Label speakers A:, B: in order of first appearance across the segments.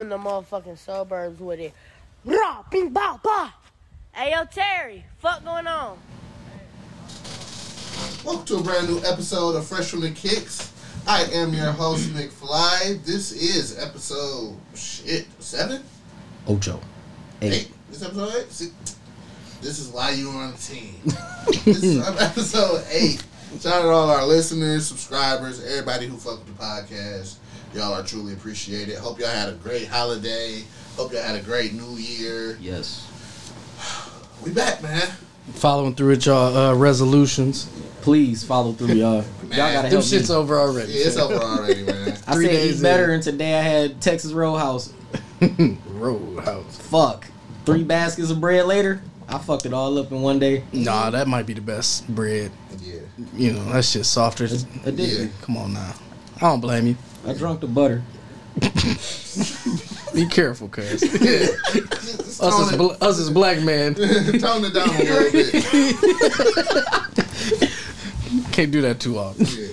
A: in the motherfucking suburbs with it. Rah, bing, bow, bah. Hey, yo, Terry, fuck going on?
B: Welcome to a brand new episode of Fresh from the Kicks. I am your host, Nick Fly. This is episode shit seven,
C: Ocho.
B: eight.
C: Eight.
B: This episode eight. See, this is why you on the team. this is episode eight. Shout out to all our listeners, subscribers, everybody who fuck with the podcast. Y'all are truly appreciated. Hope y'all had a great holiday. Hope y'all had a great New Year.
C: Yes.
B: We back, man.
D: following through with y'all uh, resolutions.
C: Please follow through, y'all. y'all gotta
D: Them
C: help
D: shit's
C: me.
D: over
B: Yeah,
D: already.
B: it's over already, man.
C: I
D: three
C: said
D: days
C: eat better,
D: in.
C: and today I had Texas Roadhouse.
D: Roadhouse.
C: Fuck. Three baskets of bread later, I fucked it all up in one day.
D: Nah, that might be the best bread.
B: Yeah.
D: You know, that shit's softer.
C: I did.
D: Come on now. I don't blame you.
C: I drunk the butter.
D: Be careful, cuz.
B: Just
D: us,
B: tone
D: as bl- us as black man
B: it, tone it down a little bit.
D: can't do that too often.
B: Yeah.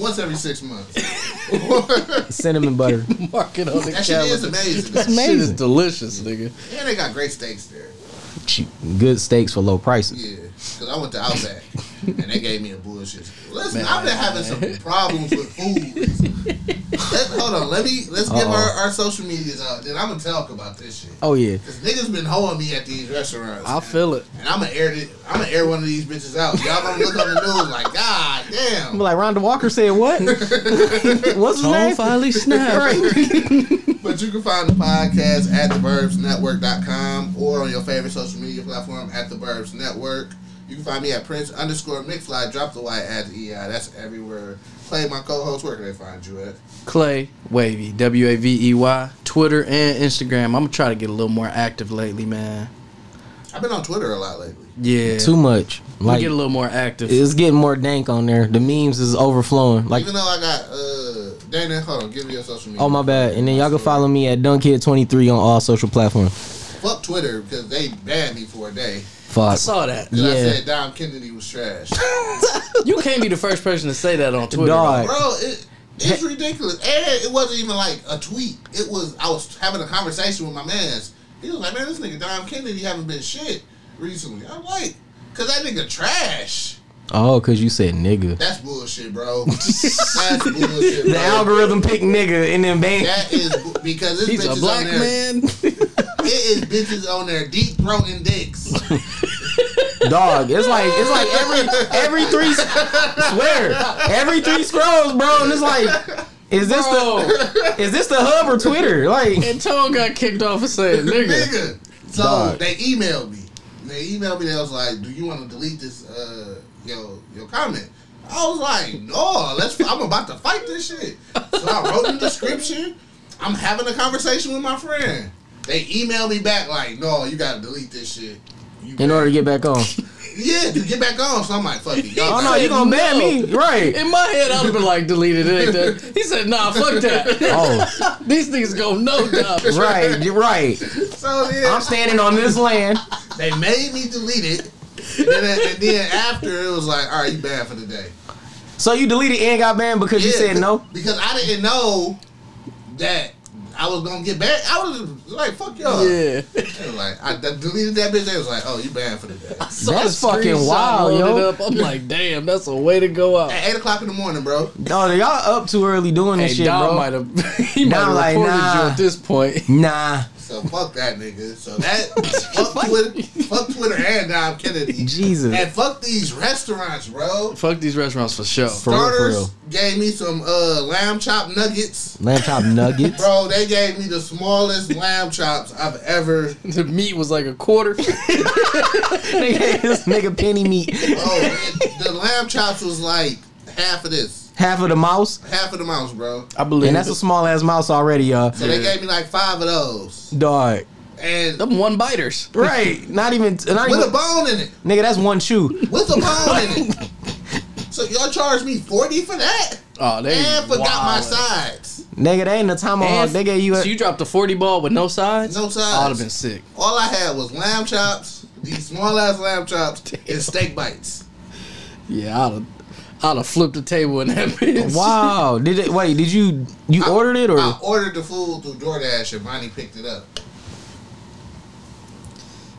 B: Once every six months.
C: Cinnamon butter.
D: Mark it on the
B: That shit
D: calendar.
B: is amazing.
D: Shit is delicious, nigga.
B: And they got great steaks there.
C: Cheap. Good steaks for low prices.
B: Yeah. Because I went to Outback and they gave me a bullshit. Listen, I've been having some problems with foods. Let, hold on. Let me, let's give our, our social medias out. Then I'm going to talk about this shit.
C: Oh yeah.
B: Because niggas been hoeing me at these restaurants.
D: I feel it.
B: and I'm going to air it. I'm going to air one of these bitches out. Y'all going to look on the news like, God damn.
C: like Rhonda Walker said what? What's his
D: Don't finally snap.
B: But you can find the podcast at theburbsnetwork.com or on your favorite social media platform at the Burbs Network. You can find me at Prince underscore McFly. Drop the Y at the EI. That's everywhere. Play my co-host. Where can they find you at?
D: Clay Wavy, W A V E Y, Twitter and Instagram. I'm gonna try to get a little more active lately, man.
B: I've been on Twitter a lot lately.
D: Yeah,
E: too much.
D: we
E: Like
D: get a little more active.
E: it's getting more dank on there. The memes is overflowing. Like
B: Even though I got uh Dana, hold on, give me your social media.
E: oh my bad. And then y'all can follow me at Dunkhead23 on all social platforms.
B: Fuck Twitter because they banned me for a day.
D: I
E: Fuck.
D: saw that.
B: 'Cause I
E: Yeah.
B: said Dom Kennedy was trash.
D: You can't be the first person to say that on Twitter.
E: Dog.
B: Bro, it, it's ridiculous. And it wasn't even like a tweet. It was I was having a conversation with my man's. He was like, "Man, this nigga Dom Kennedy haven't been shit recently." I'm like, "Cause that nigga trash."
E: Oh, cause you said nigga.
B: That's bullshit, bro. That's bullshit.
E: The
B: bro.
E: algorithm picked nigga and then bang.
B: That is bu- because this
D: He's
B: bitch
D: a
B: is
D: black
B: on there.
D: man.
B: It is bitches on there deep throating dicks.
E: Dog. It's like it's like every every three swear every three scrolls, bro. And it's like, is this the is this the hub or Twitter? Like
D: and Tone got kicked off for saying nigga.
B: nigga. So
E: Dog.
B: they emailed me. They emailed me. They was like, "Do you want to delete this uh your your comment?" I was like, "No, let's. I'm about to fight this shit." So I wrote in the description. I'm having a conversation with my friend. They emailed me back like, "No, you gotta delete this shit." You
E: in order to get back on.
B: yeah, to get back on. So I'm like, "Fuck it, y'all."
E: Oh no, you gonna ban me. Right.
D: In my head, I would have been like, deleted it. ain't that- He said, nah, fuck that.
E: Oh.
D: These niggas go no doubt.
E: Right, you're right.
B: So yeah,
E: I'm standing on this land.
B: they made me delete it. And then, and then after it was like, "All right, you banned for the day."
E: So you deleted and got banned because you
B: Yeah,
E: said no?
B: Because I didn't know that I was gonna get banned. I was like, fuck y'all.
D: Yeah.
B: They were Like I d- deleted that bitch. They was like, oh, you banned for the day.
E: That's fucking wild, yo.
D: Up. I'm like, damn, that's a way to go out.
B: At eight o'clock in the morning, bro.
E: No, y'all up too early doing this
D: Hey,
E: shit,
D: Dom
E: bro.
D: might have he might
E: Dom
D: have
E: like,
D: reported you
E: nah.
D: at this point.
E: Nah.
B: So fuck that nigga. So that fuck Twitter, fuck Twitter and Dom Kennedy.
E: Jesus.
B: And fuck these restaurants, bro.
D: Fuck these restaurants for sure.
E: For real, for
B: Starters
E: real.
B: gave me some uh, lamb chop nuggets.
E: Lamb chop nuggets.
B: Bro, they gave me the smallest lamb chops I've ever.
D: The meat was like a quarter.
E: They gave this nigga penny meat.
B: Oh, it- the lamb chops was like half of this,
E: Half of the mouse.
B: half of the mouse, bro.
D: I believe.
E: And that's a small ass mouse already, y'all.
B: So they gave me like five of those.
E: Dog.
B: And
D: them one biters.
E: Right. Not even not
B: with a
E: even
B: bone in it.
E: nigga, that's one chew.
B: With a bone in it. So y'all charged me 40 for that?
D: Oh, they
B: And forgot my
D: wildin'.
B: sides.
E: Nigga, they ain't the time
D: And
E: on they gave Oh, you a
D: so you dropped a forty ball with no sides.
B: No sides.
D: I would have been sick.
B: All I had was lamb chops, these small ass lamb chops, and steak bites.
D: Yeah, I'd have. I'd have flipped the table in that bitch.
E: Wow. Did it? Wait. Did you you ordered it or?
B: I ordered the food through DoorDash and Monty picked it up.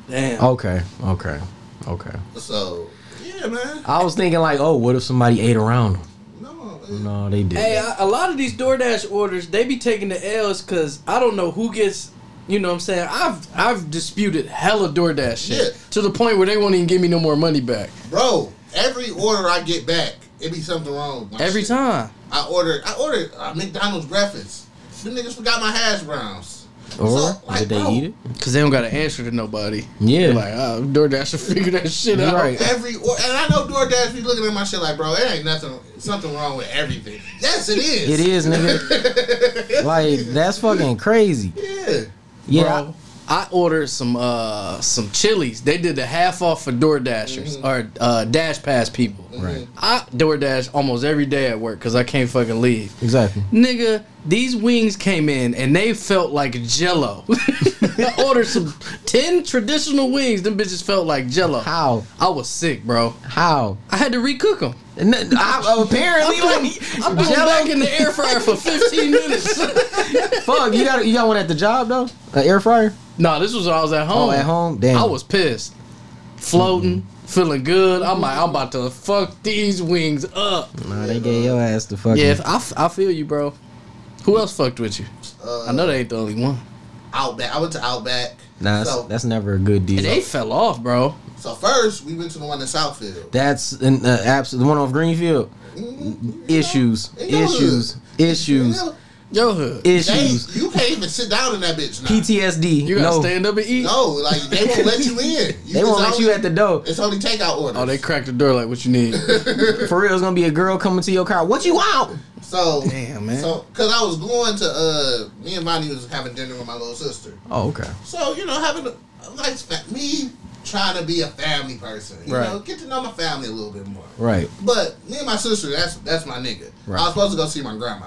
D: Damn.
E: Okay. Okay. Okay.
B: So yeah, man.
E: I was thinking like, oh, what if somebody ate around them?
B: No,
E: No, they did.
D: Hey, I, a lot of these DoorDash orders, they be taking the L's because I don't know who gets. You know what I'm saying? I've I've disputed hella DoorDash shit
B: Yeah.
D: to the point where they won't even give me no more money back
B: bro. Every order I get back, it be something wrong. With my
D: every
B: shit.
D: time.
B: I ordered, I ordered uh, McDonald's breakfast. Them niggas forgot my hash browns.
E: or
B: So, like,
E: Oh, did they
B: bro,
E: eat it?
D: Cause they don't got to answer to nobody.
E: Yeah.
D: They're like oh, DoorDash should figure that shit
E: You're
D: out.
E: right.
B: Every or, and I know DoorDash be looking at my shit like, bro, it ain't nothing, something wrong with everything. Yes, it is.
E: It is, nigga. like that's fucking crazy.
B: Yeah.
E: Yeah.
D: Bro, I ordered some uh some chilies. They did the half off for DoorDashers or uh, Dash Pass people.
E: Mm-hmm. Right.
D: I DoorDash almost every day at work because I can't fucking leave.
E: Exactly.
D: Nigga, these wings came in and they felt like jello. I ordered some 10 traditional wings. Them bitches felt like jello.
E: How?
D: I was sick, bro.
E: How?
D: I had to recook them.
E: N- I, apparently, like,
D: I'm Jello back in the air fryer for 15 minutes.
E: fuck. You got you got one at the job though? An air fryer?
D: nah, this was when I was at home.
E: Oh, at home. Damn.
D: I was pissed. Floating,
E: Mm-hmm.
D: feeling good. I'm like, I'm about to fuck these wings up.
E: Nah, they gave your ass the fucking.
D: Yeah, if I, f- I feel you, bro. Who else fucked with you?
B: Uh,
D: I know they ain't the only one.
B: Outback. I went to Outback.
E: Nah, that's,
B: so,
E: that's never a good deal.
D: And they fell off, bro.
B: so first we went to the one in Southfield.
E: That's an uh, absolute the one off Greenfield. Issues,
B: It goes.
E: issues, issues,
B: Hell,
D: Yo, hood.
B: They,
E: issues.
B: you can't even sit down in that bitch now.
E: PTSD.
D: You gotta
E: no,
D: stand up and eat.
B: No, like they won't let you in. You
E: they
B: it's
E: won't let you
B: only-
E: at the door.
B: It's only takeout orders.
D: Oh, they cracked the door like what you need.
E: For real, it's gonna be a girl coming to your car. What you want?
B: So
D: Damn, man.
B: So because I was going to uh, me and Monty was having dinner with my little sister.
E: Oh, okay.
B: So you know, having a, like fa- me trying to be a family person, you
D: Right.
B: know, get to know my family a little bit more.
E: Right.
B: But me and my sister, that's that's my nigga.
E: Right.
B: I was supposed to go see my grandma.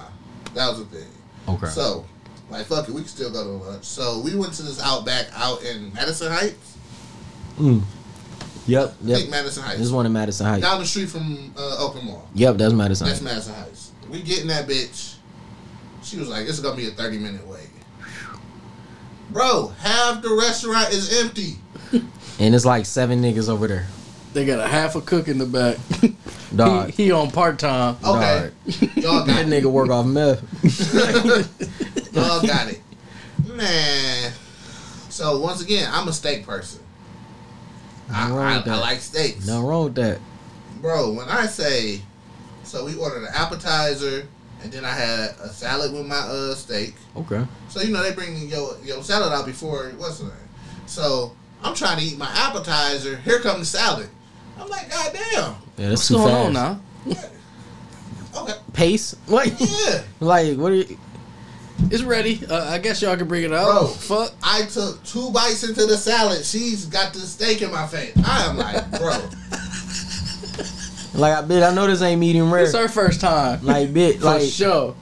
B: That was the thing.
E: Okay.
B: So, like, fuck it, we can still go to lunch. So we went to this Outback out in Madison Heights.
E: yep. Yep.
B: Big Madison Heights.
E: This one in Madison Heights.
B: Down the street from uh, Open Mall.
E: Yep, that's Madison.
B: That's
E: Heights.
B: Madison Heights. We get in that bitch. She was like, "It's gonna be a thirty minute wait." Bro, half the restaurant is empty.
E: and it's like seven niggas over there.
D: they got a half a cook in the back.
E: Dog.
D: he, he on part time.
B: Okay, y'all
E: that
B: got it.
E: nigga work off meth.
B: Y'all got it, man. So once again, I'm a steak person. I,
E: Nothing wrong
B: I,
E: with
B: I
E: that.
B: like steaks,
E: Nothing wrong with that.
B: bro. When I say, so we ordered an appetizer, and then I had a salad with my uh steak.
E: Okay.
B: So you know they bring your your salad out before what's the name. So I'm trying to eat my appetizer. Here comes the salad. I'm like, God damn.
E: Yeah,
D: What's
E: that's too
D: going
E: fast.
D: on now?
B: Okay.
E: Pace? Like,
B: Yeah.
E: like what are you?
D: It's ready. Uh, I guess y'all can bring it out.
B: Bro.
D: Fuck.
B: I took two bites into the salad. She's got the steak in my face. I am like, bro.
E: Like, I bitch, I know this ain't medium rare.
D: It's our first time.
E: Like, bitch,
D: For
E: like,
D: sure.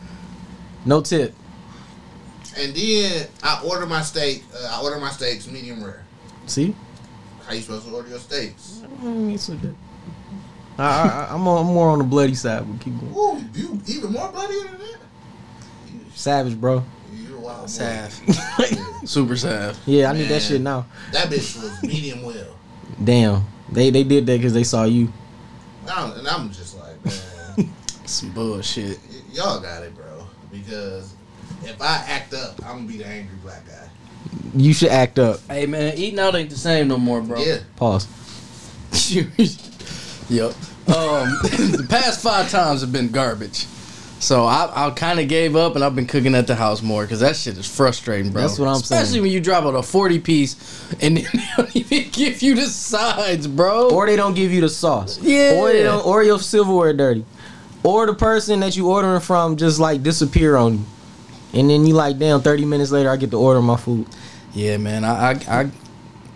E: no tip.
B: And then I order my steak. Uh, I order my steaks medium rare.
E: See?
B: How you supposed to order your steaks?
E: I, I, I'm, on, I'm more on the bloody side, but keep going.
B: Ooh, you even more bloody than that?
E: Savage, bro.
B: You a wild boy.
D: Super sad.
E: Yeah, I need
B: Man.
E: that shit now.
B: That bitch was medium well.
E: Damn, they they did that because they saw you.
B: Now- And I'm just like, man.
D: Some bullshit.
B: Y- y'all got it, bro. Because if I act up, I'm gonna be the angry black guy.
E: You should act up.
D: Hey man, eating out ain't the same no more, bro.
B: Yeah,
E: Pause.
D: yep. Um, the past five times have been garbage. So I, I kind of gave up and I've been cooking at the house more because that shit is frustrating, bro.
E: That's what I'm
D: Especially
E: saying.
D: Especially when you drop out a 40 piece and then they don't even give you the sides, bro.
E: Or they don't give you the sauce.
D: Yeah.
E: Or they don't. Or your silverware dirty. Or the person that you ordering from just like disappear on you, and then you like, damn. Thirty minutes later, I get to order my food.
D: yeah, man. I, I, I,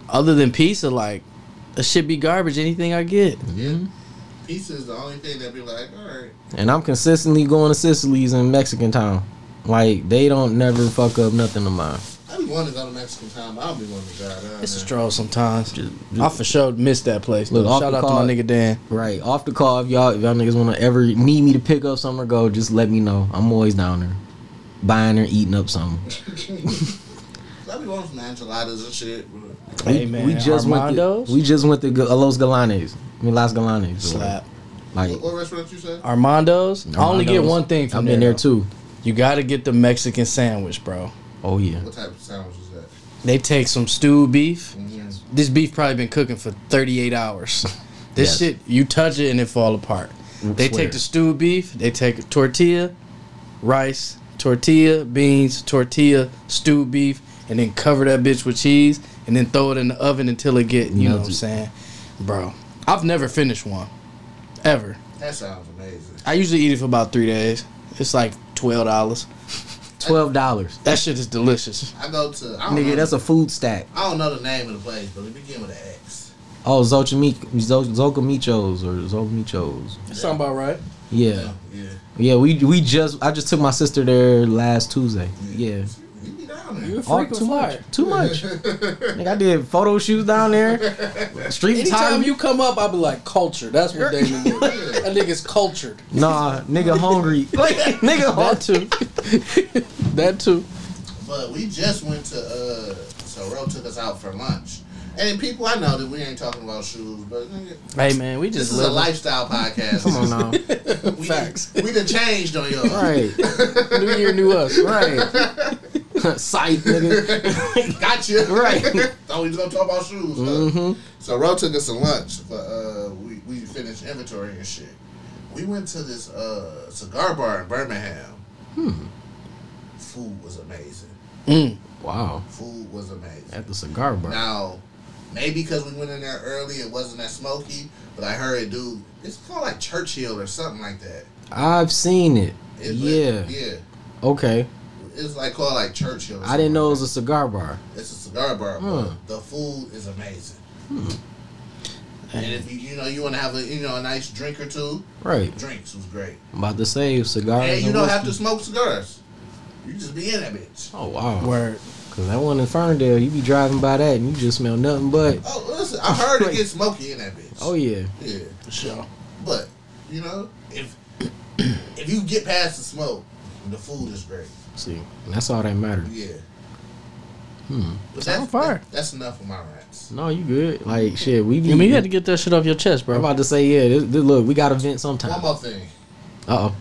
D: other than pizza, like, it should be garbage. Anything I get.
B: yeah. Pizza is the only thing that be like, all right.
E: And I'm consistently going to Sicily's in Mexican town. Like they don't never fuck up nothing of mine.
B: I be going want to go to Mexican time. but I don't be wanting to drive down
D: It's a
B: there.
D: stroll sometimes.
E: Just-
D: I for sure missed that place.
E: Look,
D: though.
E: off
D: Shout
E: the
D: out to
E: call-
D: my nigga Dan.
E: Right off the call, if y'all if y'all niggas wanna ever need me to pick up something or go, just let me know. I'm always down there, buying or eating up something.
B: I be wanting some enchiladas and shit. but-
D: Hey man,
E: we just went.
D: Armando's
E: To, we just went to G- uh, Los Galanes. I mean Las Galanes.
D: slap.
E: Like
B: What, what restaurant you say?
D: Armando's. I only get
E: Armando's.
D: one thing from
E: I've been there
D: though.
E: too.
D: You gotta get the Mexican sandwich, bro.
E: Oh yeah.
B: What type of sandwich is that?
D: They take some stewed beef.
B: Mhm.
D: This beef probably been cooking for 38 hours. This
E: Yes.
D: shit, you touch it and it fall apart. They
E: Swear.
D: take the stewed beef. They take tortilla, rice, tortilla, beans, tortilla, stewed beef, and then cover that bitch with cheese and then throw it in the oven until it get. You know what I'm
E: Melted.
D: saying, bro? I've never finished one, ever.
B: That sounds amazing.
D: I usually eat it for about three days. It's like twelve dollars.
E: Twelve dollars.
D: That shit is delicious.
B: I go to. I don't know,
E: Nigga, that's a food stack.
B: I don't know the name of the place, but it begin with an X.
E: Oh, Zochimi- Zo Zocamichos or Zocamichos.
D: That sound about right.
E: Yeah.
B: Yeah.
E: Yeah, we we just I just took my sister there last Tuesday. Yeah.
B: You be down there.
E: Oh, too much. Too much. Nigga, I did photo shoots down there. Street
D: Anytime
E: time.
D: you come up, I be like, culture. That's what Damon do. That nigga's cultured.
E: Nah, nigga hungry. Like nigga
D: That
E: hungry.
D: too. that too.
B: But we just went to uh so Ro took us out for lunch. And people I know that we ain't talking about shoes, but nigga,
D: Hey man, we
B: this
D: just
B: is a
D: live
B: lifestyle podcast.
E: Come on now.
B: we,
D: facts.
B: We done changed on y'all.
E: Right.
D: New year, new us.
E: Right. Sight, nigga.
B: gotcha.
E: Right.
B: Thought we was gonna talk about shoes. huh?
E: Mm-hmm.
B: So Ro took us to lunch, but uh, we we finished inventory and shit. We went to this uh, cigar bar in Birmingham.
E: Hmm.
B: Food was amazing.
D: Mm.
E: Wow.
B: Food was amazing.
E: At the cigar bar.
B: Now, maybe because we went in there early, it wasn't that smoky. But I heard, dude, it's called like Churchill or something like that.
E: I've seen it.
B: It's
E: yeah.
B: like, yeah.
E: Okay.
B: It's like called like Churchill. or
E: I didn't
B: something
E: Hmm. know it
B: like
E: was a cigar bar.
B: that. It's a cigar bar.
E: Huh.
B: But the food is amazing.
E: Hmm.
B: And if you you know you want to have a you know a nice drink or two,
E: Right.
B: drinks was great.
E: I'm about to say cigars.
B: And you
E: and
B: don't have to
E: whiskey.
B: smoke cigars. You just be in that bitch.
E: Oh wow.
D: Word.
E: Cause that one in Ferndale, you be driving by that and you just smell nothing but.
B: Oh, listen, I heard it gets smoky in that bitch.
E: Oh yeah,
B: yeah.
D: For sure.
B: But you know, if if you get past the smoke, the food is great.
E: see, that's all that matters.
B: Yeah.
E: Hmm.
B: But that's,
D: on fire.
B: that's enough of my rants.
E: No, you good? Like shit, we be.
D: You mean you had to get that shit off your chest,
E: I'm
D: bro?
E: about to say yeah. This, this- look, we got to vent
B: One
E: sometime. Uh
B: more thing.
E: oh.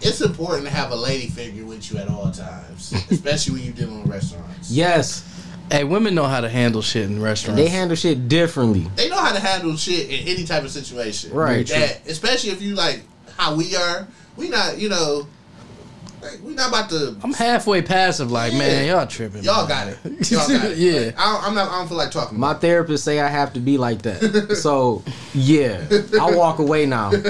B: It's important to have a lady figure with you at all times, especially when you're dealing with restaurants.
E: Yes,
D: Hey, women know how to handle shit in restaurants.
E: they handle shit differently.
B: They know how to handle shit in any type of situation.
E: Right,
B: That, especially if you like how we are. We not, you know, like, we not about to
D: I'm halfway passive, like, man,
B: Yeah.
D: y'all tripping.
B: Y'all
D: man.
B: got it. Y'all got it.
D: Yeah.
B: Like, I don't, I'm not. I don't feel like talking.
E: My
B: about
E: therapist say I have to be like that. so yeah, I walk away now.
B: it.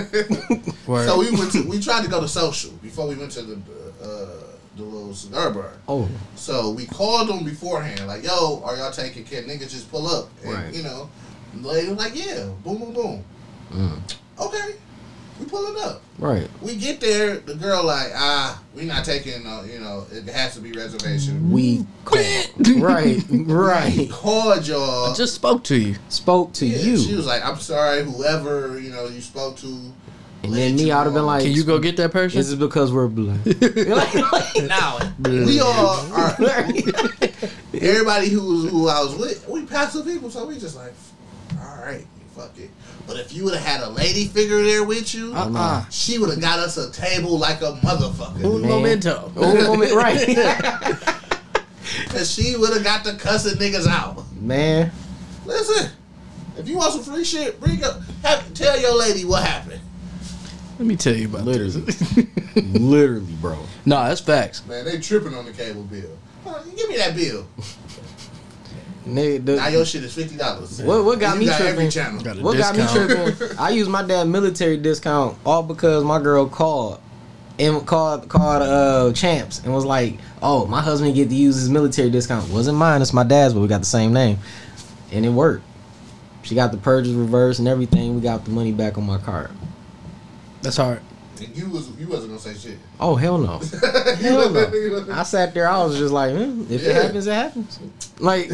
D: Word.
B: So we went. To, we tried to go to social before we went to the uh, the little cigar bar.
E: Oh
B: So we called them beforehand, like, "Yo, are y'all taking? Can niggas just pull up?" And
E: Right.
B: you know, and the lady was like, "Yeah, boom, boom, boom."
E: Mm.
B: Okay, we pulling up.
E: right.
B: We get there. The girl like, "Ah, we not taking. Uh, you know, it has to be reservation."
E: We called. right, right.
B: called y'all.
D: I just spoke to you.
E: Spoke to
B: Yeah, She
E: you,
B: was like, "I'm sorry, whoever you know you spoke to."
E: and then me. I'd have been like,
D: Can you go get that person?
E: Is it because we're black?
B: now we all are everybody who was who I was with, we passive people, so we just like, all right, fuck it. But if you would have had a lady figure there with you,
D: Uh-uh.
B: she would have got us a table like a motherfucker.
D: Un momento.
E: Oh, moment, right.
B: Cause she would have got the cussing niggas out.
E: Man,
B: Listen, if you want some free shit, bring up have, tell your lady what happened.
D: Let me tell you about
E: Literally.
D: this.
E: literally, bro.
D: no, that's facts.
B: Man, they tripping on the cable bill. Huh, give me that bill.
E: Nigga, the-
B: Now your shit is fifty dollars.
E: What- what got me
B: got every
E: tripping?
B: channel.
D: Got a
E: what
D: discount.
E: got me tripping? I used my dad military discount all because my girl called and called called uh champs and was like, "Oh, my husband get to use his military discount. Wasn't mine. It's my dad's, but we got the same name, and it worked." She got the purges reversed and everything. We got the money back on my card.
D: That's hard.
B: And you was you wasn't gonna say shit.
E: Oh hell no. Hell no. I sat there. I was just like, hmm, if it
B: Yeah.
E: happens, it happens. Like,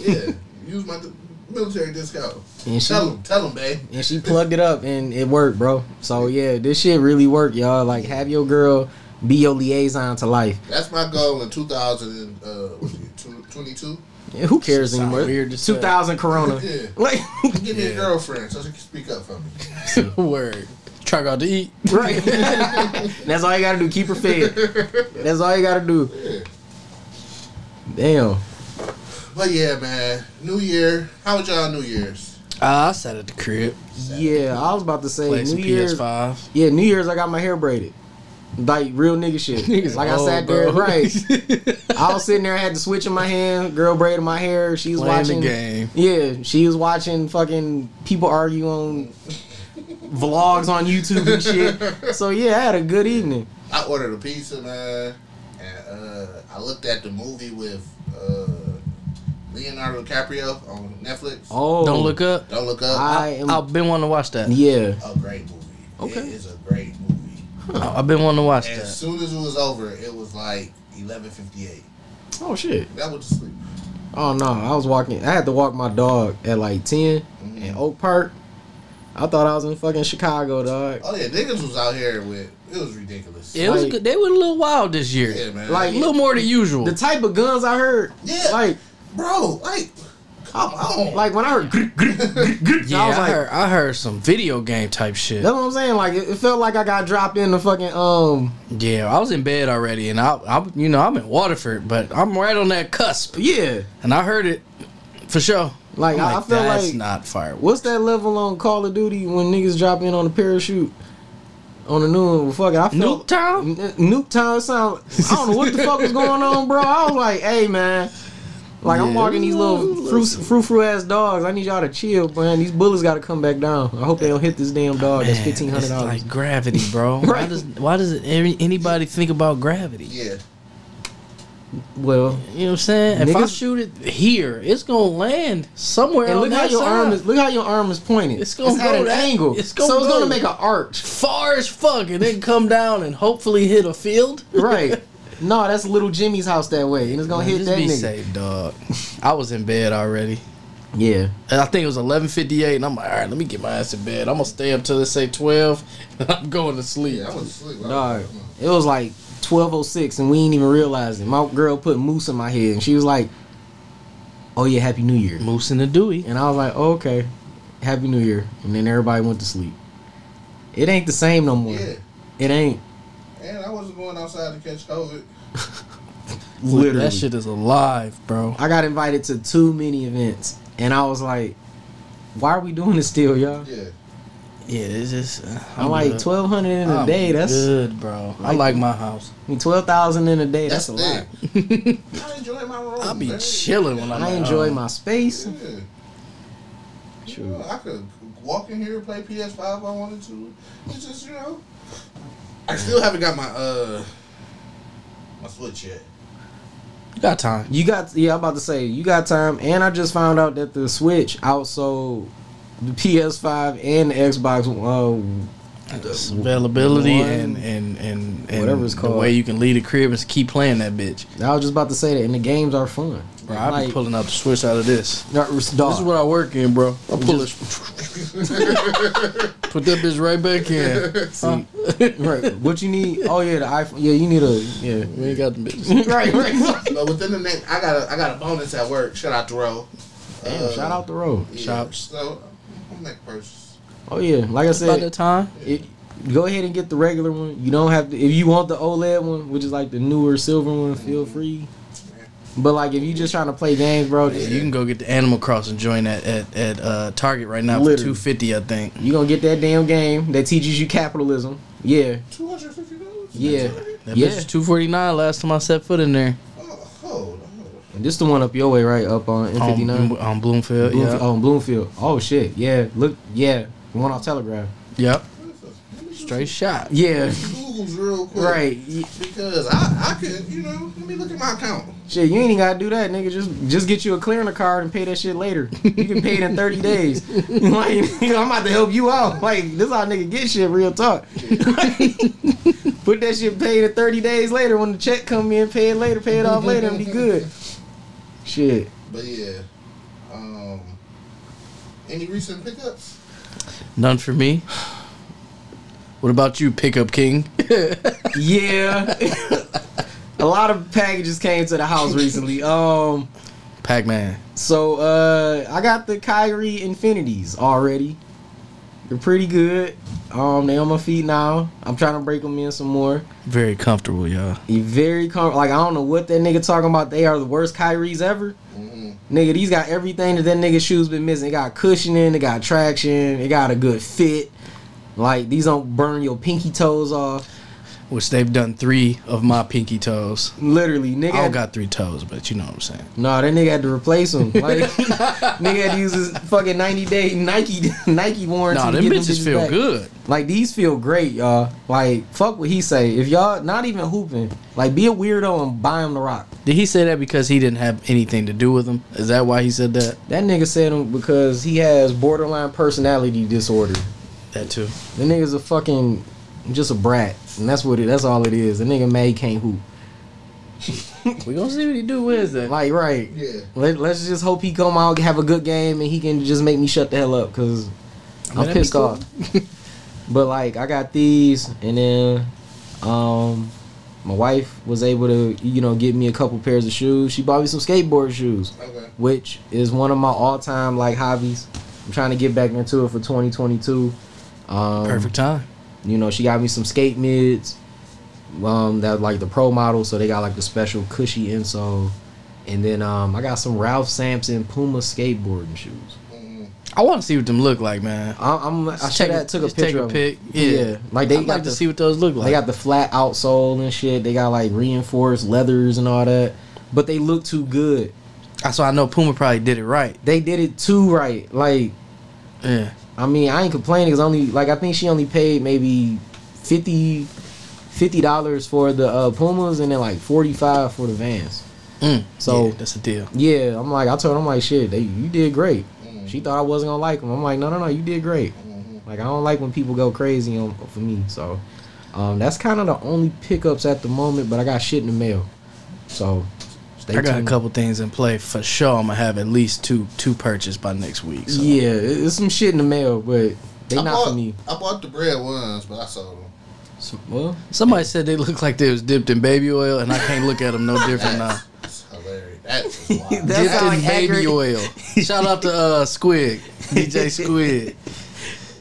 B: Yeah, use my d- military discount.
E: and she,
B: Tell him, tell him, babe.
E: and she plugged it up and it worked, bro. So yeah, this shit really worked, y'all. Like, have your girl be your liaison to life.
B: That's my goal in uh, 2022.
E: Yeah, who cares
D: Sound
E: anymore?
D: weird to say.
E: 2000 Corona.
B: Yeah.
E: Like,
B: Give me
D: Yeah.
B: a girlfriend so she can speak up for me.
D: Word. Truck out to eat.
E: right. That's all you gotta do. Keep her fed. That's all you gotta do.
B: Yeah.
E: Damn.
B: But yeah, man. New Year. How was y'all New Year's?
D: Ah, I sat at the crib,
E: Yeah, I was about to say
D: played
E: New
D: some
E: Year's.
D: PS5.
E: Yeah, New Year's I got my hair braided. Like real nigga shit. like
D: Oh,
E: I sat there, right. I was sitting there, I had the switch in my hand, girl braided my hair, she was
D: Playing
E: watching
D: the game.
E: Yeah, she was watching fucking people argue on vlogs on YouTube and shit. So yeah, I had a good evening.
B: I ordered a pizza, man. And uh, I looked at the movie with uh, Leonardo DiCaprio on Netflix.
E: Oh
D: Don't look up.
B: Don't look up.
E: I am
D: I've been wanting to watch that.
E: Yeah.
B: a great movie.
E: Okay.
B: It is a great movie.
D: I've been wanting to watch
B: And as
D: that.
B: soon as it was over, it was like 11:58.
E: Oh shit.
B: That was just sleep.
E: Oh no, I was walking I had to walk my dog at like ten in Oak Park. I thought I was in fucking Chicago, dog.
B: Oh yeah, niggas was out here with it was ridiculous.
D: It was
E: like-
D: good. They were a little wild this year.
B: Yeah, man.
E: Like-
D: a little more than usual.
E: The type of guns I heard,
B: Yeah.
E: like
B: bro, like, come on,
E: Like when I heard, grr, grr, grr, grr,
D: yeah,
E: I
D: I,
E: was like,
D: heard. I heard some video game type shit.
E: that's what I'm saying. Like it, it felt like I got dropped in the fucking um.
D: Yeah, I was in bed already, and I, I, you know, I'm in Waterford, but I'm right on that cusp,
E: Yeah,
D: and I heard it for sure.
E: Like,
D: I'm
E: I- I feel
D: that's
E: like-
D: not fireworks.
E: what's that level on Call of Duty when niggas drop in on the parachute? On the new one, well, fuck it. I felt,
D: Nuketown.
E: N- Nuke Town sound. I don't know what the fuck was going on, bro. I was like, hey man. Like I'm
D: Yeah.
E: walking these little fruit fruit fruit ass dogs. I need y'all to chill, man. These bullets got to come back down. I hope they don't hit this damn dog. that's
D: Man,
E: fifteen hundred
D: it's
E: dollars.
D: Like gravity, bro. Why
E: Right.
D: does why does any, anybody think about gravity?
B: yeah,
E: well,
D: You know what I'm saying? If I
E: Niggas-
D: shoot it here, it's gonna land somewhere.
E: and
D: on
E: look how
D: that
E: your
D: side.
E: arm is. Look how your arm is pointed.
D: It's
E: It's,
D: gonna
E: at
D: go
E: an
D: that-
E: angle.
D: it's gonna
E: so it's
D: go.
E: gonna make an arch.
D: far as fuck, and then come down and hopefully hit a field.
E: Right. No, that's little Jimmy's house that way, and it's gonna
D: Man,
E: hit
D: just
E: that
D: be
E: nigga.
D: safe, dog. I was in bed already.
E: Yeah.
D: And I think it was eleven fifty eight, and I'm like, all right, let me get my ass in bed. I'm gonna stay up till they say twelve, and I'm going to sleep.
B: yeah, I was asleep.
E: Dog. It was like twelve oh six, and we ain't even realize it. My girl put moose in my head, and she was like, "Oh yeah, Happy New Year."
D: Moose and the Dewey.
E: And I was like, oh, "Okay, Happy New Year." And then everybody went to sleep. It ain't the same no more.
B: Yeah,
E: It ain't.
B: and I wasn't going outside to catch COVID.
E: Literally.
D: that shit is alive, bro.
E: I got invited to too many events, and I was like, "Why are we doing this still, y'all?"
B: Yeah,
D: Yeah, it's just. uh,
E: I'm, like
D: good.
E: twelve hundred in a
D: I'm
E: day. That's
D: good, bro. I like my house.
E: I mean, twelve thousand in a day. That's,
B: that's,
E: a lot.
B: it. I enjoy my room.
D: I be
B: man.
D: chilling when I'm.
E: I
D: at
E: enjoy
D: home.
E: my space.
B: Yeah. You know, I could walk in here and play PS5 if I wanted to. It's just you know, I still haven't got my uh my switch yet.
D: You got time.
E: You got yeah. I'm about to say you got time, and I just found out that the Switch outsold the PS5 and the Xbox. Um,
D: It's availability
E: one-
D: and, and and and
E: Whatever it's
D: the
E: called.
D: way you can leave the crib and keep playing that bitch.
E: I was just about to say that, and the games are fun.
D: Bro, I be
E: Like-
D: pulling out the switch out of this.
E: Dog.
D: This is what I work in, bro. I pull it. Put that bitch right back in. Huh?
E: right. What you need? Oh yeah, the iPhone. Yeah, you need a yeah.
D: We ain't got the bitch.
E: right, right.
B: But within the next, I got a, I got a bonus at work. Shout out to Ro. Uh,
E: Damn, shout out the road.
B: yeah,
D: Shout-
B: So I'm gonna make purchase.
E: Oh yeah, like I
D: By
E: said,
D: the time.
E: it, go ahead and get the regular one. You don't have to if you want the OLED one, which is like the newer silver one. Feel free. But like if you just trying to play games, bro,
D: You can go get the Animal Crossing joint at at, at uh, Target right now
E: Literally.
D: for two fifty, I think.
E: you gonna get that damn game that teaches you capitalism. Yeah,
B: Two hundred fifty dollars.
E: yeah,
D: That bitch
E: yeah.
D: was two forty nine last time I set foot in there
B: Oh, hold on.
E: This the one up your way, right up on M fifty
D: on,
E: nine.
D: on Bloomfield.
E: Bloomfield,
D: Yeah,
E: oh, in Bloomfield. Oh shit. Yeah. Look. Yeah. The one off Telegraph.
D: yep.
B: What is this? Let me do
D: Straight shot.
E: Yeah.
B: some Google moves real quick.
E: Right. Y-
B: Because I, I could, you know, let me look at my account.
E: Shit, you ain't even gotta do that, nigga. Just just get you a clearing card and pay that shit later. You can pay it in 30 days. Like, nigga, I'm about to help you out. Like, this how nigga get shit, real talk. put that shit paid in 30 days later. When the check come in, pay it later, pay it off later, and be good. Shit.
B: But yeah. Um, any recent pickups?
D: None for me. What about you, Pickup King?
E: Yeah. a lot of packages came to the house recently. Um,
D: Pac Man.
E: so uh I got the Kyrie Infinities already. They're pretty good. Um, they on my feet now. I'm trying to break them in some more.
D: Very comfortable, y'all.
E: You very com- like I don't know what that nigga talking about. They are the worst Kyries ever.
B: Mm-hmm.
E: Nigga, these got everything that that nigga shoes been missing. It got cushioning, it got traction, it got a good fit. Like these don't burn your pinky toes off.
D: Which they've done three of my pinky toes.
E: Literally, nigga.
D: I don't got three toes, but you know what I'm saying.
E: No, that nigga had to replace them. Like, nigga had to use his fucking ninety day Nike Nike warranty.
D: Nah,
E: to
D: them
E: get
D: bitches feel
E: back.
D: good.
E: Like these feel great, y'all. Like fuck what he say. If y'all not even hooping, like be a weirdo and buy him the rock.
D: Did he say that because he didn't have anything to do with them? Is that why he said that?
E: That nigga said him because he has borderline personality disorder.
D: That too.
E: The nigga's a fucking just a brat, and that's what it. That's all it is. The nigga mad he can't hoop.
D: We gonna see what he do Wednesday.
E: Like right.
B: Yeah.
E: Let, let's just hope he come out have a good game and he can just make me shut the hell up because I'm
D: that'd be
E: pissed
D: cool.
E: off. but like I got these and then um my wife was able to you know get me a couple pairs of shoes. She bought me some skateboard shoes,
B: Okay.
E: which is one of my all time like hobbies. I'm trying to get back into it for 2022. Um,
D: Perfect time.
E: You know she got me some skate mids. Um, that like the pro model, so they got like the special cushy insole. And then um, I got some Ralph Sampson Puma skateboarding shoes.
B: Mm-hmm.
D: I want to see what them look like, man.
E: I, I'm. I should have took a
D: just
E: picture.
D: Take a
E: of 'em.
D: pic. Yeah.
E: Like they
D: I'd
E: got
D: like
E: the,
D: to see what those look like.
E: they got the flat outsole and shit. They got like reinforced leathers and all that. But they look too good.
D: so I know Puma probably did it right.
E: They did it too right. Like
D: Yeah.
E: I mean, I ain't complaining. Cause only like I think she only paid maybe 50 dollars for the uh, Pumas and then like forty five for the Vans.
D: Mm.
E: So-
D: Yeah, that's a deal.
E: Yeah, I'm like I told her, I'm like shit. They, you did great. She thought I wasn't gonna like them. I'm like no no no, you did great. Like I don't like when people go crazy on for me. So um, that's kind of the only pickups at the moment. But I got shit in the mail. So stay
D: I got
E: tuned.
D: a couple things in play for sure. I'm gonna have at least two two purchased by next week. So.
E: Yeah, it- it's some shit in the mail, but they
B: I
E: not
B: bought,
E: for me.
B: I bought the bread ones, but I sold them.
E: So- well,
D: Somebody said they look like they was dipped in baby oil, and I can't look at them no different now.
B: That's hilarious. That is wild.
E: That's
D: dipped
E: how
D: in
E: I
D: baby
E: accurate-
D: oil. Shout out to uh, Squid, DJ Squid.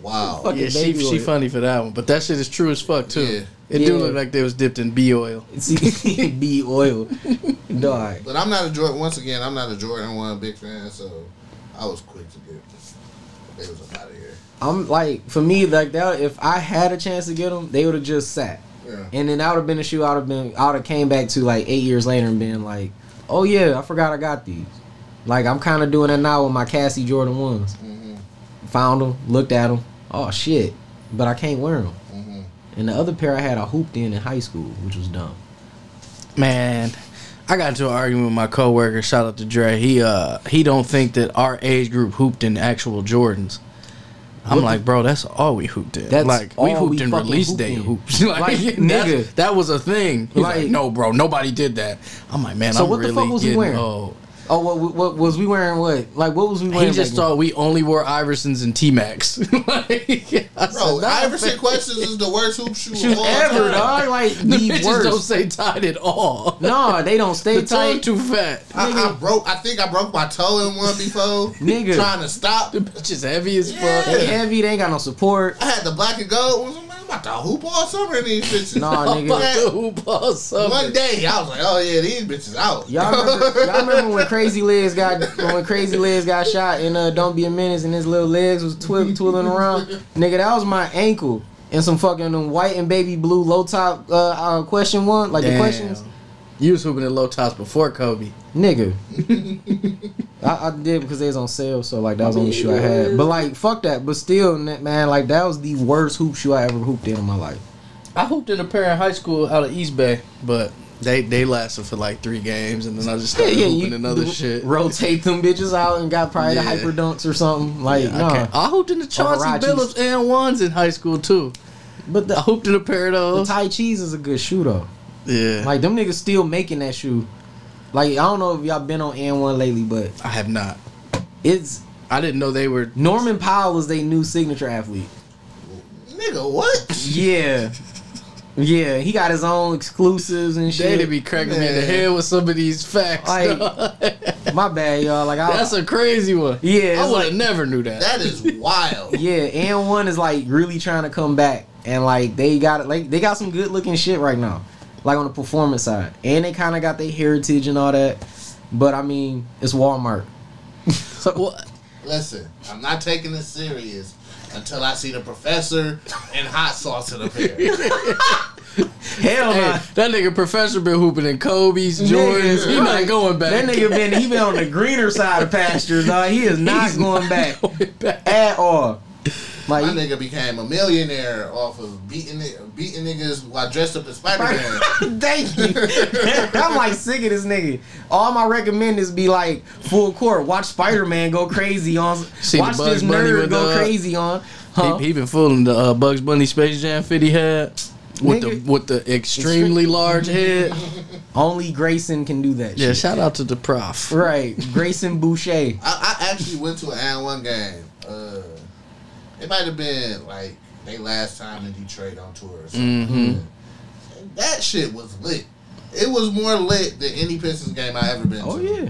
B: wow.
E: Fucking
D: yeah, she,
E: baby
D: she
E: oil.
D: funny for that one, but that shit is true as fuck too.
B: Yeah.
D: It do
E: Yeah.
D: look like they was dipped in bee oil.
E: see, be oil, dog.
B: But I'm not a Jordan. Once again, I'm not a Jordan one big fan, so I was quick to get. They was out of here.
E: I'm like for me like that. If I had a chance to get them, they would have just sat.
B: Yeah.
E: And then that would have been a shoe I'd have been I'd have came back to like eight years later and been like, oh yeah, I forgot I got these. Like I'm kind of doing that now with my Cassie Jordan ones.
B: Mm-hmm.
E: Found them, looked at them. Oh shit, but I can't wear them.
B: Mm-hmm.
E: And the other pair I had I hooped in in high school, which was dumb.
D: Man, I got into an argument with my coworker. Shout out to Dre. He uh he don't think that our age group hooped in actual Jordans. I'm
E: What
D: like, bro, that's all we hooped in.
E: That's
D: like we
E: all
D: hooped
E: we
D: in
E: fucking
D: release
E: hooped
D: day
E: in.
D: hoops. like,
E: Like,
D: nigga,
E: nigga.
D: that, was a thing. He's like,
E: Like-
D: no, bro, nobody did that. I'm like, man,
E: So
D: I'm
E: what the
D: really
E: fuck was he
D: getting
E: wearing?
D: old.
E: Oh, what, what, what was we wearing? What like what was we wearing?
D: He just
E: back then?
D: thought we only wore Iversons and T Macs.
B: Bro, Iverson
D: Iverson
B: Questions is the worst hoop shoe
E: shoes
B: of all
E: ever,
B: time.
E: dog. Like
D: the
E: the
D: bitches don't
E: worst.
D: stay tight at all.
E: No, they don't stay
D: the toe
E: tight.
D: too fat.
B: I, I broke. I think I broke my toe in one before.
E: Nigga.
B: trying to stop.
D: The bitch is heavy as fuck.
E: They heavy. They ain't got no support.
B: I had the black and gold ones. I'm like, I'm about to hoop all summer in these bitches.
E: Nah, nigga.
D: Fuck the hoop all summer.
B: One day I was like, oh yeah, these bitches out.
E: Y'all remember, y'all remember when Crazy Legs got when Crazy Legs got shot and uh, Don't Be a Menace and his little legs was twiddling, twiddling around? Nigga, that was my ankle and some fucking them white and baby blue low top uh, uh question one like the
D: Damn.
E: questions.
D: You was hooping in low tops before Kobe.
E: Nigga, I, I did because they was on sale, so like that was the only shoe I had. But like, fuck that. But still, n- man, like that was the worst hoop shoe I ever hooped in in my life.
D: I hooped in a pair in high school out of East Bay, but they they lasted for like three games, and then I just started hooping another
E: do-
D: shit.
E: Rotate them bitches out and got probably
D: Yeah.
E: the hyper dunks or something. Like,
D: Yeah, I
E: nah.
D: can't- I hooped in the Chauncey
E: Overachieves.
D: Billups and ones in high school too.
E: But
D: I
E: the,
D: hooped in a pair of
E: the
D: those.
E: Thai cheese is a good shoe though.
D: yeah,
E: Like them niggas still making that shoe. Like I don't know if y'all been on N one lately, but
D: I have not.
E: it's
D: I didn't know they were.
E: Norman Powell is their new signature athlete.
B: Nigga, what?
E: Yeah, yeah, he got his own exclusives and
D: They
E: shit.
D: to be cracking me in the
B: Man.
D: head with some of these facts.
E: Like,
D: dog.
E: My bad, y'all. Like I,
D: That's a crazy one.
E: yeah, it's
D: I would have
E: like-
D: never knew that.
B: That is wild.
E: yeah. And one is like really trying to come back, and like they got it. Like they got some good looking shit right now, like on the performance side, and they kind of got their heritage and all that. But I mean, it's Walmart. so
D: Well,
B: Listen, I'm not taking this serious until I see the professor and hot sauce in a pair.
E: hell no.
D: hey, that nigga professor been hooping in Kobe's, Jordans.
E: Nigga,
D: He
E: right.
D: not going back.
E: That nigga been he been on the greener side of pastures, dog. He is not
D: He's
E: going
D: not
E: back
D: going back.
E: at all.
B: My
E: Like
B: nigga became a millionaire off of beating it, beating niggas while dressed up as Spider Man.
E: thank you. I'm like sick of this nigga. All my recommend is be like full court. Watch Spider Man go crazy on.
D: See the
E: watch
D: Bugs
E: this
D: Bunny
E: nerd
D: with uh,
E: go
D: the-
E: crazy on. Huh?
D: He, he been fooling the uh, Bugs Bunny Space Jam fit he had with
E: Nigga.
D: the with the extremely large head.
E: Only Grayson can do that.
D: Yeah,
E: shit.
D: shout out to the prof.
E: Right, Grayson Boucher.
B: I, I actually went to an and one game. Uh, it might have been like they last time in Detroit on tour. Or something. And That shit was lit. It was more lit than any Pistons game I ever been
E: Oh
B: to.
E: yeah.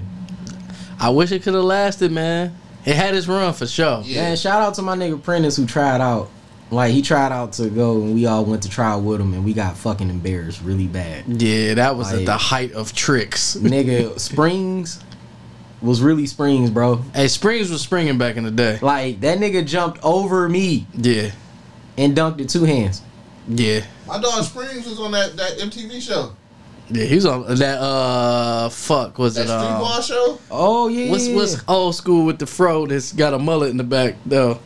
D: I wish it could have lasted, man. It had its run for sure.
B: Yeah.
E: Man, shout out to my nigga Prentice who tried out. Like he tried out to go, and we all went to try with him, and we got fucking embarrassed really bad.
D: Yeah, that was at
E: Like-
D: the height of tricks.
E: nigga, Springs was really Springs, bro.
D: Hey, Springs was springing back in the day.
E: Like that nigga jumped over me
D: Yeah,
E: and dunked it two hands.
D: yeah,
B: My dog Springs was on that, that MTV show.
D: yeah. He was on that. Uh, fuck, was
B: That
D: it?
B: street
D: Uh,
B: ball show.
E: Oh yeah.
D: what's what's old school with the fro that's got a mullet in the back though?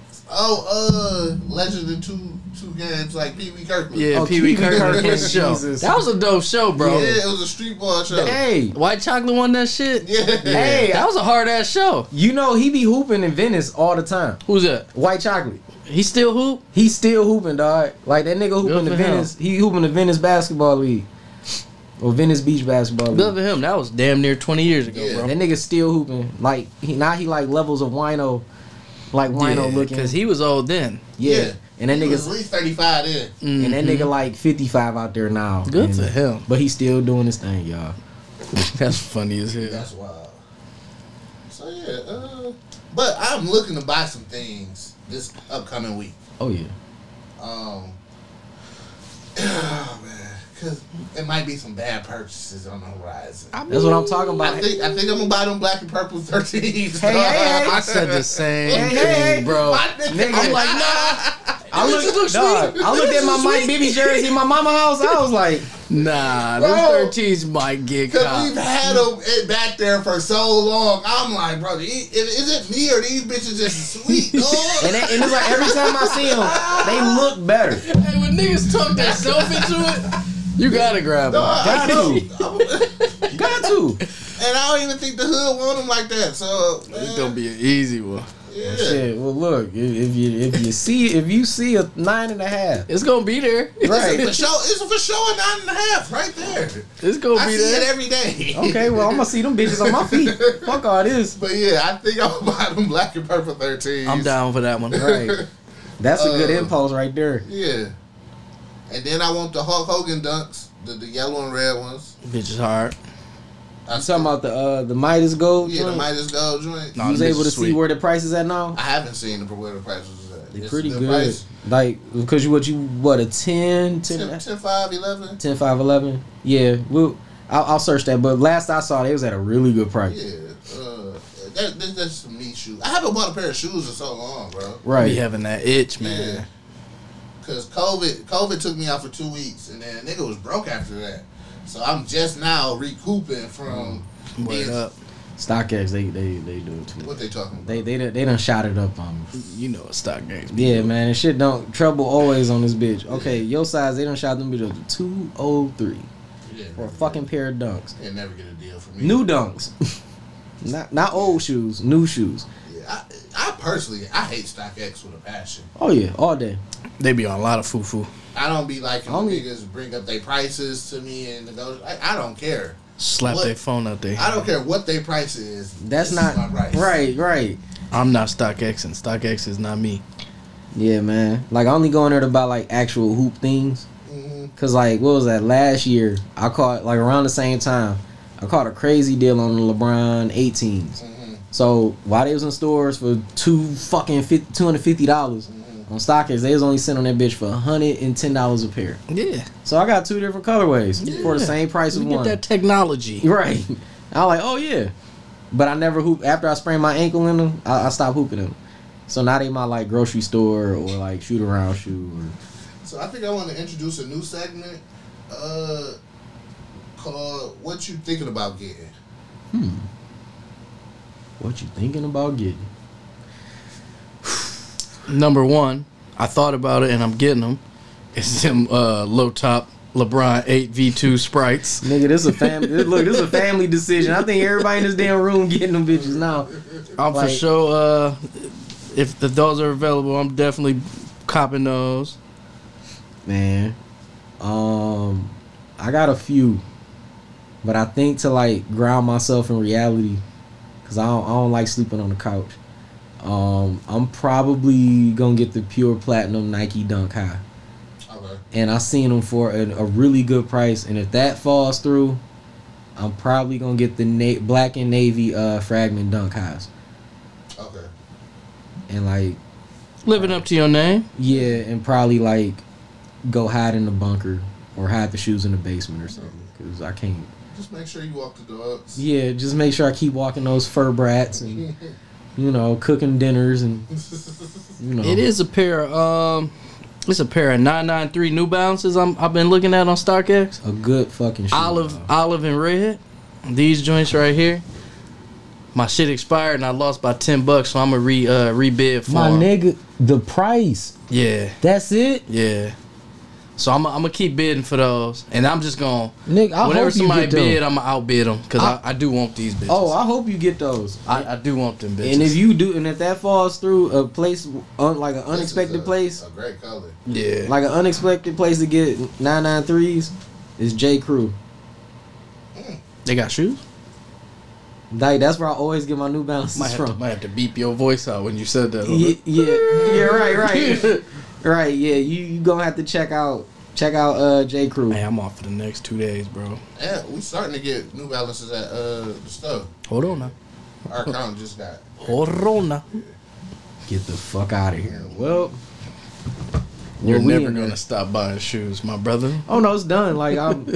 B: Oh, uh, Legend in two two games like Pee Wee Kirkland. Oh,
D: Yeah,
E: Oh,
D: Pee Wee
E: Pee Wee
D: Kirkland
E: Kirkland,
D: show.
E: Jesus.
D: That was a dope show, bro.
B: Yeah, it was a street ball show.
E: Hey,
D: White Chocolate won that shit.
B: Yeah.
E: Hey.
D: that was a hard ass show.
E: you know he be hooping in Venice all the time.
D: Who's that?
E: White chocolate.
D: He still hoop?
E: He still hooping, dog. Like that nigga hooping
D: Good
E: to
D: for him.
E: Venice. He hooping to Venice basketball league or Venice Beach basketball
D: Good
E: league.
D: for him. That was damn near twenty years ago,
B: Yeah.
D: bro.
E: That nigga still hooping. Like he now he like levels of wino, like wino looking.
D: because he was old then.
E: yeah. and that
B: He was
E: nigga's
B: at least thirty five then.
E: and that nigga like fifty five out there now.
D: Mm-hmm. Good
E: And-
D: for him.
E: But he's still doing his thing, y'all.
D: That's funny as hell.
B: That's wild. So yeah, uh, but I'm looking to buy some things this upcoming week.
E: Oh yeah.
B: Um, oh man, because it might be some bad purchases on the horizon. I,
E: That's what I'm talking about.
B: think I think I'm gonna buy them black and purple 13s.
E: Hey, hey, hey.
D: I said the same
E: Hey, hey,
D: thing, bro.
B: My nigga,
E: Nigga.
B: I'm like,
E: I
D: This
E: looked,
D: looks
E: dog,
D: sweet.
E: I looked
D: This
E: at my
D: is
E: Mike
D: sweet.
E: Bibby jersey in my mama house. I was like,
D: Nah,
B: Bro.
D: them thirteens might get
B: Cause we've
D: caught.
B: had them it back there for so long. I'm like, bro, is, is it me or these bitches just sweet? dog?
E: and, it- and it's like every time I see them, they look better.
D: Hey, when niggas talk themselves into it, you gotta grab them.
B: Dog, I
E: Got
B: don't-
E: to, got to.
B: And I don't even think the hood want them like that. So
D: It's
B: man,
D: gonna be an easy one.
B: yeah.
E: Shit. Well, look, if, if you if you see if you see a nine and a half,
D: It's gonna be there.
E: right?
B: For sure, it's for sure a nine and a half right there.
D: It's gonna
B: I
D: be
B: see
D: there.
B: it every day.
E: Okay, well I'm gonna see them bitches on my feet. Fuck all this.
B: But yeah, I think I'm gonna buy them black and purple 13s.
D: I'm down for that one.
E: Right. That's a good
B: Uh,
E: impulse right there.
B: Yeah. And then I want the Hulk Hogan dunks, the, the yellow and red ones.
D: Bitch is hard.
B: I
E: You talking about the uh the Midas gold?
B: yeah, the
E: joint?
B: Midas Gold joint.
D: Nah.
E: You was
D: this
E: able
D: is
E: to see
D: sweet.
E: where the price is at now?
B: I haven't seen the where the price was at.
E: They're
B: It's
E: pretty
B: the
E: good.
B: price.
E: Like because you what you what a 10, 10,
B: 10, 10, 5, 11.
E: 10 5, 11? Yeah, we'll, I'll, I'll search that. But last I saw, they was at a really good price.
B: Yeah. Uh, that, that, that's some neat shoes. I haven't bought a pair of shoes in so long, bro.
E: Right.
D: We having that itch, man.
B: Yeah. Cause COVID, COVID took me out for two weeks, and then nigga was broke after that. So I'm just now recouping from
E: Mm.
D: Word
B: being
D: up.
E: StockX, they they they do it too.
B: What they talking about?
E: They they done- they done shot it up on me.
D: You know what stock games. be.
E: Yeah, man, and shit don't trouble always on this bitch. Okay, your size, they done shot them bitch up to two oh three
B: yeah,
E: for a fucking pair of dunks.
B: They never get a deal from me.
E: New dunks. not not old shoes, new shoes.
B: Yeah, I, I personally, I hate StockX with a passion.
E: Oh yeah, all day.
D: They be on a lot of foo foo.
B: I don't be like when
E: Only-
B: niggas bring up their prices to me and negotiate. I, I don't care.
D: Slap
B: What?
D: their phone out there.
B: I don't care what their price is.
E: That's
B: This
E: not
B: is my price.
E: right, right.
D: I'm not stock X and stock X is not me.
E: Yeah, man. Like I only go in there to buy like actual hoop things.
B: Mhm.
E: Cause like what was that last year? I caught like around the same time. I caught a crazy deal on the LeBron 18s. So while they was in stores for two fucking two hundred fifty dollars on StockX, they was only sitting on that bitch for hundred and ten dollars a pair.
D: Yeah.
E: So I got two different colorways for the
D: Yeah.
E: same price
D: You
E: of
D: get
E: one.
D: that technology.
E: Right. I was like, oh yeah. But I never hoop after I sprained my ankle in them, I, I stopped hooping them. So now they my like grocery store or like shoot around shoe or
B: So I think I want to introduce a new segment uh, called "What You Thinking About Getting."
E: what you thinking about getting.
D: Number one, I thought about it and I'm getting them. It's them uh, low top LeBron 8v2 sprites.
E: Nigga, this a family look, this is a family decision. I think everybody in this damn room getting them bitches now.
D: I'm
E: Like-
D: for sure. Uh, if, if those are available, I'm definitely copping those.
E: Man. Um I got a few. But I think to like ground myself in reality cuz I don't, I don't like sleeping on the couch. Um I'm probably going to get the pure platinum Nike Dunk High.
B: Okay.
E: And I seen them for a, a really good price and if that falls through, I'm probably going to get the na- black and navy uh fragment Dunk Highs.
B: Okay.
E: And like
D: Living up to your name.
E: Yeah, and probably like go hide in the bunker or hide the shoes in the basement or something. Cause I can't.
B: Just make sure you walk the dogs.
E: Yeah, just make sure I keep walking those fur brats and you know cooking dinners and you know
D: It is a pair of, um, it's a pair of 993 New Balances I'm, I've been looking at on StockX.
E: a good fucking shoe,
D: olive,
E: dog.
D: olive and red. These joints right here. My shit expired and I lost by ten bucks, so I'm gonna re uh, rebid for
E: My
D: 'em.
E: nigga, the price.
D: Yeah,
E: That's it,
D: yeah. So I'm I'm gonna keep bidding for those, and I'm just gonna
E: nigga. I
D: whenever
E: hope
D: somebody
E: you get
D: bid,
E: those.
D: I'm gonna outbid them because I, I, do want these bitches.
E: Oh, I hope you get those.
D: I, I do want them bitches.
E: and if you do, and if that falls through a place, un, like an
B: This is
E: unexpected
B: a-
E: place,
B: A great color.
D: yeah,
E: like an unexpected place to get 993s, is J Crew.
D: they got shoes.
E: Like that's where I always get my New Balances
D: Might have, to,
E: from.
D: might have to beep your voice out when you said that.
E: yeah, yeah, yeah, right, right, right. Yeah, you you gonna have to check out check out uh J Crew.
D: Hey, I'm off for the next two days, bro.
B: Yeah, we starting to get New Balances at uh, the store.
D: Hold on now.
B: Our account just got.
D: Hold on now.
E: Get the fuck out of here. Well,
D: You're
E: well, we
D: never
E: in
D: gonna
E: there.
D: stop buying shoes, my brother.
E: Oh no, it's done. Like I'm,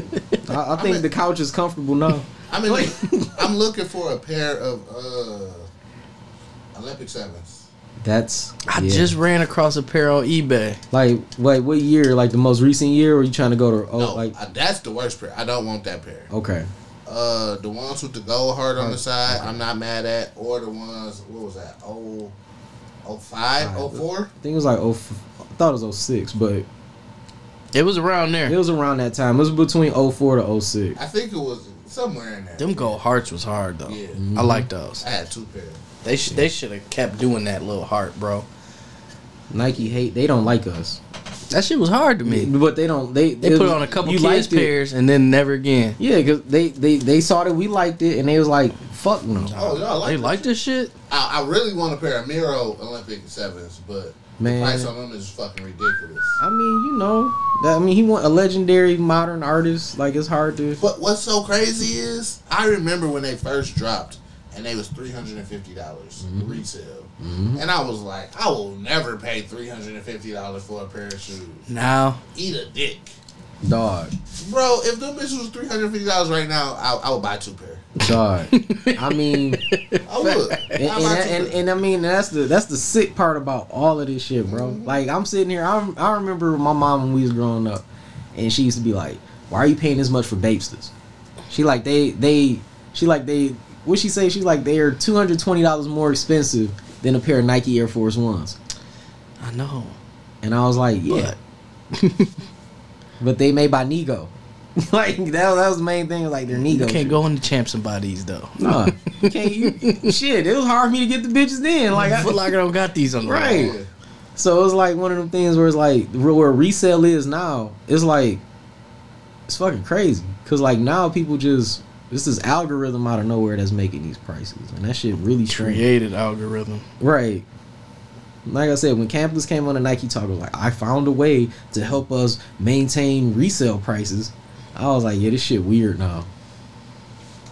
E: I, I think the couch is comfortable now.
B: I mean, like, I'm looking for a pair of uh, Olympic sevens.
E: That's
D: I
E: yeah.
D: just ran across a pair on eBay.
E: like wait, what year? Like the most recent year? Or you trying to go to? Oh,
B: no,
E: like
B: I- that's the worst pair. I don't want that pair.
E: okay,
B: Uh, the ones with the gold heart on the side, I'm not mad at, or the ones what was that? Oh, oh five, oh four.
E: I think it was like oh, f- I thought it was 06, but
D: It was around
E: it
D: there.
E: was around that time. It was between 04 to 06.
B: I think it was somewhere in there.
D: Them gold hearts was hard though.
B: Yeah.
D: I like those.
B: I had two pairs.
D: They sh- they should have kept doing that little heart, bro.
E: Nike hate. They don't like us.
D: That shit was hard to me.
E: But they don't. They
D: They
E: it
D: put
E: was-
D: on a couple
E: you
D: kids
E: liked it.
D: pairs and then never again.
E: Yeah, cause they they they saw that we liked it and they was like, fuck no,
B: Oh, y'all like
D: they
B: that
D: like this shit.
B: I, I really want a pair of Miro Olympic sevens, but
E: man.
B: the price on them is fucking ridiculous.
E: I mean, you know, that, I mean, he want a legendary modern artist. Like it's hard to.
B: But what's so crazy is I remember when they first dropped and they was three hundred and fifty dollars
D: Mm-hmm.
B: resale, and I was like, I will never pay three hundred and fifty dollars for a pair of shoes.
D: Now
B: Eat a dick.
E: Dog,
B: Bro, if them bitches was three hundred fifty dollars right now, I, I would buy two pair.
E: dog. I mean,
B: I would.
E: and,
B: I
E: and,
B: buy two
E: and,
B: pair.
E: and I mean that's the that's the sick part about all of this shit, bro. Like I'm sitting here, I I remember my mom when we was growing up, and she used to be like, "Why are you paying this much for babesters?" She like they they she like they what she say? She's like they are two hundred twenty dollars more expensive than a pair of Nike Air Force Ones,
D: I know.
E: and I was like, yeah, but they made by Nigo. like that, that was the main thing. Like they're Nigo.
D: You can't
E: shoes.
D: go into champs and buy these though.
E: Nah, you can't. You, shit, it was hard for me to get the bitches then. Like, I,
D: Foot Locker don't got these on the
E: Right.
D: rack.
E: so it was like one of them things where it's like where resale is now. It's like it's fucking crazy because like now people just it's this algorithm out of nowhere that's making these prices, and that shit really strange.
D: Created algorithm.
E: Right. Like I said, when Campus came on the Nike talk, I was like, I found a way to help us maintain resale prices. I was like, yeah, this shit weird now.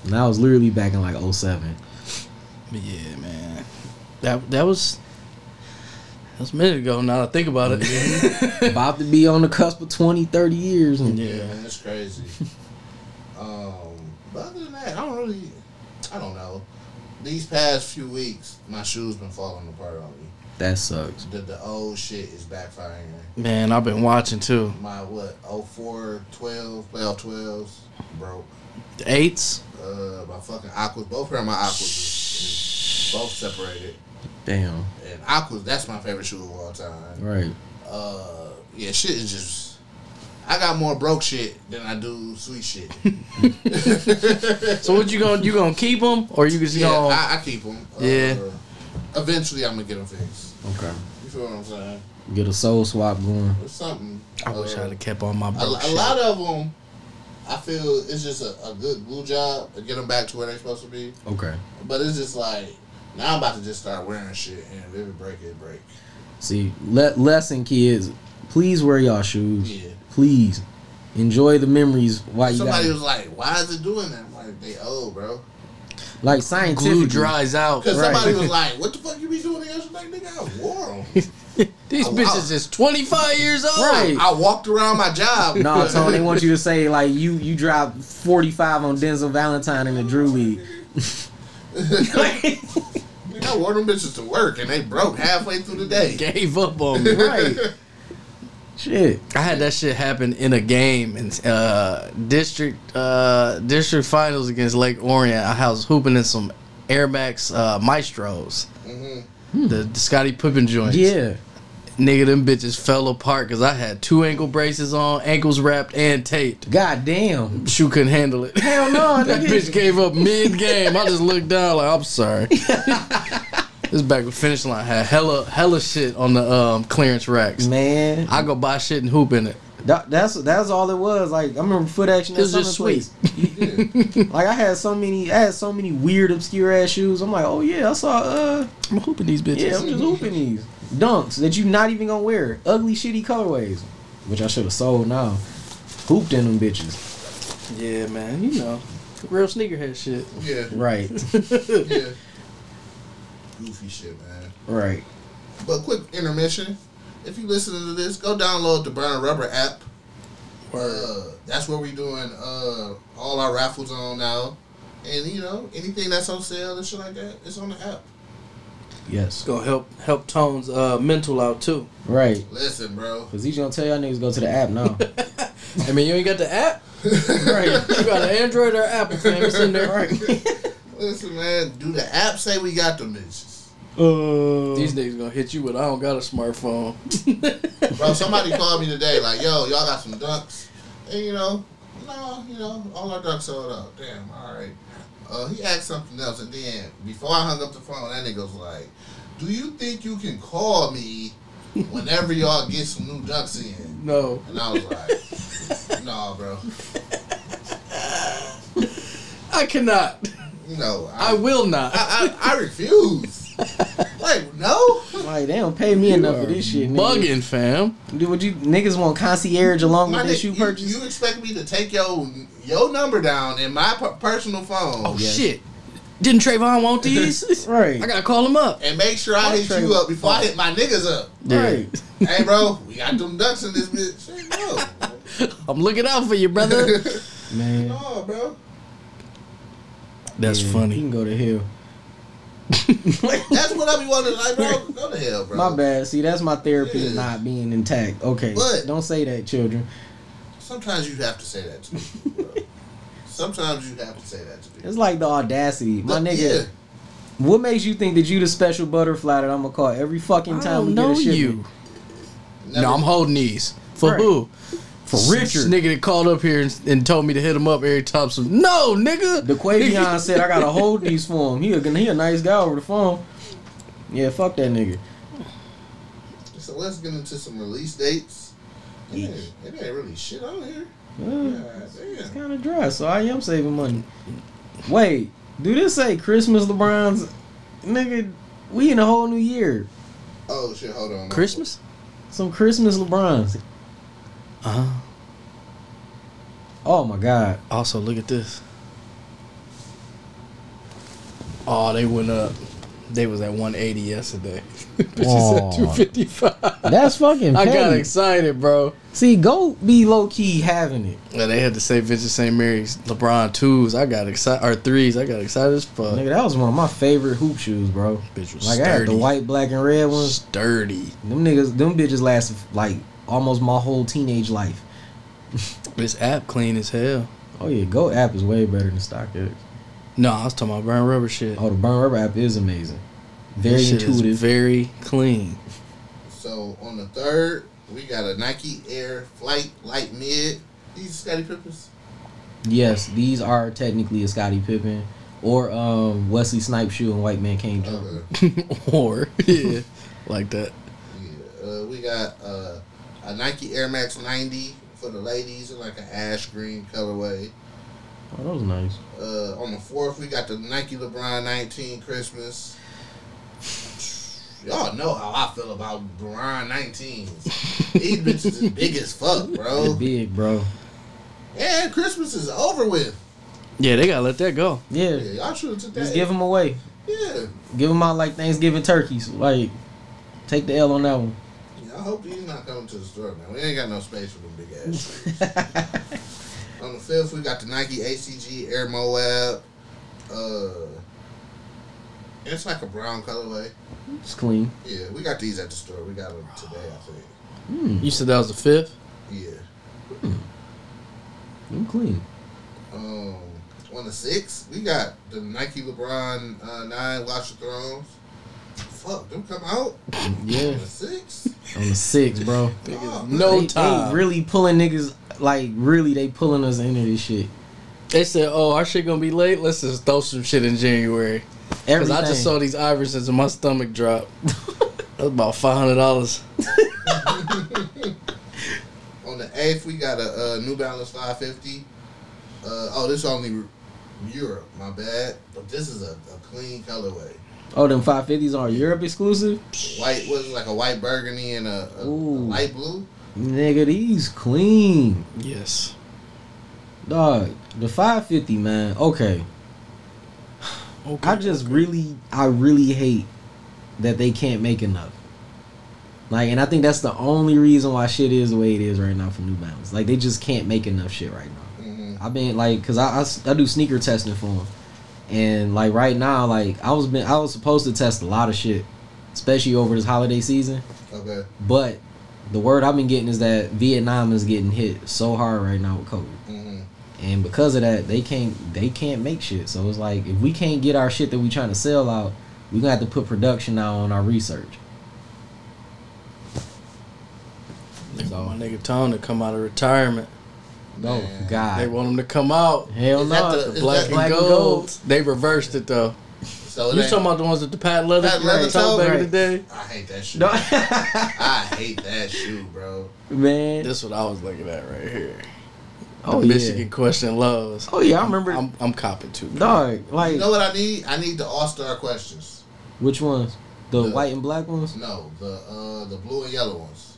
E: And I was literally back in like 07.
D: But yeah, man. That that was that was a minute ago. Now that I think about it.
B: Mm-hmm.
E: about to be on the cusp of 20, 30 years. And
D: yeah.
B: Man, that's crazy. um, but other than that, I don't really. I don't know. These past few weeks, my shoes been falling apart on me.
E: That sucks.
B: The, the old shit is backfiring.
D: Man, I've been watching too.
B: My what? 04, 12, playoff 12s broke.
D: The eights.
B: Uh, my fucking aquas. Both pair of my aquas is, is both separated.
E: Damn.
B: And aquas, that's my favorite shoe of all time.
E: Right.
B: uh yeah, shit is just I got more broke shit than I do sweet shit.
D: So what you gonna you gonna keep them or you just
B: yeah,
D: gonna?
B: I, I keep them.
D: Yeah.
B: Uh, eventually, I'm gonna get them fixed.
E: Okay.
B: You feel what I'm saying?
E: Get a soul swap going.
B: It's something.
D: I, wish
B: uh,
D: I'd have kept all my
B: a,
D: broke
B: a
D: shit.
B: lot of them. I feel it's just a, a good glue job to get them back to where they're supposed to be.
E: Okay.
B: But it's just like now I'm about to just start wearing shit and if it break, it break.
E: See, let lesson kids, please wear y'all shoes.
B: Yeah.
E: Please. Enjoy the memories while you
B: Somebody
E: got
B: was like, "Why is it doing that?" I'm like, "They old, bro."
E: like
D: Glue
E: scientific.
D: dries out.
B: Because
E: Right.
B: somebody was like, "What the fuck you be doing yesterday, nigga?" I wore 'em."
D: These
B: Oh,
D: bitches
B: wow.
D: is twenty five years old.
E: Right.
B: I walked around my job.
E: No, Tony, they want you to say like you you dropped forty five on Denzel Valentine in the Drew League.
B: I wore them bitches to work and they broke halfway through the day.
D: Gave up on me.
E: Right. Shit.
D: I had that shit happen in a game in uh, district uh, district finals against Lake Orient. I was hooping in some Air Max uh, Maestros, the, the Scotty Pippen joints.
E: Mm-hmm. Yeah.
D: nigga, them bitches fell apart because I had two ankle braces on, ankles wrapped and taped.
E: God damn.
D: Shoe couldn't handle it.
E: Hell no,
D: that
E: nigga.
D: bitch gave up mid game. I just looked down like I'm sorry. this back with finish line had hella hella shit on the um, clearance racks.
E: Man.
D: I go buy shit and hoop in it.
E: That, that's that's all it was. Like I remember foot action.
D: It was just sweet.
E: like I had so many, I had so many weird, obscure ass shoes. I'm like, oh yeah, I saw. Uh,
D: I'm hooping these bitches.
E: yeah, I'm just hooping these dunks that you not even gonna wear. Ugly, shitty colorways, which I should have sold now. Hooped in them bitches.
D: Yeah, man, you know, real sneakerhead shit.
B: Yeah,
E: Right,
B: yeah. Goofy shit, man.
E: right.
B: But quick intermission. If you listening to this, go download the Burn Rubber app. Uh, that's where we doing uh, all our raffles on now. And you know, anything that's on sale and shit like that, it's on the app.
E: Yes.
D: Gonna help help Tone's uh, mental out too.
E: Right.
B: Listen, bro.
E: Cause he's gonna tell y'all niggas go to the app now.
D: I mean, you ain't got the app.
E: right.
D: You got an Android or Apple, fam. It's in there.
B: Listen, man. Do the app say we got them bitches?
E: Uh,
D: These niggas gonna hit you with I don't got a smartphone.
B: Bro, somebody called me today, like, yo, y'all got some ducks? And, you know, no, you know, all our ducks sold out. Damn, all right. Uh, he asked something else, and then before I hung up the phone, that nigga was like, do you think you can call me whenever y'all get some new ducks in?
D: No.
B: And I was like, nah, bro.
D: I cannot.
B: No,
D: I
B: I,
D: will not.
B: I, I, I refuse. like, no.
E: like they don't pay me enough for this shit. Nigga.
D: Bugging, fam.
E: Dude, would you niggas want concierge along
B: My
E: with this
B: nigga,
E: shoe
B: you-
E: purchase?
B: You, expect me to take your your number down in my per- personal phone?
D: Oh shit. Didn't Trayvon want these?
E: Right.
D: I gotta call him up.
B: and make sure I hit
E: Trey-
B: you up before I hit my niggas up.
E: Right.
B: hey, bro, we got them ducks in this bitch. Shit, no.
D: I'm looking out for you, brother.
E: Man.
B: no, bro.
D: That's
E: Yeah, You
D: funny.
E: can go to hell.
B: That's what I be wanting. Like, bro, go to hell, bro.
E: My bad. See, that's my therapy
B: Yeah.
E: not being intact. Okay.
B: But-
E: Don't say that, children.
B: Sometimes you have to say that to me, bro. Sometimes you have to say that to people.
E: It's like the audacity, my
B: Look,
E: nigga.
B: yeah.
E: What makes you think that you the special butterfly that I'm gonna call every fucking
D: I
E: time
D: don't
E: we
D: know
E: get a shipment?
D: you.
B: Never-
D: No, I'm holding these. For
E: Right.
D: who?
E: For
D: S-
E: Richard.
D: nigga that called up here and, and told me to hit him up every time. So, no, nigga.
E: The Quavion said I gotta hold these for him. He a, he a nice guy over the phone. Yeah, fuck that nigga.
B: So let's get into some release dates. It ain't, it ain't really shit on here.
E: Uh,
B: God
E: it's
B: damn.
E: kind of dry, so I am saving money. Wait, do this say Christmas LeBron's? Nigga, we in a whole new year.
B: Oh shit, hold on.
D: Christmas?
E: Some Christmas LeBron's. Uh-huh.
D: Uh,
E: Oh my god.
D: also, look at this. Oh, they went up. They was at 180 yesterday.
E: Aw.
D: Bitches at 255.
E: That's fucking
D: I
E: petty.
D: got excited, bro.
E: See, go be low key having it.
D: Yeah, they had to say Vincent St. Mary's LeBron twos. I got excited or threes. I got excited as fuck.
E: Nigga, that was one of my favorite hoop shoes, bro.
D: Bitch was
E: Like I had
D: sturdy.
E: the white, black, and red ones.
D: sturdy.
E: Them niggas, them bitches lasted like almost my whole teenage life.
D: This app clean as hell.
E: Oh yeah, Go app is way better than StockX.
D: No, I was talking about brown rubber shit.
E: Oh, the Burn Rubber app is amazing.
D: This
E: Very
D: shit is
E: intuitive.
D: very clean.
B: So on the third, we got a Nike Air Flight Light Mid. These Scotty Pippins.
E: yes, these are technically a Scottie Pippen or um, Wesley Snipes shoe and White Man Can't Jump.
B: Okay.
D: or yeah, like that.
B: Yeah. Uh, we got uh, a Nike Air Max 90 for the ladies in like an ash green colorway.
E: Oh, that was nice.
B: Uh, on the fourth, we got the Nike LeBron 19 Christmas. Y'all know how I feel about LeBron 19s. These bitches is big as fuck,
E: They're
D: Oh.
B: bro.
E: big, bro.
B: And Christmas is over with.
D: Yeah, they gotta let that go.
E: Yeah,
B: Yeah, y'all should have took that.
E: just give them away.
B: Yeah.
E: Give them out like Thanksgiving turkeys. Like, take the L on that one.
B: Yeah, I hope he's not coming to the store, man. We ain't got no space for them big ass. shoes. On the fifth, we got the Nike ACG Air Moab. Uh, it's like a brown colorway.
E: It's clean.
B: Yeah, we got these at the store. We got them today, I think.
E: Hmm,
D: You said that was the fifth.
B: Yeah.
E: Them clean.
B: Um, on the sixth, we got the Nike LeBron uh, Nine Watch the Thrones. Fuck, them come out
E: Yeah.
B: on the sixth.
E: On the six, bro.
B: Oh,
D: No
E: They- they,
D: time. They,
E: really pulling niggas, like, really, they pulling us into this shit.
D: said, "Oh, our shit gonna be late. Let's just throw some shit in January." Because
E: Everything.
D: I just saw these Iversons and my stomach dropped. That's about five hundred dollars.
B: On the eighth, we got a, uh New Balance 550. Uh, oh, this only Europe, my bad. But this is a, a clean colorway.
E: Oh, them 550s are Europe exclusive?
B: White was like a white burgundy and a, a, a
E: Ooh.
B: light blue.
E: Nigga, these clean.
D: Yes.
E: Dog, the 550, man. Okay.
D: Okay.
E: I just really, I really hate that they can't make enough. Like, and I think that's the only reason why shit is the way it is right now for New Balance. Like, they just can't make enough shit right now.
B: hmm
E: I've been like, cause I, I s- I do sneaker testing for them, and like right now, like I was been I was supposed to test a lot of shit, especially over this holiday season.
B: Okay.
E: But the word I've been getting is that Vietnam is getting hit so hard right now with COVID,
B: hmm
E: and because of that, they can't they can't make shit. So it's like if we can't get our shit that we trying to sell out, we gonna have to put production now on our research.
D: So my nigga Tone to come out of retirement.
E: No
B: Man.
E: Oh, God,
D: They want him to come out.
E: hell
B: Is
E: no.
B: that the- is
D: Black,
B: that-
D: and, gold. They reversed it though.
B: So it
D: You
B: ain't-
D: talking about the ones with the patent leather?
B: Patent leather
D: Tone
B: toe?
D: back in
E: Right.
D: the day.
B: I hate that shoe.
E: No.
B: I hate that shoe, bro.
E: man.
D: This what I was looking at right here.
E: oh
D: the
E: yeah.
D: Michigan question loves.
E: Oh yeah, I remember.
D: I'm, I'm copping too.
E: Dog, like
B: You know what I need? I need the All Star questions.
E: Which ones? The
B: The-
E: white and black ones?
B: No, the uh, the blue and yellow ones.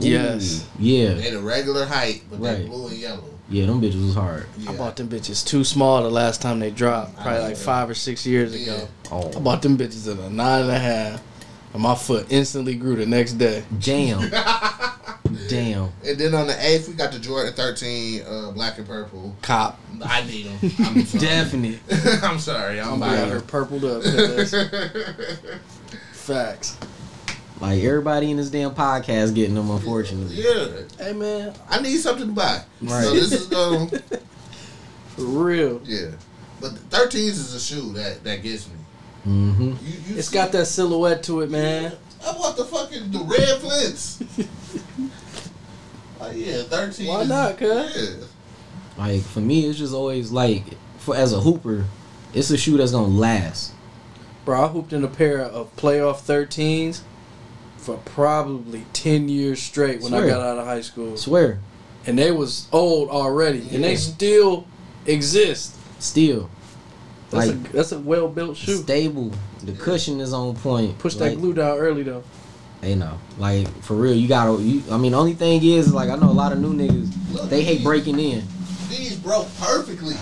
D: Yes.
E: Ooh, Yeah.
B: They the regular height, but they
E: Right.
B: blue and yellow.
E: Yeah, them bitches was hard.
B: Yeah.
D: I bought them bitches too small the last time they dropped,
B: I
D: probably
B: know.
D: like five or six years
B: Yeah.
D: ago. I
E: Oh.
D: bought them bitches at a nine and a half, and my foot instantly grew the next day.
E: Damn. Damn.
B: And then on the eighth, we got the Jordan 13 uh, black and purple.
D: Cop,
B: I need them. I'm sorry.
E: Definitely.
B: I'm sorry. I'm
D: I'm
B: buying
D: out
B: them.
D: here purpled up. 'cause that's Facts.
E: Like everybody in this damn podcast getting them unfortunately.
B: yeah,
D: Hey man,
B: I need something to buy.
E: Right.
B: So this is um,
D: For real.
B: Yeah. But the 13s is a shoe that, that gets me.
E: Mm-hmm.
B: You, you
D: It's
B: see-
D: got that silhouette to it, man.
B: I want the fucking the red flints. like yeah, thirteen.
D: Why
B: is-
D: not, cuz?
B: Yeah.
E: Like for me, it's just always like for as a hooper, it's a shoe that's gonna last.
D: Bro, I hooped in a pair of playoff 13s for probably 10 years straight when I
E: Swear.
D: got out of high school.
E: Swear,
D: And they was old already, and they
B: Yeah.
D: still exist.
E: still
D: That's a
E: Like-
D: that's a well built shoe.
E: stable. The cushion is on point.
D: Push
E: Like,
D: that glue down early though.
E: Hey, no, like for real, you gotta. You, I mean, the only thing is, like, I know a lot of new niggas. They hate breaking in.
B: These broke perfectly.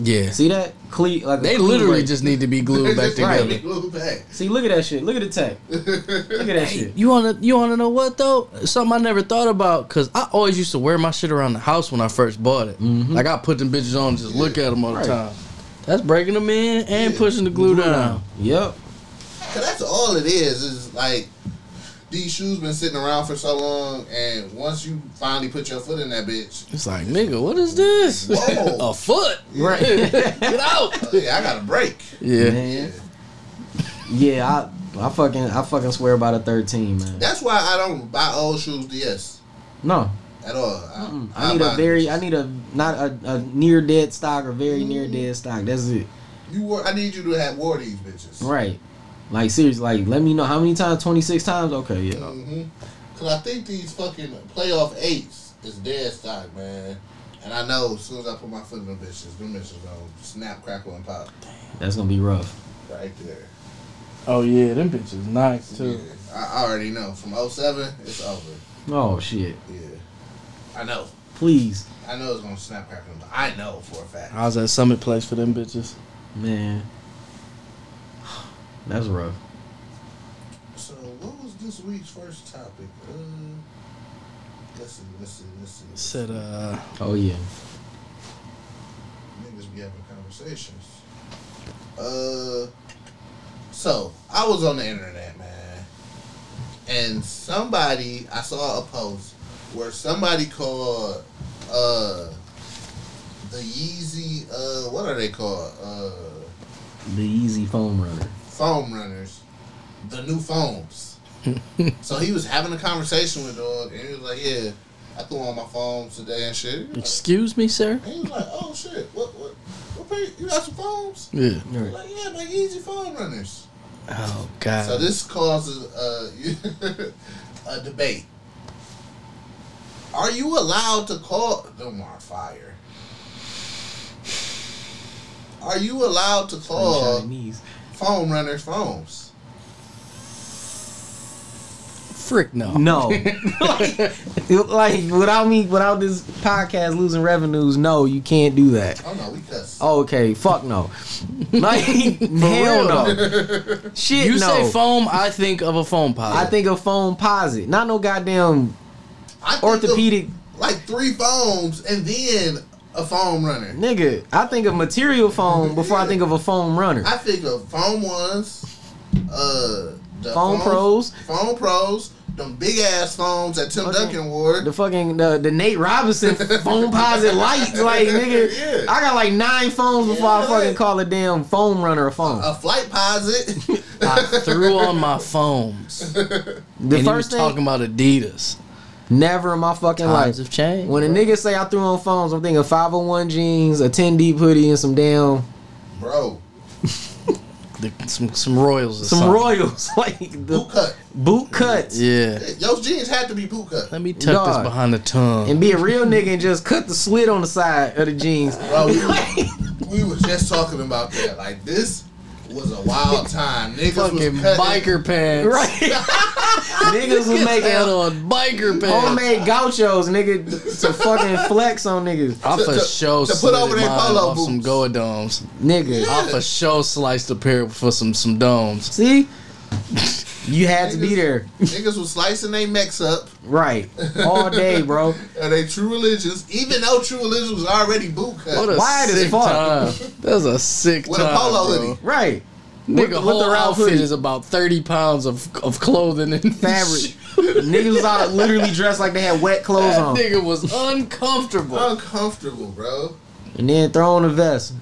D: Yeah.
E: See that? Cle- like a
D: They
E: clean
D: literally
E: break.
D: just need to be glued back
E: Right.
D: together.
B: Glue back.
E: See, look at that shit. Look at the tape. Look at that shit.
D: You wanna you wanna know what though? Something I never thought about because I always used to wear my shit around the house when I first bought it.
E: Mhm.
D: Like I put them bitches on, and just look at them all the
E: Right.
D: time. That's breaking them in and
B: Yeah.
D: pushing the glue down.
E: Yep.
B: Cause that's all it is. Is like these shoes been sitting around for so long, and once you finally put your foot in that bitch,
D: It's like nigga, what is this?
B: Whoa.
D: A foot?
E: Right.
D: Get out.
B: yeah, I got a break.
D: Yeah.
E: Man. Yeah, I, I fucking, I fucking swear about a thirteen, man.
B: That's why I don't buy old shoes. Yes,
E: No,
B: at all. I,
E: Mm-mm. I need a
B: buy-
E: very, I need a not a, a near dead stock or very near
D: Mm.
E: dead stock. That's it.
B: You wore, I need you to have wore these bitches.
E: Right. Like seriously, like let me know how many times. Twenty six times. Okay, yeah.
D: Um,
B: hmm Cause I think these fucking playoff eights is dead stock, man. And I know as soon as I put my foot in them bitches, them bitches gonna snap, crackle, and pop
E: That's gonna be rough.
B: right there.
D: Oh yeah, them bitches nice
B: Yeah. I I already know. From 07, it's over.
E: Oh shit.
B: Yeah. I know.
E: Please,
B: I know it's gonna snap, crackle, and pop. I know for a fact.
D: I was at Summit Place for them bitches.
E: man. That's rough.
B: So what was this week's first topic? Uh, let's see, let's see, let's see.
D: Said uh,
E: Oh yeah.
B: Niggas be having conversations. Uh, so I was on the internet, man, and somebody I saw a post where somebody called uh the Yeezy uh what are they called uh
E: The easy foam runner.
B: foam runners the new foams. so he was having a conversation with dog, and he was like, "Yeah, I threw on my foams today and shit." And
D: excuse me, sir.
B: he was like, "Oh shit, what what what? Pay, you got some foams?"
D: Yeah.
E: Right.
B: Like, yeah, my Yeezy phone runners.
D: Oh god.
B: so this causes a, a debate. Are you allowed to call them are fire? Are you allowed to
D: Uh,
B: call
E: Chinese.
B: phone runners phones?
D: frick no.
E: No. like without me, without this podcast losing revenues, no, you can't do that.
B: Oh no, we cuss.
E: Okay, fuck no. Like hell
D: real,
E: no. Shit
D: You
E: no.
D: say foam, I think of a foam pod.
E: I think a foam posit, not no goddamn
B: I think of,
E: orthopedic
B: like three phones and then a phone runner.
E: nigga. I think of material foam before I think of a foam runner.
B: I think of phone ones, uh, the
E: Phone pros.
B: phone pros, them big ass phones that Tim
E: Fucking-
B: Duncan wore.
E: The fucking the, the Nate Robinson foam posit lights, like nigga.
B: Yeah.
E: I got like nine phones before I
B: Yeah.
E: fucking call a damn foam runner a phone.
D: Uh,
B: a flight posit.
D: I threw on my foams.
E: the
D: and he
E: first thing,
D: was talking about Adidas.
E: never in my fucking life.
D: Times have changed.
E: When a
D: bro.
E: nigga say I threw on phones, I'm thinking 501 jeans, a 10 deep hoodie, and some damn
B: Bro,
D: The- some some Royals, or
E: some
D: something.
E: royals, like the
B: boot cut.
E: boot cuts,
D: Yeah.
B: Those jeans had to be boot cut.
D: Let me tuck
E: Dog.
D: this behind the tongue.
E: and be a real nigga and just cut the slit on the side of the jeans.
B: Bro, we, we was just talking about that. Like this was a wild time. Niggas
D: Fucking
B: was cutting.
D: biker pants.
E: Right, niggas was
D: Get that
E: making
D: on biker pants.
E: homemade gauchos, nigga, to fucking flex on niggas,
D: I for
B: To- to-
D: sure
B: to put
D: slid
B: over their
D: mine
B: polo
D: off some
B: boots.
D: Goadoms.
E: nigga.
D: I for sure sliced a pair for some some domes.
E: See, you had to be there,
B: Niggas was slicing their mechs up.
E: right, all day, bro.
B: Are they true religions? Even though true religions was already boot cut.
D: What a
E: Wide as
D: sick
E: fuck.
D: time. That was a sick
B: With a
D: time.
B: polo
D: bro.
B: hoodie.
E: Right,
D: Nigga,
E: With- with
D: whole
E: the round
D: outfit
E: hoodie.
D: is about thirty pounds of of clothing and
E: fabric. niggas was out literally dressed like they had wet clothes
D: That
E: on.
D: nigga was uncomfortable.
B: Uncomfortable, bro.
E: and then throw on a vest.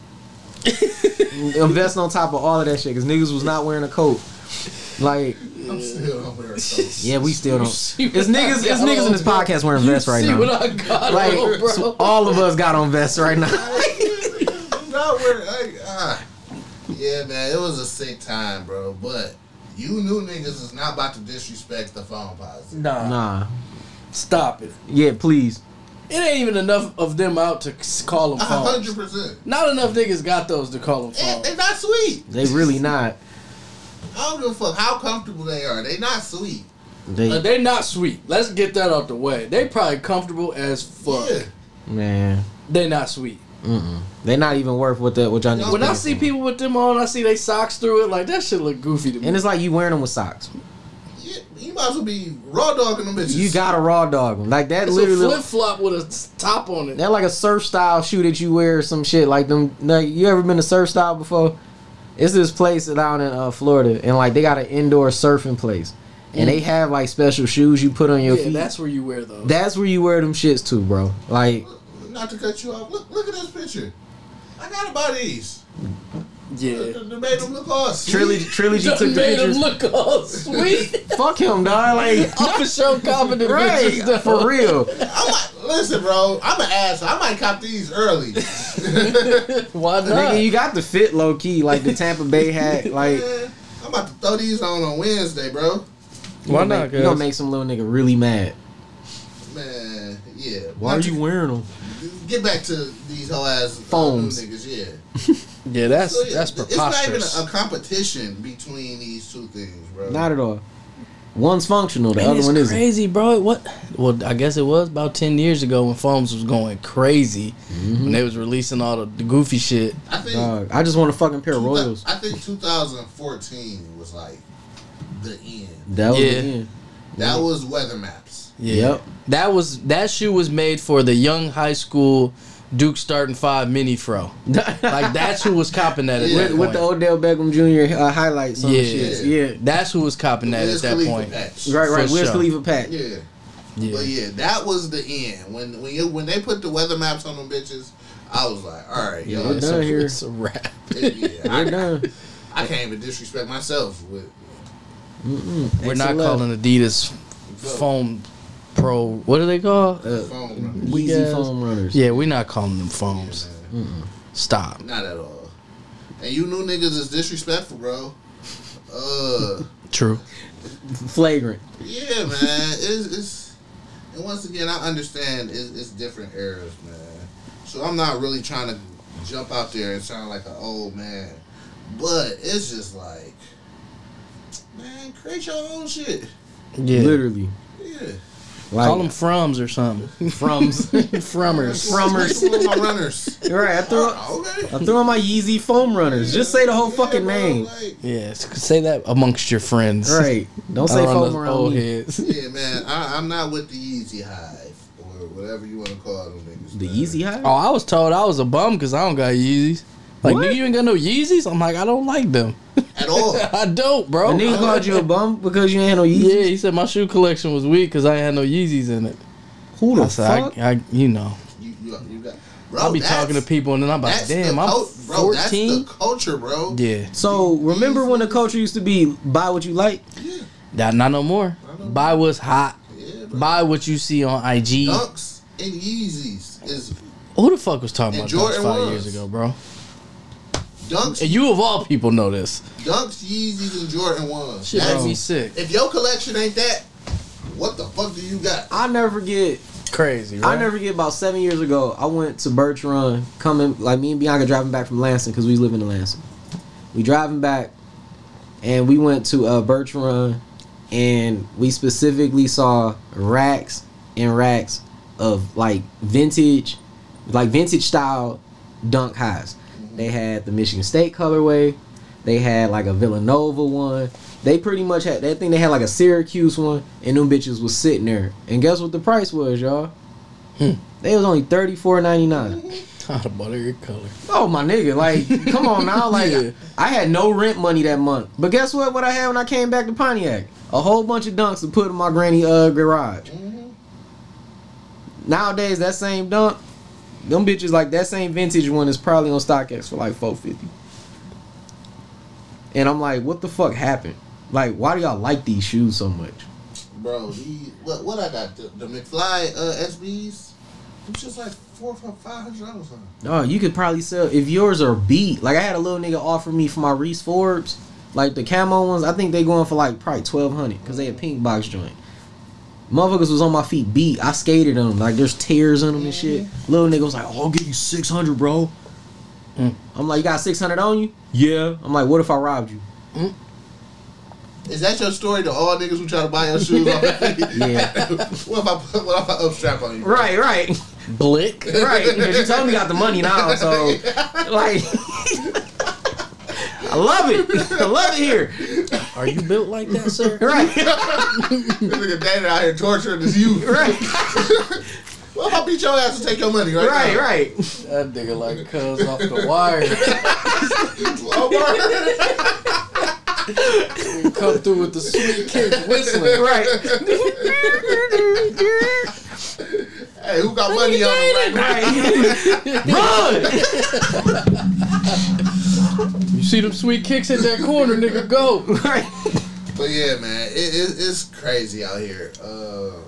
E: a vest on top of all of that shit, cause niggas was not wearing a coat. Like,
B: I'm still not wearing those.
E: yeah, we still don't. It's
C: see what
E: niggas,
C: I
E: it's
C: got
E: niggas in
C: on,
E: this
C: bro.
E: podcast wearing vests right
C: See
E: now.
C: what I got
E: Like,
C: on, bro.
E: so all of us got on vests right now.
B: I'm not wearing. Like, ah. Yeah, man, it was a sick time, bro. But you new niggas is not about to disrespect the phone policy.
D: Nah,
E: nah.
D: stop it.
E: Yeah, please.
D: It ain't even enough of them out to c- call
B: A
D: them phones.
B: hundred Eh, percent.
D: Not enough niggas got those to call them
B: And
D: phones.
B: they not sweet.
E: They really not.
B: I don't give a fuck how comfortable they are. They not sweet.
D: Uh,
E: They,
D: they not sweet. Let's get that out the way. They probably comfortable as fuck.
B: Yeah.
E: man,
D: They not sweet.
E: mm-mm. they not even worth what the what y'all niggas
D: When I
E: paying
D: see
E: for.
D: people with them on, I see they socks through it. Like that shit look goofy to me.
E: and it's like you wearing them with socks.
B: Yeah, you might as well be raw dogging them bitches.
E: You got a raw dog 'em. like that.
D: It's a
E: literally,
D: flip flop with a s- top on it.
E: They're like a surf style shoe that you wear or some shit like them. Like you ever been to surf style before? It's this place down in uh, Florida, and like they got an indoor surfing place, and they have like special shoes you put on your
D: Mm. Yeah,
E: feet.
D: that's where you wear those.
E: That's where you wear them shits to, bro. Like
B: Not to cut you off. Look, look at this picture. I gotta buy these. They
D: yeah.
B: they made them look awesome.
E: Trilogy, Trilogy
D: Just
E: took the
D: made him
E: pictures.
D: look all sweet.
E: Fuck him, dog. Like
D: I'm for sure confident
E: right,
D: bitches. though.
E: for real.
B: I might, listen, bro. I'm an ass. I might cop these early.
D: Why not?
E: Nigga, you got the fit low key, like the Tampa Bay hat. Like
B: Man, I'm about to throw these on on Wednesday, bro.
E: you gonna make- You gonna make some little nigga really mad?
B: Man, yeah.
E: Why are you wearing them?
B: Get back to these whole ass
E: Foams.
B: foams niggas, yeah.
D: yeah, that's
B: So, yeah, th- it's not even a, a competition between these two things, bro.
E: Not at all. One's functional, the
D: Man,
E: other
D: it's
E: one isn't.
D: crazy, bro. What? Well, I guess it was about ten years ago when phones was going crazy when they was releasing all the, the goofy shit.
B: I think
E: Dog, I just want a fucking pair of
B: two thou-
E: Royals.
B: I think 2014 was like the end.
E: That was
D: Yeah.
E: the end.
B: That was weather maps.
D: Yeah.
E: Yep.
D: That was that shoe was made for the young high school Duke starting five mini fro. Like that's who was copping that at
B: Yeah.
D: that
E: with, with the
D: point.
E: Odell Beckham Jr. Uh, highlights on
D: Yeah.
E: yeah. shit. Yeah.
D: That's who was copping that
B: Wiz
D: at that
B: Khalifa
D: point.
B: patch.
E: Right, right.
D: For
E: Wiz
D: sure.
E: Khalifa pack.
B: Yeah.
D: Yeah.
B: But yeah, that was the end. When when you, when they put the weather maps on them bitches, I was like, all right,
D: Yeah,
B: yo,
E: we're
D: it's,
E: done
D: a,
E: here.
D: it's a wrap.
B: yeah,
E: We're
B: I,
E: done.
B: I can't even disrespect myself with
E: Mm-mm.
D: We're
E: It's
D: not
E: a left.
D: calling Adidas foam pro. What do they call?
E: Uh,
B: phone. numbers.
D: We
E: Yeezy
D: guys-
E: foam runners.
D: Yeah, we're not calling them foams.
B: Yeah, man.
D: Stop.
B: Not at all. And you new niggas is disrespectful, bro. Uh,
D: True.
E: Flagrant.
B: yeah, man. It's, it's and once again, I understand it's, it's different eras, man. So I'm not really trying to jump out there and sound like an old man, but it's just like, man, create your own shit.
D: Yeah.
E: Literally.
B: Yeah.
E: Like,
D: Call them froms or something.
E: froms.
D: Frummers.
E: Frummers.
B: Some of my runners.
E: right. I threw, I
B: Oh, okay.
E: threw on my Yeezy foam runners. Just say the whole
B: Yeah,
E: fucking
B: bro,
E: name.
B: like,
D: Yeah, s- say that amongst your friends.
E: Right. Don't say
D: Around
E: foam
D: the
E: around
D: old
E: me.
D: heads.
B: yeah, man. I, I'm not with the Easy Hive or whatever you want to call them niggas.
E: The
B: man.
E: Yeezy high?
D: Oh, I was told I was a bum because I don't got Yeezys. Like,
E: What?
D: nigga, you ain't got no Yeezys? I'm like, I don't like them.
B: at all.
D: I don't,
E: The
D: bro.
E: nigga called you a bum because you ain't had no Yeezy?
D: Yeah, he said my shoe collection was weak because I ain't had no Yeezys in it.
E: Who the
D: I said,
E: fuck?
D: I, I, you know,
B: You, you, you got, bro,
D: I'll be
B: that's-
D: talking to people and then I'm like,
B: that's
D: damn,
B: the
D: I'm
B: cul- bro, that's the
D: 14.
B: culture, bro.
D: Yeah,
E: So remember when the culture used to be buy what you like?
B: yeah,
D: that not no more.
B: Not no more.
D: Buy what's hot.
B: yeah bro.
D: Buy what you see on IG.
B: Dunks and Yeezys is
D: Who the fuck was talking about
B: And
D: Dunks
B: Jordan
D: five
B: ones.
D: years ago, bro?
B: dunks,
D: And you of all people know this.
B: dunks, Yeezys, and Jordan ones.
D: Shit makes
B: That's-
D: me sick.
B: If your collection ain't that, what the fuck do you got?
E: I'll never forget.
D: Crazy,
E: I'll never forget. About seven years ago, I went to Birch Run. Coming, like me and Bianca driving back from Lansing because we was living in Lansing. We driving back, and we went to uh, Birch Run, and we specifically saw racks and racks of like vintage, like vintage style dunk highs. They had the Michigan State colorway. They had like a Villanova one. They pretty much had. They think they had like a Syracuse one, and them bitches was sitting there. And guess what the price was, y'all? They was only thirty four ninety nine.
D: Not a butter your color.
E: Oh my nigga, like come on now, like
D: Yeah.
E: I had no rent money that month. But guess what? What I had when I came back to Pontiac, a whole bunch of dunks to put in my granny uh garage.
B: Mhm.
E: Nowadays, that same dunk Them bitches like that same vintage one is probably on StockX for like four fifty. And I'm like, what the fuck happened? Like, why do y'all like these shoes so much?
B: Bro, the, what what I got? The, the McFly uh, SBs? Them shit's like four or five hundred dollars on.
E: Oh, you could probably sell if yours are beat. Like I had a little nigga offer me for my Reese Forbes, like the camo ones. I think they going for like probably twelve hundred because they a pink box joint. Motherfuckers was on my feet beat. I skated on them. Like there's tears on them and shit. Little nigga was like, oh, "I'll give you six hundred, bro."
D: Mm.
E: I'm like, "You got six hundred on you?" Yeah. I'm like, "What if I robbed you?"
B: Is that your story to all niggas who try to buy your shoes off
E: Yeah.
B: what if I put what if I upstrap on you?
E: Right, right,
D: Blick.
E: right. 'Cause you told me you got the money now, so like, I love it. I love it here.
D: Are you built like that, sir?
E: Right,
B: This nigga daddy out here torturing this youth.
E: right,
B: What if I beat your ass and take your money right
E: right,
B: now?
E: right.
D: That nigga like cuz off the wire.
B: Oh,
D: Come through with the sweet kick whistling.
E: right.
B: bro. hey, who got money on them right now?
E: Run!
D: You see them sweet kicks in that corner, nigga, go.
E: right.
B: But yeah, man, it, it, it's crazy out here. Um,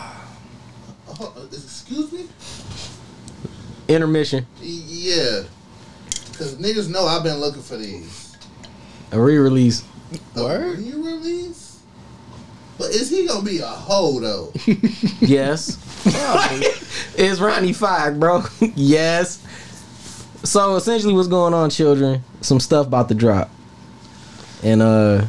B: oh, excuse me?
E: Intermission.
B: Yeah. Because niggas know I've been looking for these.
E: A re-release.
B: A
D: Word?
B: New release? But is he going to be a hoe, though?
E: Yes. it's Ronnie Five, bro. yes. So essentially, what's going on, children? Some stuff about to drop, and uh,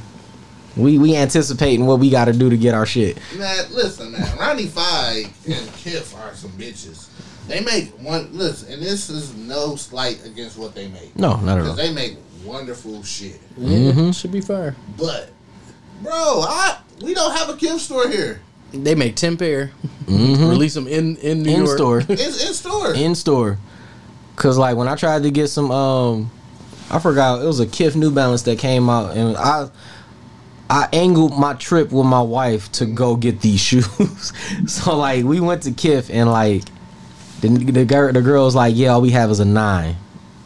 E: we we anticipating what we got to do to get our shit.
B: Man, listen, man. Ronnie Fieg and Kiff are some bitches. They make one. Listen, and this is no slight against what they make.
E: No, not at
B: Because
E: all.
B: they make wonderful shit.
E: Mm-hmm.
D: Should be fire.
B: But, bro, I we don't have a Kiff store here.
D: They make 10 pair,
E: Mm-hmm.
D: release them in, in New
E: In
D: York.
E: store.
B: It's in store.
E: in store. Cause like when I tried to get some, um, I forgot it was a Kif New Balance that came out, and I, I angled my trip with my wife to go get these shoes. so like we went to Kif and like, the the girl the girl was like, yeah, all we have is a nine,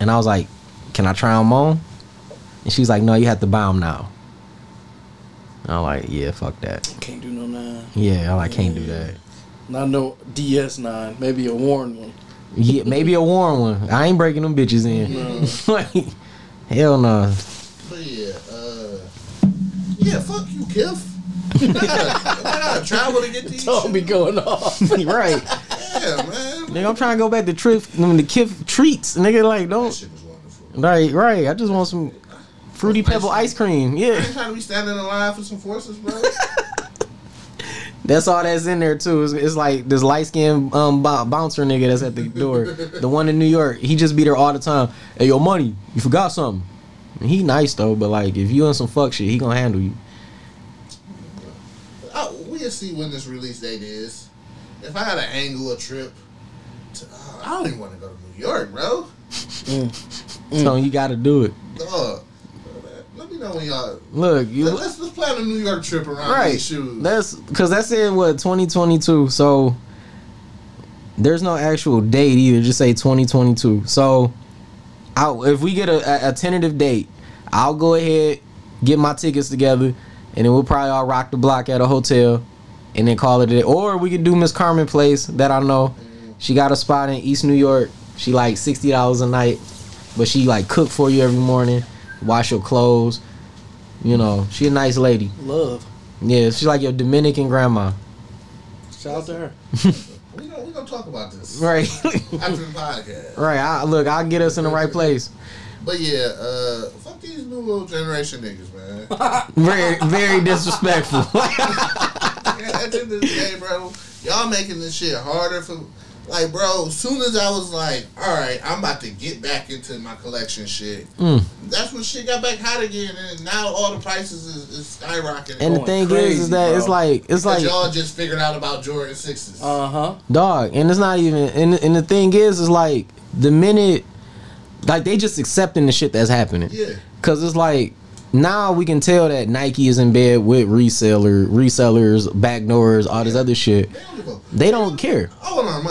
E: and I was like, can I try them on? And she's like, no, you have to buy them now. And I'm like, yeah, fuck that.
D: Can't do no 9.
E: Yeah, I like, can't do that.
D: Not no DS9. Maybe a worn one.
E: Yeah, maybe a warm one. I ain't breaking them bitches in. like, hell no.
B: But yeah, uh, yeah, fuck you, Kiff. I gotta, I gotta travel to get these.
D: Don't be
B: shoes.
D: going off.
E: right.
B: Yeah, man.
E: Nigga, I'm trying to go back to trip I mean, the kif treats. Nigga, like
B: That
E: don't
B: shit was wonderful.
E: right, right. I just want some fruity pebble ice cream.
B: I
E: Yeah.
B: ain't trying to be standing in line for some forces, bro.
E: That's all that's in there too. It's, it's like this light skinned um bo- bouncer nigga that's at the door. the one in New York. He just be there all the time. Hey yo money, you forgot something. And he nice though, but like if you in some fuck shit, he gonna handle you.
B: I, Oh, we'll see when this release date is. If I gotta angle a trip, to, uh, I don't even want to go to New York, bro.
E: So you gotta do it.
B: Dog. Let me know when y'all.
E: Look, you
B: Let, us let's plan a New York trip around
E: right.
B: these shoes.
E: That's because that's in what 2022. So there's no actual date either. Just say 2022. So I, if we get a, a- a tentative date, I'll go ahead get my tickets together, and then we'll probably all rock the block at a hotel, and then call it a day. Or we could do Miss Carmen Place that I know. She got a spot in East New York. She like sixty dollars a night, but she like cook for you every morning, wash your clothes. You know, she a nice lady.
D: Love.
E: Yeah, she's like your Dominican grandma.
D: Shout out to her.
B: we gonna we gonna talk about this
E: Right.
B: after the podcast.
E: right. I, look, I'll get us in the right place.
B: But yeah, uh, fuck these new little generation niggas, man.
E: Very, very disrespectful.
B: Yeah, at the end of the day, bro, y'all making this shit harder for. Like, bro, soon as I was like, all right, I'm about to get back into my collection shit,
E: Mm.
B: that's when shit got back hot again, and now all the prices is, is skyrocketing.
E: and the
D: Going
E: thing is, is
D: crazy,
E: that
D: bro.
E: it's like, it's
B: Because
E: like,
B: y'all just figured out about Jordan sixes.
D: Uh huh.
E: dog. And it's not even. And and the thing is, is like the minute, like they just accepting the shit that's happening.
B: yeah,
E: Cause it's like now we can tell that Nike is in bed with reseller, resellers, backdoors, all this other shit.
B: They don't give a-
E: They don't care.
B: Hold on, my,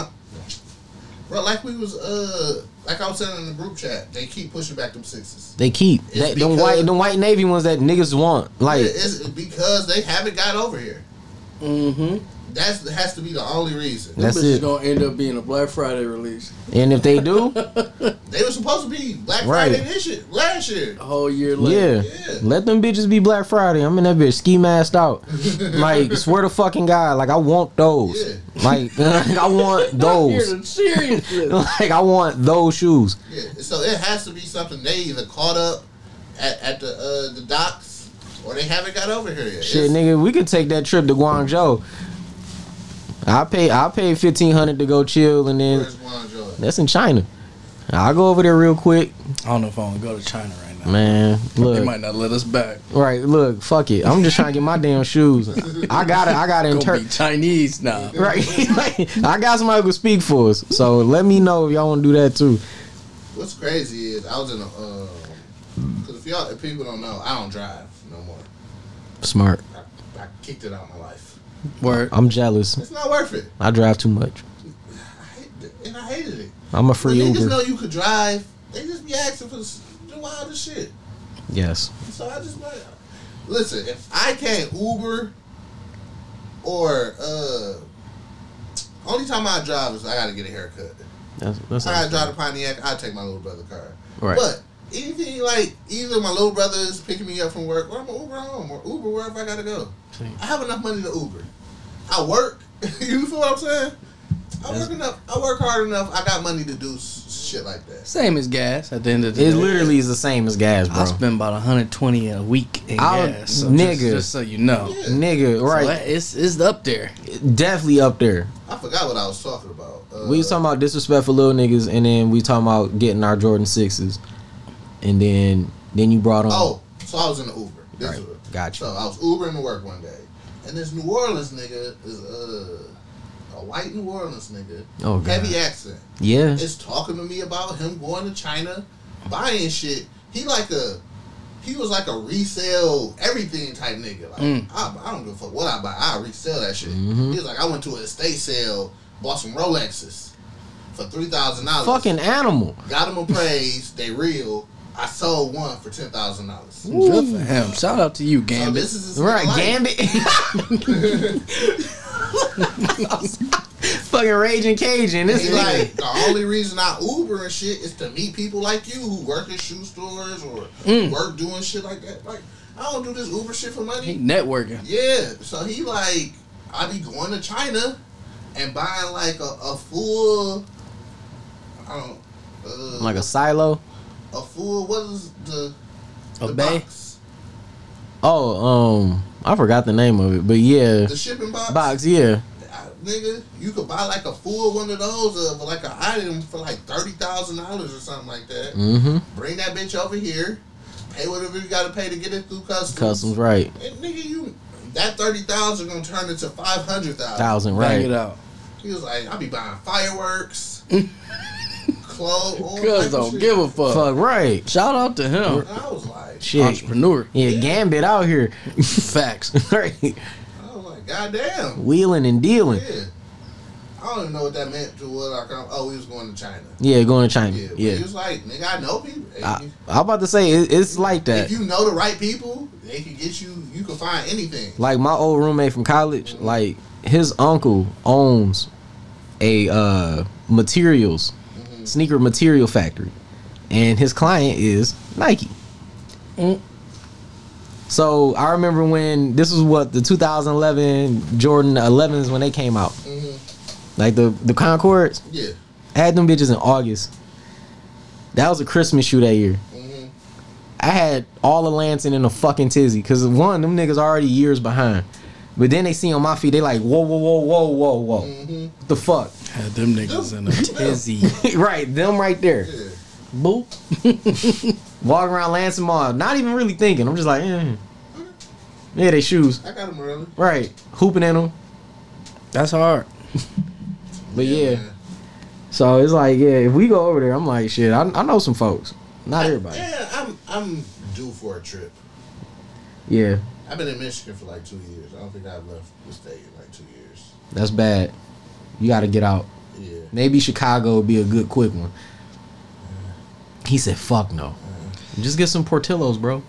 B: bro. Like we was, uh, like I was saying in the group chat, they keep pushing back them sixes.
E: They keep
B: It's
E: that, them
B: because-
E: white, them white navy ones that niggas want. Like
B: It's because they haven't got over here.
D: Mm-hmm.
B: That's that has to be the only reason.
E: That's
D: bitch
E: it.
D: gonna end up being a Black Friday release.
E: And if they do,
B: They were supposed to be Black
E: Right.
B: Friday this year, last year.
D: A whole year later.
E: yeah.
B: Yeah.
E: Let them bitches be Black Friday. I'm in that bitch ski masked out. Like, swear to fucking God. Like, I want those. Like, I want those.
D: You're the seriousness.
E: Like, I want those shoes.
B: Yeah. So it has to be something they either caught up at, at the uh, the docks or they haven't got over here yet.
E: Shit,
B: It's-
E: nigga, we could take that trip to Guangzhou. I pay, I pay fifteen hundred to go chill, and then
B: Where's Guangzhou at?
E: that's in China. I'll go over there real quick,
D: I don't know if I want to go to China right now.
E: man.
D: They
E: Look,
D: might not let us back.
E: right? Look, fuck it. I'm just trying to get my damn shoes. I got it. I got it in
D: Gonna
E: Turkey.
D: be Chinese now.
E: Right. Like, I got somebody who can speak for us. So let me know if y'all want to do that too.
B: What's crazy is I was in a because if y'all if people don't know, I don't drive no more.
E: Smart.
B: I, I kicked it out of my life.
D: Word.
E: I'm jealous.
B: It's not worth it.
E: I drive too much.
B: I hate it. And I hated it.
E: I'm a
B: When
E: free
B: niggas know
E: Uber.
B: you could drive, they just be asking for s- the wildest shit.
E: Yes.
B: So I just like, listen, if I can't Uber or uh only time I drive is I gotta get a haircut.
E: That's, that's
B: I gotta drive to Pontiac, I take my little brother car.
E: Right.
B: But anything like either my little brother is picking me up from work or I'm gonna Uber home or Uber wherever I gotta go. I have enough money to Uber. I work. you feel what I'm saying? I work enough. I work hard enough. I got money to do s- shit like that.
D: Same as gas at the end of the
E: It
D: day.
E: literally is the same as gas,
D: I
E: bro.
D: spend about 120 a week in
E: I'll-
D: gas. So
E: nigga.
D: Just, just so you know.
B: Yeah.
E: Nigga,
D: So
E: right.
D: that- it's, it's up there.
E: Definitely up there.
B: I forgot what I was talking about. Uh,
E: We was talking about disrespectful little niggas and then we talking about getting our Jordan sixes. And then then you brought on
B: Oh, so I was in the Uber. This
E: Right.
B: was-
E: Gotcha.
B: So I was Ubering to work one day, and this New Orleans nigga is uh, a white New Orleans nigga,
E: Oh, God.
B: heavy accent,
E: Yeah.
B: is talking to me about him going to China, buying shit. He like a, he was like a resale everything type nigga. Like
D: Mm.
B: I, I don't give a fuck what I buy, I resell that shit.
E: Mhm.
B: He was like, I went to an estate sale, bought some Rolexes for three thousand dollars.
E: Fucking animal.
B: got them appraised, they real. I sold one for ten thousand dollars.
D: Good for him. Shout out to you,
B: So
D: Gambit.
B: this is his
E: Right,
B: life.
E: Gambit. Fucking raging Cajun. This
B: He
E: is
B: like the only reason I Uber and shit is to meet people like you who work in shoe stores or
E: Mm.
B: work doing shit like that. Like I don't do this Uber shit for
D: He
B: money.
D: networking.
B: Yeah, so he like I be going to China and buying like a, a full, I don't, uh,
E: like a silo.
B: a full what is the
D: A
B: the
D: bay?
B: box
E: Oh, um, I forgot the name of it, but yeah,
B: the shipping
E: box, yeah,
B: I- nigga, you could buy like a full one of those, uh, for like an item for like thirty thousand dollars or something like that.
E: mm-hmm.
B: Bring that bitch over here, pay whatever you gotta pay to get it through customs.
E: Customs, right?
B: And nigga, you that thirty thousand gonna turn into five hundred thousand.
E: Thousand,
D: Bang it
E: right?
D: out.
B: He was like, I be buying fireworks, clothes, all
D: Cuz
B: type of
D: don't
B: shit.
D: give a fuck.
E: Fuck, right?
D: Shout out to him.
B: And I was like,
E: Shit,
D: Entrepreneur.
E: yeah, Gambit out here,
D: Facts.
E: right?
B: I was like, goddamn,
E: Wheeling and dealing.
B: yeah. I don't even know what that meant to what I come. Oh, we was going to China.
E: Yeah, going to China.
B: Yeah, but
E: Yeah,
B: He was like, nigga, I know people.
E: I, I'm about to say it, it's like
B: If
E: that.
B: you know the right people, they can get you. You can find anything.
E: Like my old roommate from college, like his uncle owns a uh materials sneaker material factory, and his client is Nike.
D: Mm.
E: So I remember when this was what the 2011 Jordan 11s when they came out,
B: Mhm.
E: like the the Concords.
B: Yeah.
E: I had them bitches in August. That was a Christmas shoe that year.
B: Mhm.
E: I had all of Lansing in a fucking tizzy because one, them niggas already years behind. But then they see on my feet, they like, whoa, whoa, whoa, whoa, whoa, whoa.
B: Mhm.
E: What the fuck?
D: Had them niggas in a tizzy.
E: right, them right there.
B: Yeah.
D: Boop.
E: Walking around Lansing Mall, not even really thinking. I'm just like, eh. Yeah, they shoes.
B: I got him early.
E: Right. Hooping in them.
D: That's hard.
E: But yeah.
B: man.
E: So it's like, yeah, if we go over there, I'm like, shit, I, I know some folks. Not everybody.
B: Yeah, I'm I'm due for a trip.
E: Yeah,
B: I've been in Michigan for like two years. I don't think I've left the state in like two years.
E: that's bad. You got to get out.
B: Yeah.
E: Maybe Chicago would be a good quick one. He said, "Fuck no." Just get some Portillos, bro.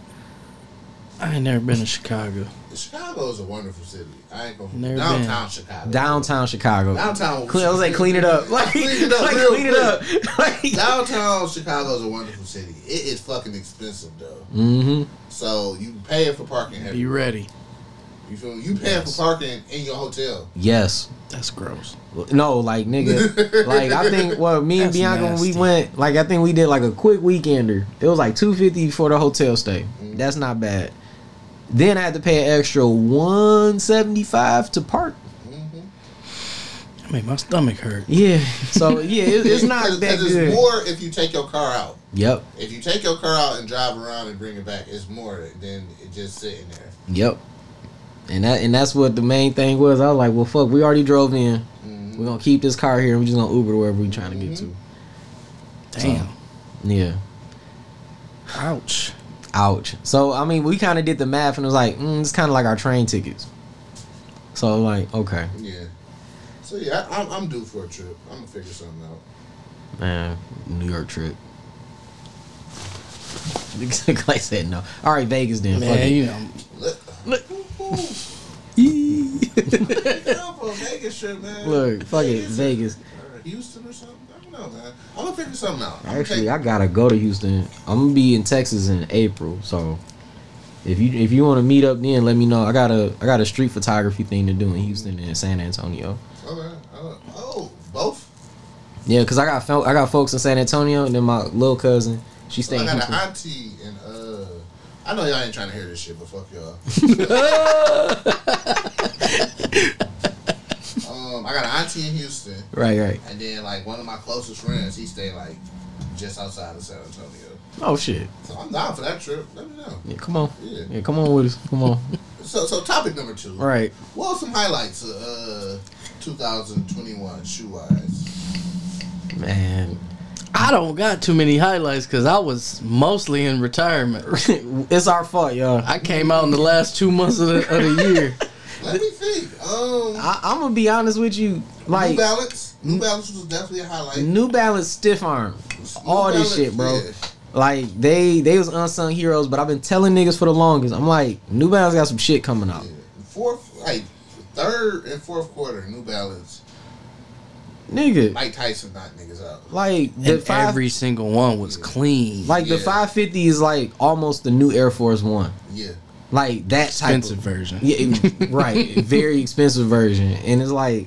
D: I ain't never been to Chicago.
B: Chicago is a wonderful city. I ain't gonna
D: Never been.
B: downtown Chicago.
E: Downtown Chicago.
B: Downtown.
E: Clean, I was like, clean it up. Like,
B: Clean it up
E: like,
B: real
E: clean it up. Like,
B: Downtown Chicago is a wonderful city. It is fucking expensive though.
E: mm-hmm.
B: So you paying for parking. Every,
D: Be
B: you
D: ready.
B: feel me? You paying for parking in your hotel.
E: Yes.
D: That's gross.
E: No, like nigga, like I think. Well, me and
D: That's
E: Bianca when we
D: nasty.
E: went, like I think we did like a quick weekender. It was like two fifty for the hotel stay.
B: Mm.
E: That's not bad. Then I had to pay an extra one seventy five to park.
D: I make my stomach hurt.
E: Yeah. So yeah, it, it's not
B: Cause-
E: that
B: cause it's
E: good.
B: more if you take your car out.
E: Yep.
B: If you take your car out and drive around and bring it back, it's more than it just sitting there.
E: Yep. And that and that's what the main thing was. I was like, well, fuck, we already drove in. We're gonna keep this car here. and We're just gonna Uber to wherever we trying to get to.
D: Damn.
E: Yeah.
D: Ouch.
E: Ouch. So I mean, we kind of did the math, and it was like, mm, it's kind of like our train tickets. So like, okay,
B: Yeah. So yeah, I, I'm, I'm due for a trip. I'm gonna figure something out.
E: man, New York trip. Clay said no. All right, Vegas then. Fuck
D: Man,
E: it.
D: you know,
B: Look,
D: Look.
B: Ooh, I'm for a Vegas trip, man.
E: Look, fuck it, Vegas.
B: or Houston or something. I don't know, man. I'm gonna figure something out. I'm
E: Actually, I gotta go to Houston. I'm gonna be in Texas in April, so if you if you want to meet up, then let me know. I got a I got a street photography thing to do in Houston and San Antonio.
B: okay. Oh, oh, both.
E: Yeah, cause I got fel- I got folks in San Antonio, and then my little cousin she
B: I
E: staying. in
B: got
E: Houston.
B: an auntie and uh. I know y'all ain't trying to hear this shit, but fuck y'all. um, I got an auntie in Houston,
E: Right, right.
B: and then like one of my closest friends, he stay like just outside of San Antonio.
E: Oh shit.
B: So I'm down for that trip. Let me know.
E: Yeah, come on.
B: Yeah.
E: Yeah, come on with us. Come on.
B: So, so topic number two.
E: All right.
B: What are some highlights of uh, 2021 shoe wise?
E: Man.
D: I don't got too many highlights because I was mostly in retirement.
E: it's our fault, y'all.
D: I came out in the last two months of the, of the year.
B: Let me think. Um,
E: I, I'm gonna be honest with you. Like
B: New Balance. New Balance was definitely a highlight.
E: New Balance stiff arm.
B: New
E: All this
B: Balance,
E: shit, bro.
B: yeah.
E: Like they they was unsung heroes, but I've been telling niggas for the longest. I'm like, New Balance got some shit coming out.
B: Yeah. Fourth, like third and fourth quarter, New Balance.
E: Nigga.
B: Mike Tyson knocked niggas out.
E: Like the
D: And
E: five
D: every single one was clean.
E: like the
B: Yeah.
E: five fifty is like almost the new Air Force One.
B: Yeah.
E: Like that type
D: expensive
E: of
D: version.
E: Yeah, it- right. Very expensive version, and it's like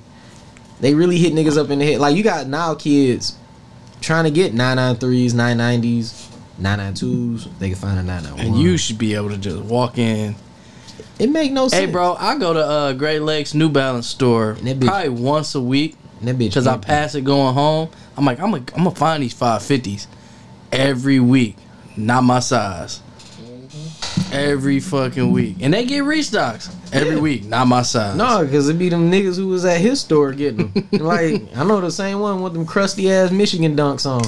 E: they really hit niggas up in the head. Like you got now kids trying to get 993s, 990s, 992s. They can find a 991.
D: And you should be able to just walk in.
E: it make no sense.
D: Hey, bro, I go to uh, Great Lakes New Balance store
E: And that bitch-
D: probably once a week
E: And that bitch
D: because I
E: empty.
D: pass it going home. I'm like, I'm gonna I'm gonna find these 550s every week. Not my size. Every fucking week, and they get restocks every
E: Mm-hmm. Yeah.
D: week. Not my size.
E: No, because it be them niggas who was at his store getting them. And, like I know the same one with them crusty ass Michigan dunks on.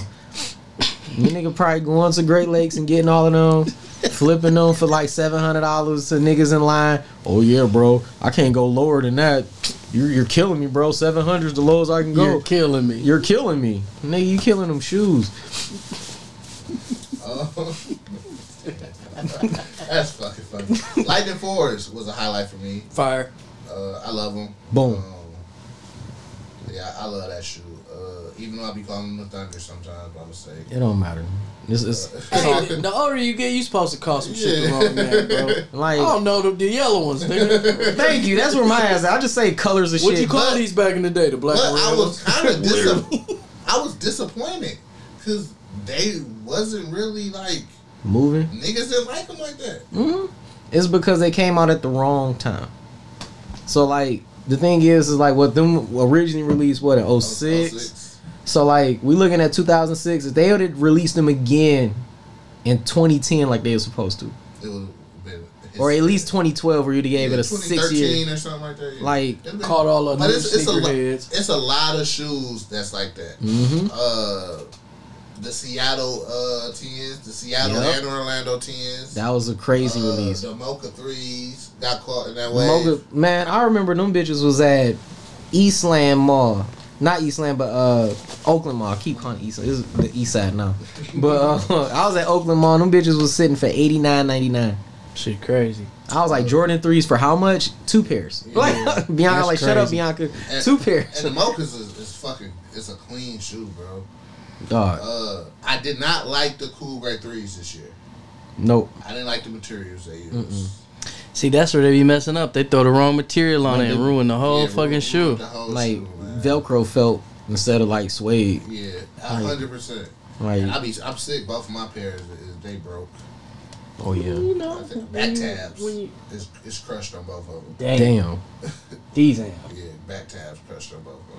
E: You nigga probably going to Great Lakes and getting all of them, flipping them for like seven hundred dollars to niggas in line. Oh yeah, bro, I can't go lower than that. You're, you're killing me, bro. Seven hundred is the lowest I can
D: you're
E: go.
D: killing me.
E: You're killing me, nigga. You killing them shoes.
B: Oh. That's fucking funny. Lightning Forest was a highlight for me.
D: fire.
B: Uh, I love them.
E: Boom.
B: Um, yeah, I love that shoe. Uh, even though I be calling them the Thunder sometimes by mistake.
E: It don't matter. This is
D: Hey, the older you get, you supposed to call some shit the
B: Yeah.
D: wrong name, bro. I
E: like.
D: don't know the, the yellow ones, nigga.
E: Thank you. That's where my ass. At. I just say colors of
D: What
E: shit.
D: you call
B: but-
D: these back in the day? The black
B: But
D: and red
B: I was
D: ones.
B: kind of dis- I was disappointed because they wasn't really like
E: Moving.
B: niggas didn't like them like that. Oh,
E: hmm It's because they came out at the wrong time. So like the thing is is like what them originally released what
B: oh,
E: in 06?
B: 06.
E: So like we looking at 2006. If they would have released them again in 2010 like they were supposed to,
B: It was been
E: or at least 2012 where you
B: yeah,
E: gave it a six
B: 2013
E: year.
B: or something like that. Yeah.
E: Like,
B: It'd been-
D: Called all of
B: but
D: them
B: it's, it's a lot.
D: sneakerheads.
E: Hmm? mm-hmm,
B: It's a lot of shoes that's like that.
E: Mhm.
B: Uh, the Seattle uh, tens, the Seattle
E: Yup.
B: and Orlando tens.
E: That was a crazy
B: uh,
E: release.
B: The Mocha threes got caught in that way.
E: Mocha, man, I remember them bitches was at Eastland Mall. Not Eastland, but uh, Oakland Mall. I keep calling it Eastland. This is the East Side now. But uh, I was at Oakland Mall. Them bitches was sitting for eighty nine ninety nine.
D: Shit, crazy.
E: I was like Jordan threes for how much? Two pairs. Like Bianca,
D: That's
E: like shut up,
D: crazy.
E: Bianca.
B: And-
E: Two pairs.
B: And the Mochas is, is fucking. It's a clean shoe, bro.
E: Dog.
B: Uh, I did not like the cool gray threes this year.
E: Nope.
B: I didn't like the materials they used.
D: See, that's where they be messing up. They throw the wrong material on
E: Like
D: it and
E: the-
D: ruin the whole
B: Yeah,
D: fucking
B: ruined
D: shoe.
B: The whole
E: Like
B: shoe, Oh, man.
E: Velcro felt instead of like suede.
B: Yeah, a hundred percent.
E: Like
B: I be I'm sick. Both of my pairs is they broke.
E: oh yeah.
C: You know,
B: I think
C: when
B: back
C: you-
B: tabs
C: when you-
B: is is crushed on both of them.
C: Damn.
E: Damn.
C: These ain't.
B: Yeah, back tabs crushed on both of them.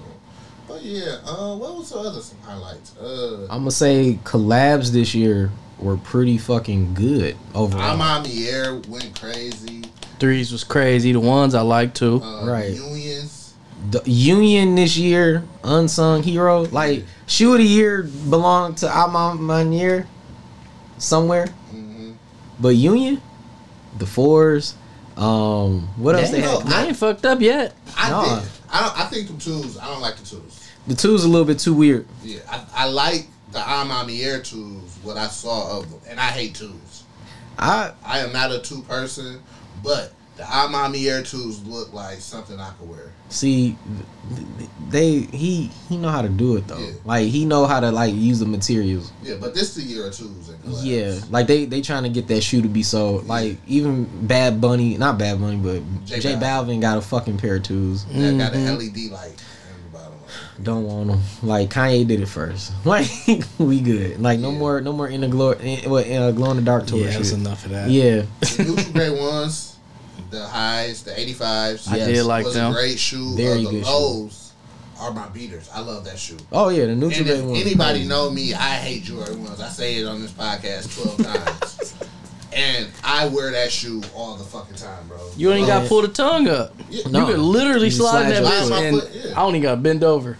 B: But yeah, uh, what was the other some highlights? Uh,
E: I'm gonna say collabs this year were pretty fucking good overall.
B: I'm on the air went crazy.
D: Threes was crazy. The ones I like too.
B: Uh,
E: Right.
B: Unions.
E: the Union this year, unsung hero. Like shoe of the year belonged to Amon year somewhere,
B: Mm-hmm.
E: but Union, the fours. Um, what else
D: Damn,
E: they had?
B: no,
D: I ain't fucked up yet.
B: I
E: Nah.
B: did. I don't, I think the twos. I don't like the twos.
E: The two's a little bit too weird.
B: Yeah, I, I like the Amami Air twos. What I saw of them, and I hate twos.
E: I
B: I am not a two person, but the Amami Air twos look like something I could wear.
E: see they he he know how to do it though.
B: Yeah.
E: Like he know how to like use the materials.
B: Yeah, but this the year of twos. And collabs.
E: Yeah, like they they trying to get that shoe to be sold. Like even Bad Bunny, not Bad Bunny, but
B: J
E: J, Balvin got a fucking pair of twos.
B: that got
D: Mm-hmm.
B: an LED light in the bottom. of it.
E: Don't want them. Like Kanye did it first. Like we good. Like no
B: Yeah.
E: more no more in the glow in, what, in a glow in the dark tour
D: Yeah, that's
E: shit.
D: enough of that.
E: Yeah,
B: The neutral gray ones, the highs, the eighty fives.
D: I did like
B: was
D: them.
B: A great shoe.
E: Very
B: uh, the
E: good shoe.
B: lows are my beaters. I love that shoe.
E: Oh yeah, the neutral
B: And
E: gray
B: if
E: one.
B: anybody know me, I hate Jordan ones. I say it on this podcast twelve times. And I wear that shoe all the fucking time, bro.
D: You ain't got to
E: Yeah.
D: pull the tongue up.
B: Yeah.
E: No.
D: You could literally
E: You
D: slide,
E: slide
D: that
E: your
D: bitch,
B: foot.
D: and
B: My foot, yeah.
D: I don't even got to bend over.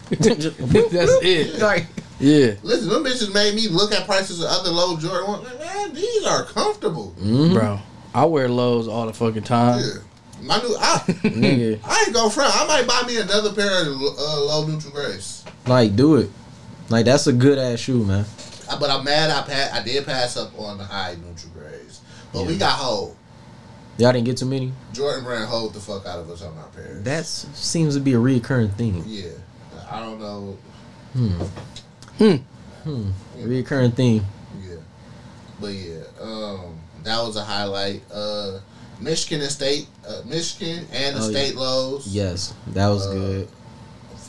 D: Just- That's it.
E: Like
D: Yeah,
B: Listen, them bitches made me look at prices of other low Jordan ones. Like, man, these are comfortable.
D: Mm-hmm.
E: Mm-hmm.
D: bro. I wear lows all the fucking time.
B: Yeah. My new, I,
E: nigga,
B: I ain't gonna front. I might buy me another pair of uh, low neutral grays.
E: like do it. Like that's a good ass shoe, man.
B: I- But I'm mad. I pa- I did pass up on the high neutral grays. But we got hold.
E: Y'all didn't get too many.
B: Jordan Brand hold the fuck out of us on our pairs.
E: That seems to be a reoccurring thing.
B: yeah. I don't know.
E: Reoccurring thing.
B: Yeah. But yeah, um, that was a highlight. Uh, Michigan and state, uh, Michigan and the
E: Oh, yeah.
B: state lows.
E: Yes, that was
B: Uh,
E: good.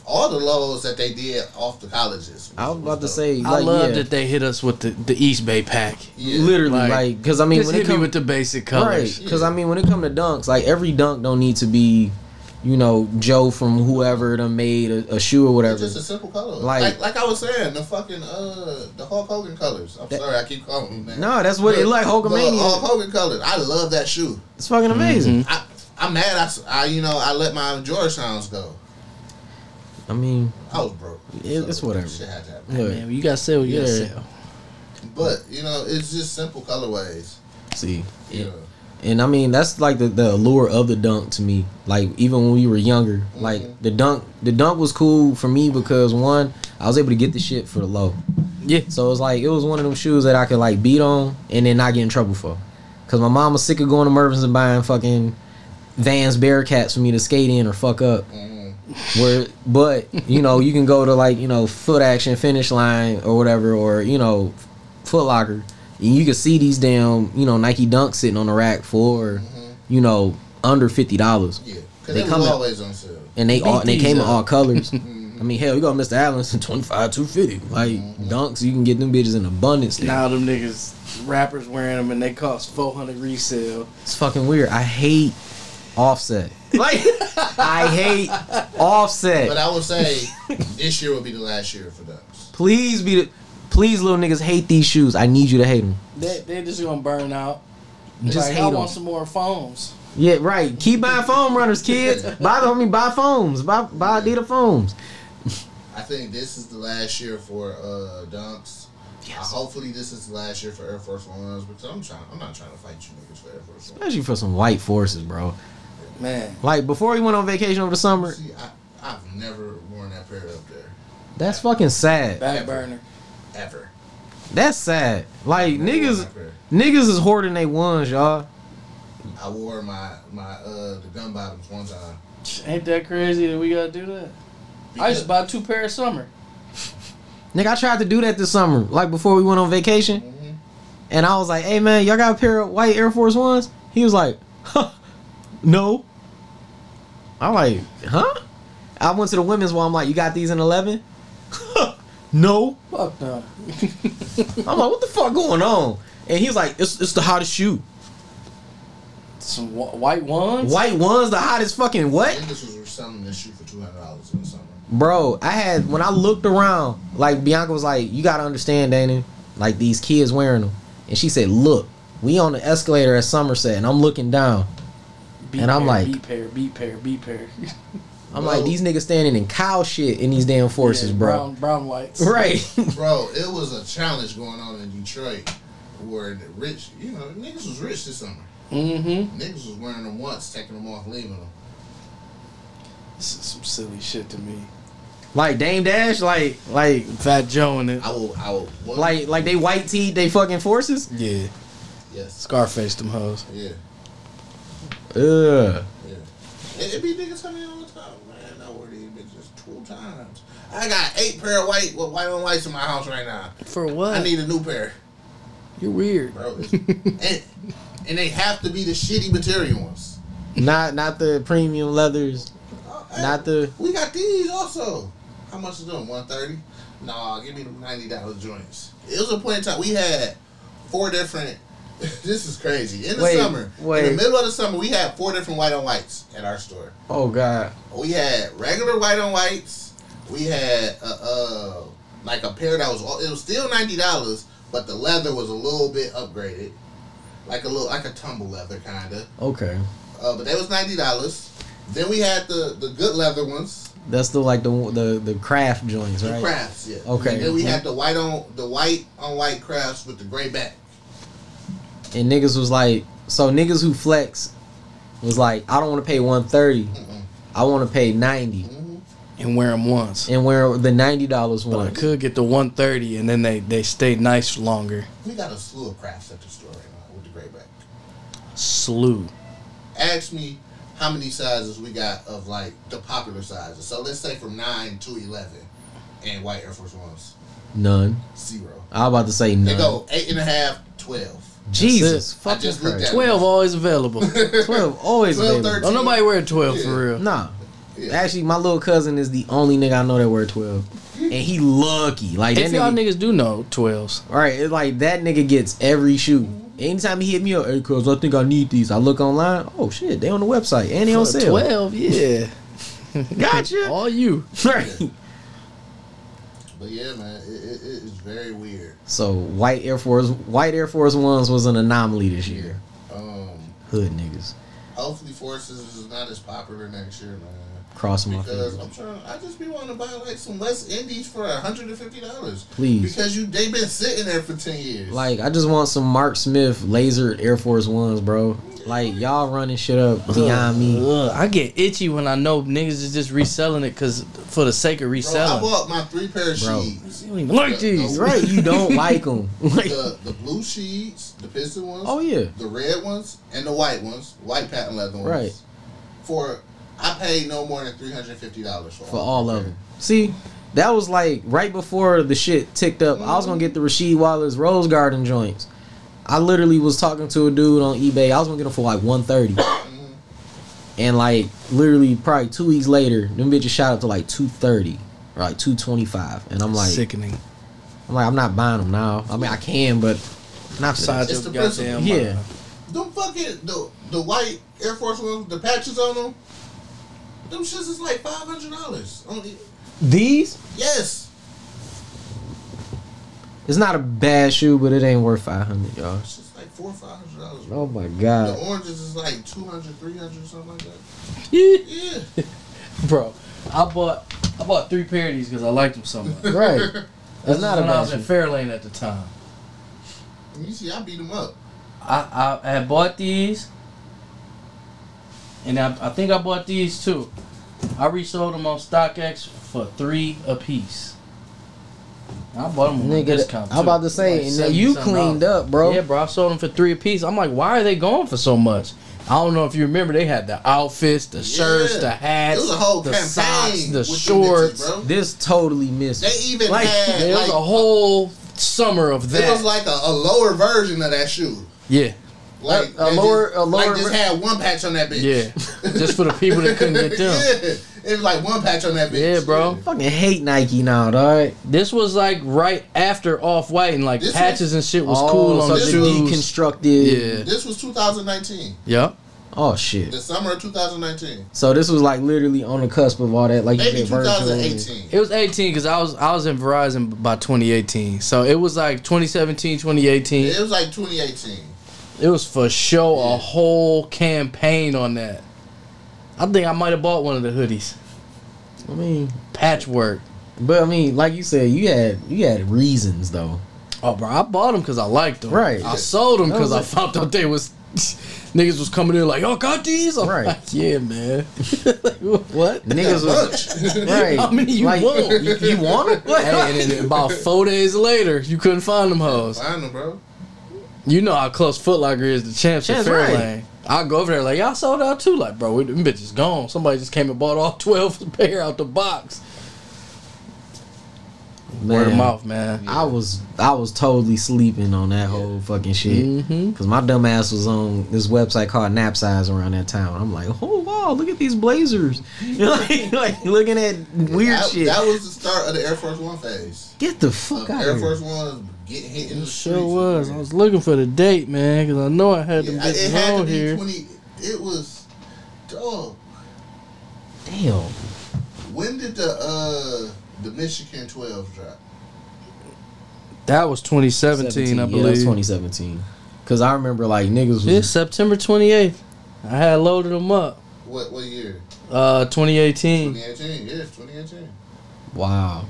B: all the lows that they did off the colleges.
E: I was about to
B: dope.
E: say,
D: I
E: like,
D: love
E: yeah,
D: that they hit us with the, the East Bay pack.
B: Yeah.
E: literally,
D: Like,
E: like, because I mean,
D: Just
E: when it
D: hit me
E: comes
D: with the basic
E: right,
D: colors.
E: because I mean, when it come to dunks, like every dunk don't need to be, you know, Joe from whoever done made a, a shoe or
B: It's
E: whatever.
B: just a simple color.
E: Like-
B: Like, like, I was saying, the fucking uh, the Hulk Hogan colors. I'm
E: That-
B: sorry, I keep calling him that.
E: No, that's what it
B: Look,
E: like
B: The Hulk
E: Hulkamania.
B: Hogan colors. I love that shoe.
E: It's fucking amazing.
B: I, I'm mad. I s I you know, I let my Georgetown's go.
E: I mean,
B: I was broke.
E: It- it's whatever.
B: Shit had to happen.
E: look,
D: Man, you gotta sell, you gotta
E: Yeah.
D: sell.
B: But you know, it's just simple colorways.
E: see,
B: You know.
E: and I mean that's like the, the allure of the dunk to me. Like even when we were younger,
B: Mm-hmm.
E: like the dunk, the dunk was cool for me because one, I was able to get the shit for the low.
D: Yeah,
E: So it was like it was one of them shoes that I could like beat on and then not get in trouble for. Cause my mom was sick of going to Mervin's and buying fucking Vans Bearcats for me to skate in or fuck up. Where, but you know, you can go to like you know Foot Action, Finish Line, or whatever, or you know Foot Locker, and you can see these damn you know Nike Dunks sitting on the rack for you know under fifty dollars,
B: Yeah, because
E: They
B: it was
E: come in-
B: always on sale.
E: and they all and they
D: these
E: came in
D: up.
E: all colors. I mean, hell, you got Mr. Allen's in twenty five two fifty like Dunks. You can get them bitches in abundance. Now
D: now them niggas rappers wearing them and they cost four hundred resale.
E: it's fucking weird. I hate Offset. Like I hate Offset.
B: But I would say this year will be the last year for Ducks.
E: Please be the please little niggas hate these shoes. I need you to hate them.
D: They they just gonna burn out. They
E: Just
D: like,
E: hate
D: I
E: 'em.
D: want some more phones.
E: Yeah, right. Keep buying foam runners, kids. buy the homie, buy foams. Buy buy Adidas foams.
B: I think this is the last year for uh, Dunks. hopefully this is the last year for Air Force Ones because I'm trying. I'm not trying to fight you niggas for Air Force Ones.
E: Especially for some white forces, bro.
D: Man,
E: Like before he went on vacation over the summer,
B: See, I, I've never worn that pair up there
E: that's fucking sad.
D: back burner.
B: ever.
E: That's sad. Like niggas,
B: That pair.
E: niggas is hoarding they ones, y'all.
B: I wore my my uh the gun bottoms one time.
D: Ain't that crazy that we gotta do that? I
B: Because-
D: just bought two pair of summer.
E: Nigga, I tried to do that this summer, like before we went on vacation,
B: Mhm.
E: and I was like, "Hey man, y'all got a pair of white Air Force ones?" He was like, huh, "No." I'm like, "Huh?" I went to the women's one. I'm like, "You got these in 11?" no.
D: Fuck no.
E: I'm like, "What the fuck going on?" And he was like, "It's it's the hottest shoe.
D: Some wh- white ones.
E: White ones, the hottest fucking what?"
B: Niggas was selling this shoe for two hundred dollars in the summer.
E: Bro, I had when I looked around, like Bianca was like, "You gotta understand, Dana. Like these kids wearing them." And she said, "Look, we on the escalator at Somerset, and I'm looking down.
D: Beat
E: And I'm
D: pair,
E: like-
D: beat pair, beat pair, beat pair.
E: I'm
B: Bro.
E: like, these niggas standing in cow shit in these damn forces,
D: Yeah,
E: bro.
D: Brown, brown whites.
E: Right?
B: Bro, it was a challenge going on in Detroit where the rich, you know, niggas was rich this summer.
D: Mm-hmm.
B: Niggas was wearing them once, taking them off, leaving them.
D: This is some silly shit to me.
E: like Dame Dash, like, like,
D: Fat Joe in it.
B: I will, I will. What?
E: like, like they white teed they fucking forces.
D: Yeah.
B: yes,
D: Scarface them hoes.
B: yeah,
E: Ugh.
B: yeah. It, it be niggas coming in all the time, man. I wore these bitches two times. I got eight pair of white, well, white on whites in my house right now.
D: For what?
B: I need a new pair,
D: You're weird.
B: bro. It's- and, and they have to be the shitty material ones.
E: Not, not the premium leathers.
B: Oh, hey,
E: Not the.
B: We got these also. How much is them? One thirty? Nah, give me the ninety dollar joints. It was a point in time we had four different. this is crazy. In the
E: Wait,
B: summer, in
E: wait.
B: the middle of the summer, we had four different white on whites at our store.
E: Oh God.
B: We had regular white on whites. We had uh, uh like a pair that was all, it was still ninety dollars, but the leather was a little bit upgraded, like a little like a tumble leather kinda.
E: Okay.
B: Uh, but that was ninety dollars. Then we had the the good leather ones.
E: That's the like the the the craft joints,
B: The
E: right?
B: crafts, yeah.
E: Okay. Mm-hmm.
B: And then we had the white on the white on white crafts with the gray back.
E: and niggas was like, so niggas who flex was like, I don't want to pay one thirty,
B: Mm-mm.
E: I want to pay ninety,
B: Mhm.
D: And wear them once.
E: and wear the ninety dollars
D: But I
E: one.
D: could get the 130 and then they, they stay nice longer.
B: We got a slew of crafts at the store right now with the gray back.
D: Slew.
B: Ask me how many sizes we got of like the popular sizes. So let's say from nine to eleven, and white Air Force Ones
E: None.
B: zero.
E: I was about to say
B: They
E: none.
B: go eight and a half, twelve.
E: Jesus,
D: I
E: fucking
B: just looked
E: Christ.
B: at-
D: 12 always available.
E: Twelve always
B: 12,
E: available.
B: 13.
D: Don't nobody wear 12
B: Yeah.
D: for real.
E: Nah.
B: Yeah.
E: Actually, my little cousin is the only nigga I know that wear twelve, and he lucky. Like that
D: If y'all
E: nigga,
D: niggas do know 12s,
E: all right, it's like that nigga gets every shoe. Anytime he hit me up, hey, cuz I think I need these. I look online. Oh shit, they on the website and they on
D: for
E: sale.
D: 12, yeah.
E: Gotcha.
D: All you.
E: Right.
B: But yeah, man, it, it, it is very weird.
E: So white Air Force, white Air Force ones was an anomaly this year.
B: Um,
E: Hood niggas,
B: hopefully Forces is not as popular next year, man.
E: cross my
B: Because
E: fingers.
B: I'm trying, I just be wanting to buy like some West Indies for hundred and fifty dollars.
E: Please.
B: Because you, they been sitting there for ten years.
E: Like I just want some Mark Smith laser Air Force ones, bro. Like y'all running shit up beyond me.
D: Ugh, I get itchy when I know niggas is just reselling it because for the sake of
B: bro,
D: reselling.
B: I bought my three pair of
E: Bro.
B: sheets.
D: You don't even like these.
E: Right, you don't like them. Like,
B: The the blue sheets, the piston ones.
E: oh yeah,
B: The red ones and the white ones, white patent leather ones.
E: Right.
B: For I paid no more than three hundred and fifty dollars for,
E: for all of them. See, that was like right before the shit ticked up. I was gonna get the Rasheed Wallace Rose Garden joints. I literally was talking to a dude on eBay. I was gonna get them for like one thirty.
B: Mhm.
E: And like literally probably two weeks later, them bitches shot up to like two thirty or like two twenty five. And I'm like
D: Sickening.
E: I'm like, I'm not buying them now. I mean I can but not
D: Size
B: It's
D: up
B: the
D: goddamn.
E: principle.
D: mind.
E: Yeah.
B: Them fucking the the white Air Force ones, the patches on them. Them shits is like five hundred dollars.
E: These?
B: Yes.
E: It's not a bad shoe, but it ain't worth five hundred, y'all.
B: It's just like four or five hundred dollars.
E: Oh my
B: The
E: god.
B: oranges is like 200, 300, something like that.
D: Yeah.
B: Yeah.
D: Bro, I bought I bought three pair of these because I liked them so much.
E: Right.
D: That's
E: not a
D: when I
E: bad
D: was in
E: shoe.
D: Fairlane at the time.
B: You see, I beat him up.
D: I, I had bought these, and I, I think I bought these too. I resold them on StockX for three a piece. I bought them on a
E: Nigga,
D: discount.
E: I'm about to say, and then you cleaned up, bro.
D: Yeah, bro, I sold them for three a piece. I'm like, why are they going for so much? I don't know if you remember, they had the outfits, the shirts,
B: Yeah.
D: the
B: It
D: hats,
B: was a whole
D: the
B: campaign.
D: socks, the
B: with them bitches,
D: shorts.
B: bro.
E: This totally missed.
B: They
E: it.
B: even
D: Like,
B: had
D: there was
B: like,
D: a whole summer of
B: It
D: that.
B: was like a, a lower version of that shoe.
D: yeah.
B: Like
E: A- a
B: they
E: lower-
B: just,
E: a lower
B: Like just
E: ver-
B: had one patch on that bitch.
D: Yeah. Just for the people that couldn't get them.
B: yeah. It was like one patch on that bitch.
D: Yeah, bro.
E: I fucking hate Nike now, dog.
D: This was like right after Off White and like
B: This was-
D: patches and shit was
E: Oh,
D: cool on
E: so
D: the
E: they
D: shoes.
E: Deconstructed.
D: Yeah.
B: This was 2019,
D: Yep.
E: Oh shit.
B: the summer of 2019,
E: So this was like literally on the cusp of all that, like you
B: maybe
E: said, virtual.
B: 2018.
D: It was 18 because I was I was in Verizon by 2018, so it was like 2017, 2018.
B: It was like 2018.
D: It was for sure a whole campaign on that. I think I might have bought one of the hoodies.
E: I mean,
D: Patchwork.
E: but I mean, like you said, you had you had reasons though.
D: Oh, bro, I bought them because I liked them.
E: Right.
D: I sold them
E: That was
D: because I
E: like-
D: found out they was niggas was coming in like, y'all got these? I'm
E: Right.
D: like, yeah, man. Like, what?
E: Niggas was
B: Bunch.
E: right.
D: How many you
E: like,
D: want?
E: You, you want them?
D: Hey, and then about four days later, you couldn't find them hoes.
B: Find them, bro.
D: You know how close Foot Locker is to Champs in
E: Champs, right.
D: Fairlane. I go over there like y'all sold out too. Like, bro, we, them bitches gone. Somebody just came and bought all twelve pair out the box. Word of
E: Man.
D: mouth, man.
E: I was I was totally sleeping on that whole fucking shit
B: Mm-hmm.
D: Mhm.
E: because my dumb ass was on this website called Nap Size around that town. I'm like, oh wow, look at these blazers, like, like looking at weird
B: That,
E: shit.
B: that was the start of the Air Force One phase.
E: Get the
B: Of
E: fuck out
B: Air
E: of
B: Force
E: here.
B: One getting hit in the
D: It
B: streets.
D: sure was. I was looking for the date, man, because I know I had
B: Yeah,
D: them
B: it
D: bitches
B: had to
D: on
B: be
D: here.
B: 20. It was, dog.
E: Damn,
B: When did the uh the Michigan 12 drop?
D: That was 2017, I
E: Yeah, that's
D: believe.
E: 2017. Cause I remember like niggas was
D: it's September 28th. I had loaded them up.
B: What what year?
D: Uh, 2018.
B: 2018. Yes, 2018.
E: wow.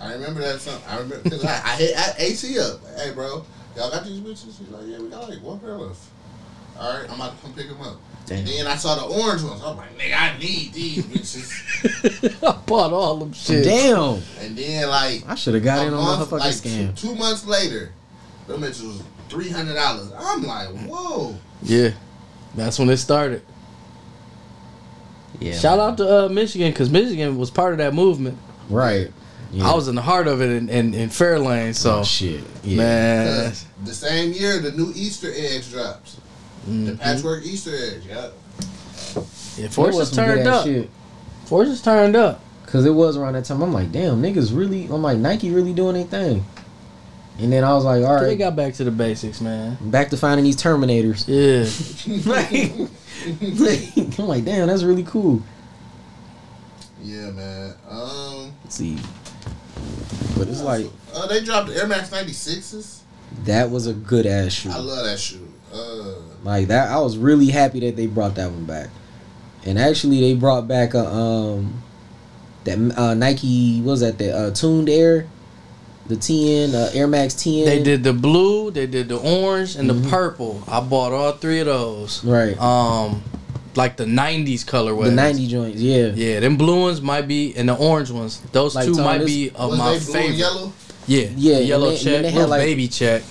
B: I remember that something. I remember because I, I hit I, AC up. Hey, bro, y'all got these bitches? He's like, yeah, we got like one pair left. All right, I'm about to come pick them up.
E: Damn.
B: And then I saw the orange ones. I'm like, nigga, I need these bitches.
D: I bought all them shit.
E: Damn,
B: and then like
E: I should have got
B: a
E: in on the
B: month,
E: fucking
B: like
E: scam.
B: Two, two months later, them bitches was three hundred dollars. I'm like, whoa.
D: Yeah, that's when it started.
E: Yeah,
D: Shout out to uh, Michigan because Michigan was part of that movement.
E: right. Yeah.
D: I was in the heart of it in, in, in Fairlane, so
E: oh, shit. Yeah.
D: man,
B: 'Cause The same year, the new Easter eggs drops. The
D: mm.
E: Mm-hmm.
B: patchwork Easter eggs. Yeah.
D: yeah,
E: There was
D: Forces
E: some good
D: turned
E: ass
D: up. Forces turned up.
E: Cause it was around that time. I'm like, damn, niggas really. I'm like, Nike really doing their thing. And then I was like, all
D: They
E: right,
D: got back to the basics, man.
E: back to finding these Terminators.
D: Yeah,
E: like, like, I'm like, damn, that's really cool.
B: Yeah, man. Um,
E: Let's see, but it's like
B: uh, they dropped the Air Max 96s.
E: that was a good ass shoe.
B: I love that shoe. Uh,
E: Like that, I was really happy that they brought that one back. And actually, they brought back a um, that uh, Nike what was that the uh, tuned Air, the TN uh, Air Max TN.
D: they did the blue, they did the orange, and
E: Mm-hmm.
D: the purple. I bought all three of those.
E: right
D: Um, like the '90s colorways.
E: the ninety joints. Yeah,
D: Yeah, them blue ones might be, and the orange ones. Those
E: Like,
D: two
E: Tom,
D: might
E: this-
D: be of
B: was
D: my
B: they blue and
D: favorite.
B: yellow?
D: Yeah,
E: Yeah,
D: yeah,
E: and
D: yellow
E: they- and
D: check,
E: they had,
D: little
E: like-
D: baby check.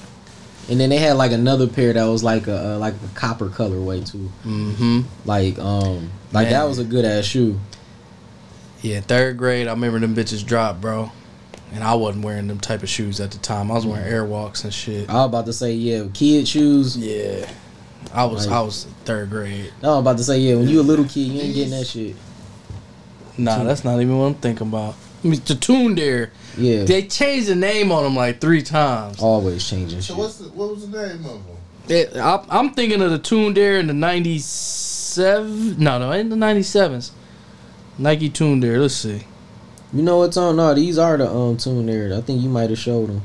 E: and then they had like another pair that was like a uh, like a copper colorway too.
D: Mm-hmm.
E: Like um, like that
D: Man.
E: was a good ass shoe.
D: Yeah, third grade, I remember them bitches dropped, bro. And I wasn't wearing them type of shoes at the time. I was wearing Airwalks and shit.
E: Mm. I was about to say yeah, kid shoes.
D: Yeah, I was
E: Like-
D: I was third grade.
E: No, I was about to say yeah. When you a little kid, you ain't getting that shit.
D: Nah, that's not even what I'm thinking about. I mean, the Tune Dare,
E: Yeah, Oh.
D: they changed the name on them like three times.
E: always changing.
B: So
E: Shit.
B: what's the, what was the name of them?
D: It- I, I'm thinking of the Tune Dare in the '97. No, no, in the '97s. Nike Tune Dare. Let's see.
E: You know what's on? No, these are the um tune there. I think you might have showed them.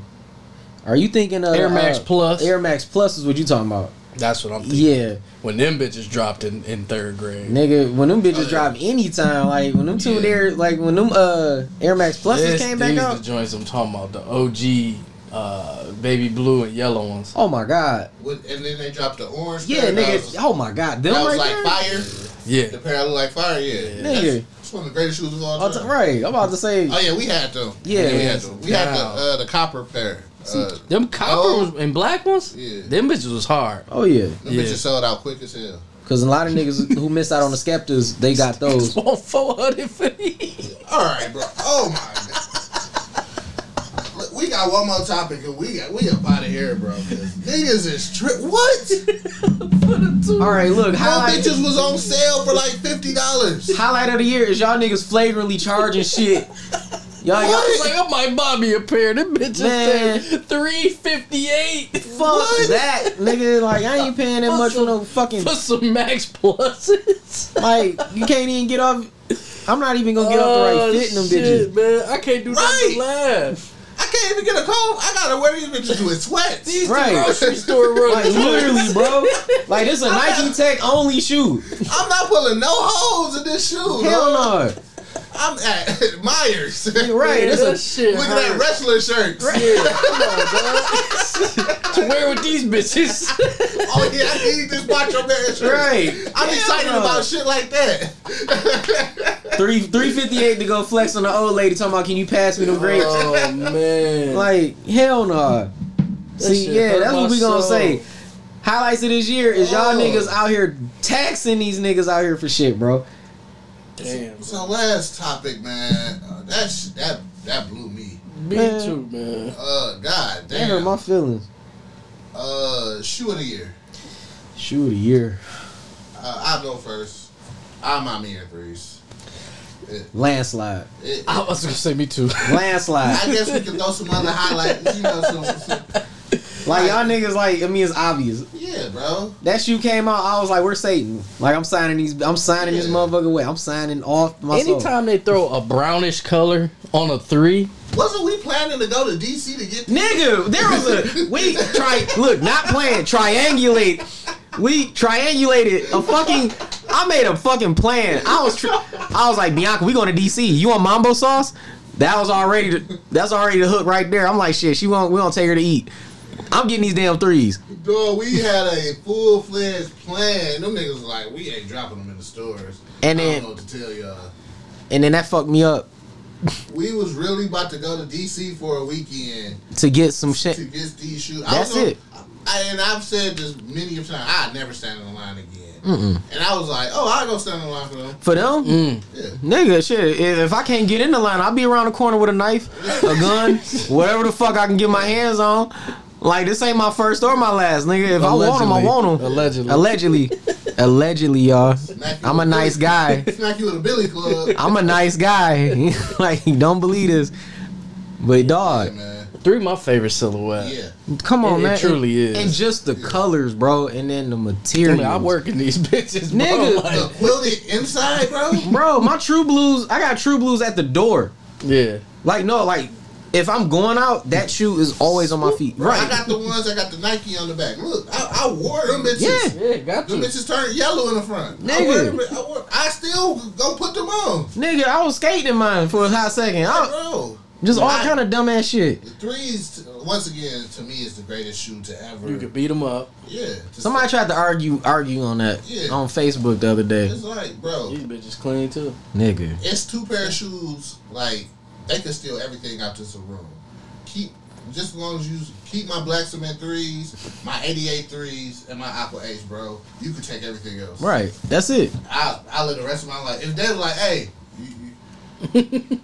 E: Are you thinking of
D: Air Max
E: uh,
D: Plus.
E: Air Max Plus is what you talking about?
D: That's what I'm thinking.
E: Yeah,
D: When them bitches dropped in, in third grade.
E: nigga, when them
B: Oh,
E: bitches
B: yeah.
E: drop anytime, like when them two
D: Yeah.
E: there, like when them uh Air Max Pluses
D: This-
E: came back
D: these
E: out.
D: the joints I'm talking about. The OG, uh, baby blue and yellow ones.
E: Oh my god.
B: With, and then they dropped the orange.
E: Yeah,
B: pair. That
E: nigga.
B: was-
E: oh my god. Them
B: That was like
E: right there.
B: fire.
D: Yeah.
B: The pair that looked like fire. Yeah, That's-
E: Nigga.
B: That's one of the greatest shoes of all
E: Oh, t-
B: time.
E: right. I'm about to say.
B: Oh yeah, we had them.
E: Yeah.
B: we had them. We had the
D: Wow.
B: uh, the copper pair. Uh, them
D: Them copper
B: Oh.
D: ones and black ones?
B: Yeah.
D: Them bitches was hard.
E: Oh yeah.
D: yeah.
B: bitches sold out quick as hell.
E: Because a lot of niggas who miss out on the Skeptas, they got those.
D: Want 450.
B: All right, bro. Oh my god. Look, We got one more topic, and we got we up out of here, bro. 'cause Niggas is tri- what?
E: All right, look.
B: How
E: Highlight,
B: bitches was on sale for like fifty dollars.
E: highlight of the year is y'all niggas flagrantly charging shit. Y'all, y'all
D: I was like, I might buy me a pair. Them bitches
E: Man.
D: said 358
E: fuck that, nigga. Like I ain't paying that much for no fucking.
D: for some Max Pluses.
E: Like you can't even get off. I'm not even gonna get off
B: Oh,
E: the right fit in them
D: Oh,
E: bitches.
D: shit, man. I can't do nothing
B: Right.
D: to laugh.
B: I can't even get a cold. I gotta wear these bitches with sweats.
D: These
E: Right.
D: right. grocery store runs.
E: Like literally, bro. Like this a Nike Tech only shoe.
B: I'm not pulling no holes in this shoe.
E: Hell
B: dog.
E: no.
B: I'm at Myers.
E: You're right.
D: Man,
E: This
D: that
E: a
D: shit
B: Look at
D: hurt.
B: that wrestling shirt.
D: to wear with these bitches.
B: Oh yeah, I need this Macho Man shirt.
E: right.
B: I'm excited
E: no.
B: about shit like that.
E: Three three fifty eight to go flex on the old lady talking about can you pass me the grapes?
D: oh man.
E: Like hell no. See,
D: shit
E: yeah,
D: hurt
E: that's what
D: my
E: we
D: soul.
E: gonna say. Highlights of this year is y'all
B: Oh.
E: niggas out here taxing these niggas out here for shit, bro.
D: Damn.
B: so last topic, man. Uh, that sh- that that blew me.
D: Me
E: Man.
D: too, man.
B: Uh, God
E: That hurt
B: damn.
E: my feelings.
B: uh, shoe of the year.
E: Shoe of the year,
B: Uh, I'll go first. I'm out here threes.
E: landslide,
B: It,
D: I was gonna say me too.
E: landslide.
B: I guess we can throw some other highlights. You know, some, some, some.
E: Like y'all niggas, like I mean, it's obvious.
B: Yeah, bro.
E: That shoe came out, I was like, we're Satan. Like I'm signing these, I'm signing this
B: Yeah.
E: motherfucker away. I'm signing off my soul.
D: Anytime they throw a brownish color on a three,
B: Wasn't we planning to go to DC to get?
E: Nigga, there was a we try look, not playing, triangulate. We triangulated a fucking I made a fucking plan. I was tr- I was like, Bianca, we going to DC. You want mambo sauce? That was already the, that's already the hook right there. I'm like, shit, she won't we don't take her to eat. I'm getting these damn threes.
B: Dog, we had a full fledged plan. Them niggas was like, we ain't dropping them in the stores.
E: And
B: I don't
E: then-
B: know what to tell y'all.
E: And then that fucked me up
B: We was really about to go to DC for a weekend
E: to get some
B: to
E: shit.
B: get these shoes.
E: That's it.
B: I, and I've said this many a time. I never stand in line again. And I was like, oh, I'll go stand in line for them.
E: For them?
B: Yeah.
E: Nigga, shit. If, if I can't get in the line, I'll be around the corner with a knife, a gun, whatever the fuck I can get my hands on. Like this ain't my first or my last, nigga. If I want them, I
D: Allegedly.
E: want them.
D: Allegedly.
E: allegedly, allegedly, y'all.
B: Smack you
E: I'm a
B: with
E: nice
B: Billy-
E: guy.
B: Smack you with a Billy Club.
E: I'm a nice guy. like don't believe this, but
B: Yeah,
E: dog,
B: man.
D: three my favorite silhouette.
B: Yeah.
E: come
D: It-
E: on,
D: it
E: man.
D: truly
E: and,
D: is.
E: And just the colors, bro, and then the
D: I,
E: material.
D: mean, I work in these bitches, bro.
E: Nigga.
B: The
D: Like,
B: quilted inside, bro.
E: bro. My True Blues, I got True Blues at the door.
D: yeah.
E: Like no, like if I'm going out, that shoe is always on my feet. Right.
B: I got the ones I got the Nike on the back. Look, I, I wore them bitches.
E: Yeah.
D: Yeah, got
B: Them
D: you.
B: bitches turned yellow in the front. I,
E: Nigga.
B: wear them, I, wear, I still go put them on.
E: Nigga, I was skating mine for a hot second.
B: Like,
E: I,
B: bro,
E: just all
B: I-
E: kind of dumbass shit.
B: the threes t- once again to me is the greatest shoe to ever.
D: You could beat them up.
B: yeah, to-
E: Somebody tried to argue argue on that
B: Yeah.
E: on Facebook the other day.
B: It's like, bro,
D: These bitches clean too.
E: Nigga.
B: it's two pair of shoes. Like they can steal everything out this room. Keep just as long as you keep my black cement threes, my 88 threes, and my aqua H, bro. You can take everything else.
E: Right. That's it.
B: I I live the rest of my life. If they're like, hey, you, you,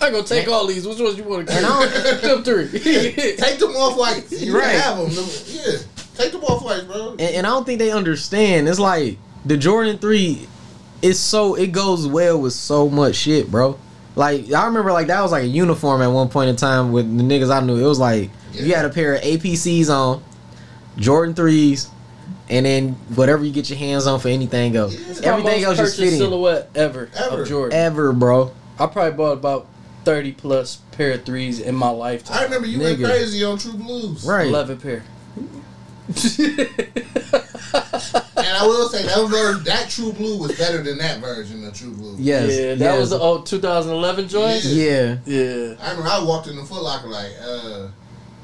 D: I gonna take all these. Which ones you want to
E: And I don't-
D: keep? Them three.
B: Take them off whites. You can
E: Right.
B: have them. Them- Yeah. Take them off whites, bro.
E: And, and I don't think they understand. It's like the Jordan 3 it's so it goes well with so much shit, bro. Like I remember like that was like a uniform at one point in time with the niggas I knew. It was like you
B: Yeah.
E: had a pair of APCs on, Jordan 3s, and then whatever you get your hands on for anything else.
B: Yeah. It's my
E: Everything else just fitting.
D: silhouette ever,
B: Ever.
D: of Jordan.
E: Ever, bro.
D: I probably bought about thirty plus pair of threes in my lifetime.
B: I remember you went
E: Nigga.
B: crazy on True Blues.
E: Right.
D: Eleven pair.
B: And I will say that version, that True Blue was better than that version of True Blue.
E: Yes.
F: yeah, that
E: yes.
F: was the old 2011 joint.
B: Yeah.
E: Yeah.
D: Yeah.
B: I remember I walked in the Foot Locker like, uh,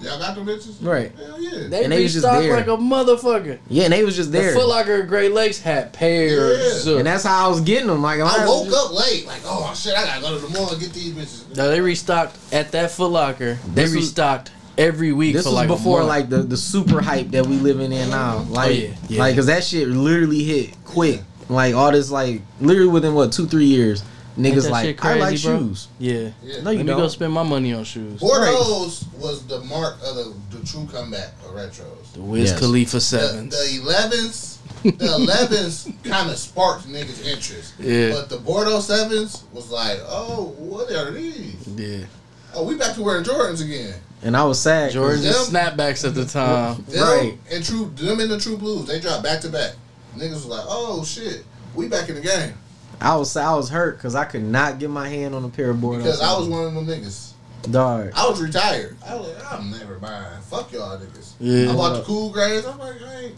B: y'all got them bitches?
E: Right.
B: Hell yeah.
F: They,
E: And they
F: be
E: was just
F: stocked
E: there.
F: like a motherfucker.
E: Yeah, and they was just there.
F: The Foot Locker in Great Lakes had pairs.
B: Yeah.
E: and that's how I was getting them. Like
B: I
E: was
B: woke
E: just-
B: up late, like, oh shit, I gotta go to the mall and get these bitches.
F: No, they restocked at that Foot Locker. They
E: This was-
F: restocked every week
E: This
F: for
E: was
F: like a
E: before
F: month.
E: like the, the super hype that we living in now.
B: Oh,
E: Like,
F: yeah, yeah.
E: like, cause that shit literally hit quick. Like all this, like literally within what two three years,
F: Ain't
E: niggas
F: that
E: like
F: shit crazy,
E: I like
F: bro?
E: shoes.
F: yeah.
B: Yeah.
E: No,
F: Let
E: you
F: me
E: don't.
F: go spend my money on shoes.
B: Bordeaux's was the mark of the, the true comeback of retros.
F: The Wiz
E: Yes.
F: Khalifa
B: The,
F: sevens.
B: the 11s, the 11s kind of sparked niggas' interest.
D: Yeah.
B: But the Bordeaux 7s was like, oh, what are these?
D: Yeah.
B: Oh, we back to wearing Jordans again.
E: And I was sad.
D: Jordan's
B: Them-
D: snapbacks at the time.
B: Them
E: Right.
B: And true, them and the true blues, they dropped back to back. Niggas was like, oh shit, we back in the game.
E: I was I was hurt because I could not get my hand on a pair of board.
B: Because I was one of them niggas.
E: dog.
B: I was retired. I was like, I'm never buying. Fuck y'all niggas.
D: Yeah.
B: I bought the cool grays. I'm like, I ain't,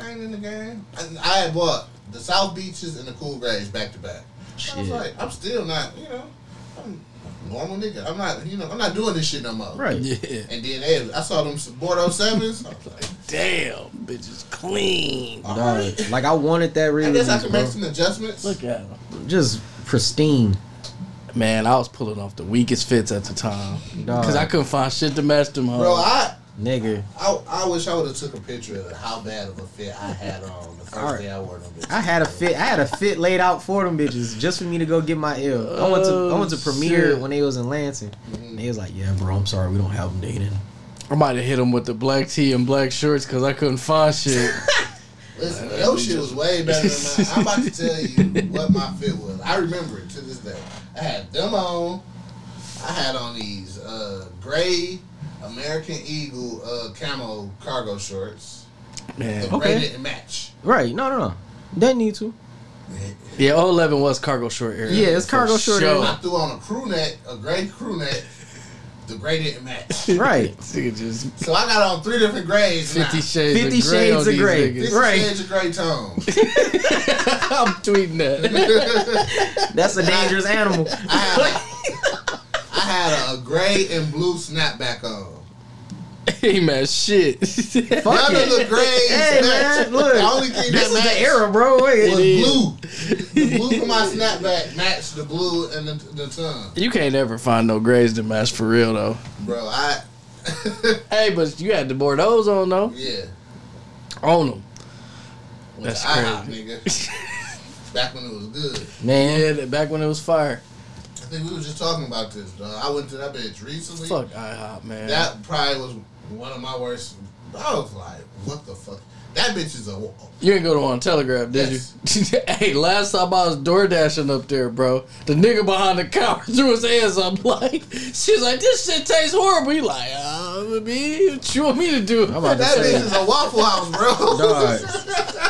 B: I ain't in the game. And I had bought the South Beaches and the cool grays back to back. I was like, I'm still not, you know, I'm a normal nigga. I'm not, you know, I'm not doing this shit no more.
E: Right.
D: Yeah.
B: And then they, I saw them Bordeaux sevens. I was like,
D: Damn, bitch is clean.
B: all
E: Dog.
B: right.
E: Like I wanted that
B: I guess I
E: release,
B: can
E: bro.
B: make some adjustments.
F: Look at them.
E: just pristine.
D: Man, I was pulling off the weakest fits at the time.
E: Dog.
D: Cause I couldn't find shit to match them.
B: Bro,
D: hoes.
B: I,
E: Nigga,
B: I, I wish I would have took a picture of how bad of a fit I had on the first
E: All right.
B: day I wore them. bitches.
E: I had a fit. I had a fit laid out for them bitches just for me to go get my L. I went to I went to
F: Oh,
E: premiere
F: shit.
E: when they was in Lansing. And they was like, "Yeah, bro, I'm sorry, we don't have them dating."
D: I might have hit them with the black tee and black shorts because I couldn't find shit.
B: Listen, your shit was way better than mine. I'm about to tell you what my fit was. I remember it to this day. I had them on. I had on these uh, gray American Eagle uh, camo cargo shorts. The
D: Man.
B: gray
E: Okay.
B: didn't match.
E: Right? No, no, no. They need to.
D: Yeah, 011 was cargo short era.
E: Yeah, it's
D: for
E: cargo short
D: sure.
B: I threw on a crew neck, a gray crew neck. The gray didn't match.
E: Right.
D: Nigga just
B: So I got on three different grays. Fifty
D: 50 shades
E: 50
D: of gray.
E: shades
D: on
E: of
D: these
E: gray.
D: niggas.
B: Fifty
E: Right.
B: shades of gray tones.
D: I'm tweeting that.
E: That's a dangerous animal.
B: I had a, I had a gray and blue snapback on.
D: hey, man, shit.
E: Fuck
B: None
E: it.
B: of the grays
E: Hey,
B: matched.
E: man, look.
B: the only thing that
E: This is
B: matched
E: the era, bro.
B: was
E: Wait.
B: blue. The blue for my snapback matched the blue and the, the tongue,
D: you can't ever find no grays to match for real, though.
B: bro. I
D: Hey, but you had the Bordeaux on, though.
B: yeah,
D: On them.
B: went
D: That's
B: to IHOP, nigga. Back when it was good.
E: Man,
D: Yeah, back when it was fire.
B: I think we were just talking about this, dog. I went to that bitch recently.
D: Fuck IHOP, man.
B: That probably was one of my worst. I was like, what the fuck? That bitch is a.
D: You ain't go to on Telegraph, did you? hey, last time I was door dashing up there, bro, the nigga behind the counter threw his ass up like, she's like, this shit tastes horrible. He like, uh, me, what you want me to do?
E: I'm about to
B: That bitch
E: say,
B: is a Waffle House, bro.
E: Dog.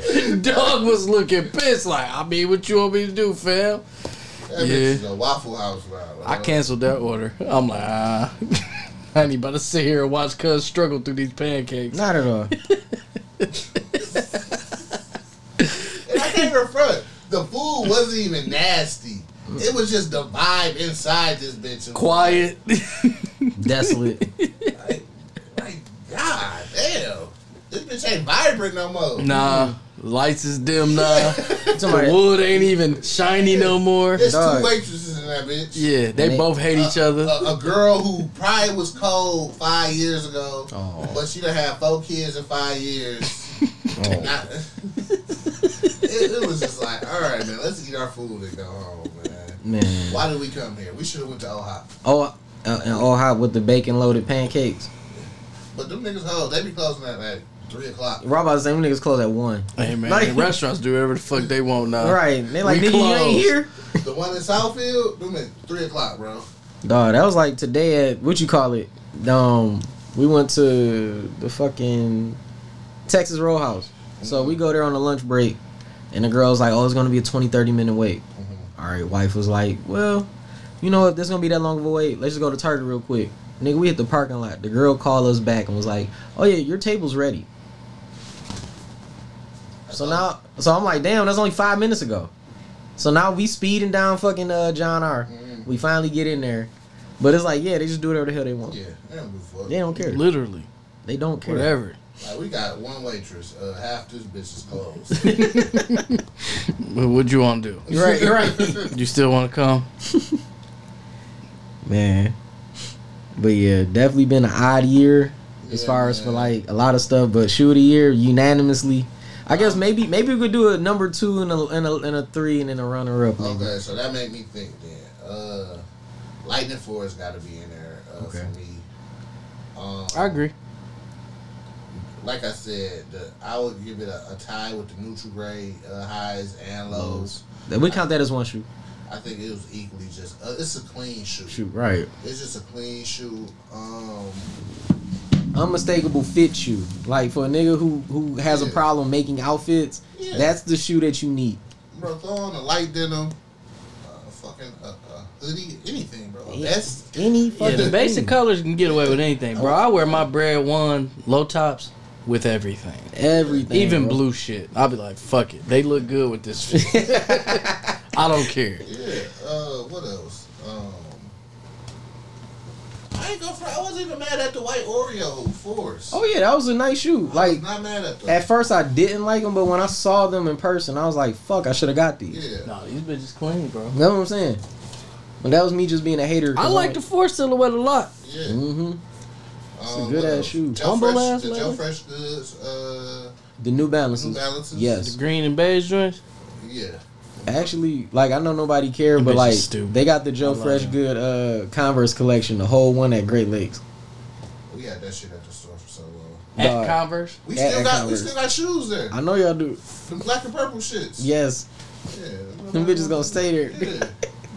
D: Dog was looking pissed, like, I mean, what you want me to do, fam?
B: That bitch is a Waffle House, bro.
D: I
E: Uh.
D: canceled that order. I'm like, ah, I ain't about to sit here and watch cuz struggle through these pancakes.
E: not at all.
B: And I can't front. The food wasn't even nasty. It was just the vibe inside this bitch. It was
D: Quiet.
E: Desolate.
B: Like, God damn. This bitch ain't vibrant no more.
F: Mm.
D: nah, lights is dim now. The
E: Somebody,
D: wood ain't even shiny no more.
B: There's
E: Dog.
B: two waitresses in that bitch.
D: Yeah, they
E: they-
D: both hate each
F: uh,
D: other.
B: A, a girl who probably was cold five years ago,
E: Oh.
B: but she done had four kids in five years. Not- it, it was just like, all right, man, let's eat our food and go home, man.
E: man.
B: Why did we come here? We should have went to OHOP.
E: Oh, uh, and all hot with the bacon loaded pancakes.
B: But them niggas hoes, they be closing that at three o'clock.
E: Rob, I was saying, them niggas close at one.
D: Hey man,
E: Like-
D: the restaurants do whatever the fuck they want
F: Uh,
D: now.
E: Right? They like,
D: we
E: nigga, you ain't
D: closed.
E: here.
B: The one in Southfield, them at three o'clock, bro.
E: Dog, that was like today at what you call it? Um, we went to the fucking Texas Roll House. So we go there on a lunch break, and the girl's like, "Oh, it's gonna be a 20, 30 minute wait." All right, wife was like, "Well, you know if there's gonna be that long of a wait, let's just go to Target real quick." Nigga, we hit the parking lot. The girl called us back and was like, "Oh yeah, your table's ready." So now, so I'm like, damn, that's only five minutes ago. So now we speeding down fucking uh, John R. We finally get in there, but it's like, yeah, they just do whatever the hell they want.
B: Yeah, I don't give a fuck.
E: They don't care.
F: Literally.
E: They don't care.
F: Whatever.
B: Like, we got one waitress. Uh, half this bitch is closed.
D: What would you want to do?
E: You're right. You're right,
D: You still want to come?
E: man. But yeah, definitely been an odd year as
B: Yeah,
E: far as for
B: man.
E: like a lot of stuff. But shoe of the year unanimously. I
B: Uh,
E: guess maybe maybe we could do a number two and a and a, and a three and then a runner up. Maybe.
B: Okay, so that made me think then. Uh, Lightning Force got to be in there uh,
E: Okay.
B: for me. Um,
F: I agree.
B: Like I said, the, I would give it a, a tie with the neutral grade uh, highs and lows.
E: We count that as one shoe.
B: I think it was equally just. Uh, it's a clean shoe.
E: Shoot, right.
B: It's just a clean shoe. Um,
E: unmistakable fit shoe. Like for a nigga who who has a
B: Yeah.
E: problem making outfits,
B: Yeah.
E: that's the shoe that you need.
B: bro, throw on a light denim, uh, fucking a, a hoodie, anything, bro. That's
E: Any fucking
F: Yeah, the basic
E: thing.
F: colors can get away with anything, bro. I wear my bread one low tops with everything.
E: everything,
F: Even
E: bro.
F: blue shit. I'll be like, fuck it. They look good with this shit. I don't care.
B: Yeah. Uh, what else? Um, I ain't gonna. Fr- I wasn't even mad at the white Oreo force.
E: Oh yeah, that was a nice shoe.
B: I
E: Like
B: was not mad at them.
E: at first I didn't like them, but when I saw them in person, I was like, fuck, I should have got these.
B: yeah.
F: No, these bitches clean, bro.
E: You know what I'm saying? But that was me just being a hater.
F: I like the four silhouette a lot.
B: Yeah. Um,
E: hmm
B: It's
E: a good ass shoe.
B: Joe
F: Humble
B: Fresh,
F: ass
B: the Joe
F: leather.
B: Fresh Goods, uh,
E: The New Balances.
B: New Balances.
E: Yes.
F: The green and beige joints.
B: Yeah.
E: Actually, like I know nobody cared, but
F: bitch is
E: like
F: stupid.
E: they got the
F: I
E: Joe
F: love
E: Fresh
F: them.
E: Good uh Converse collection, the whole one at Great Lakes.
B: We had that shit at the store for so long.
F: At
E: Dog.
F: Converse.
B: We
E: At-
B: still
E: at
B: got we
E: Converse.
B: still got shoes there.
E: I know y'all do.
B: Them black and purple shits.
E: Yes,
B: Yeah.
E: Them bitches gonna stay there.
B: Yeah.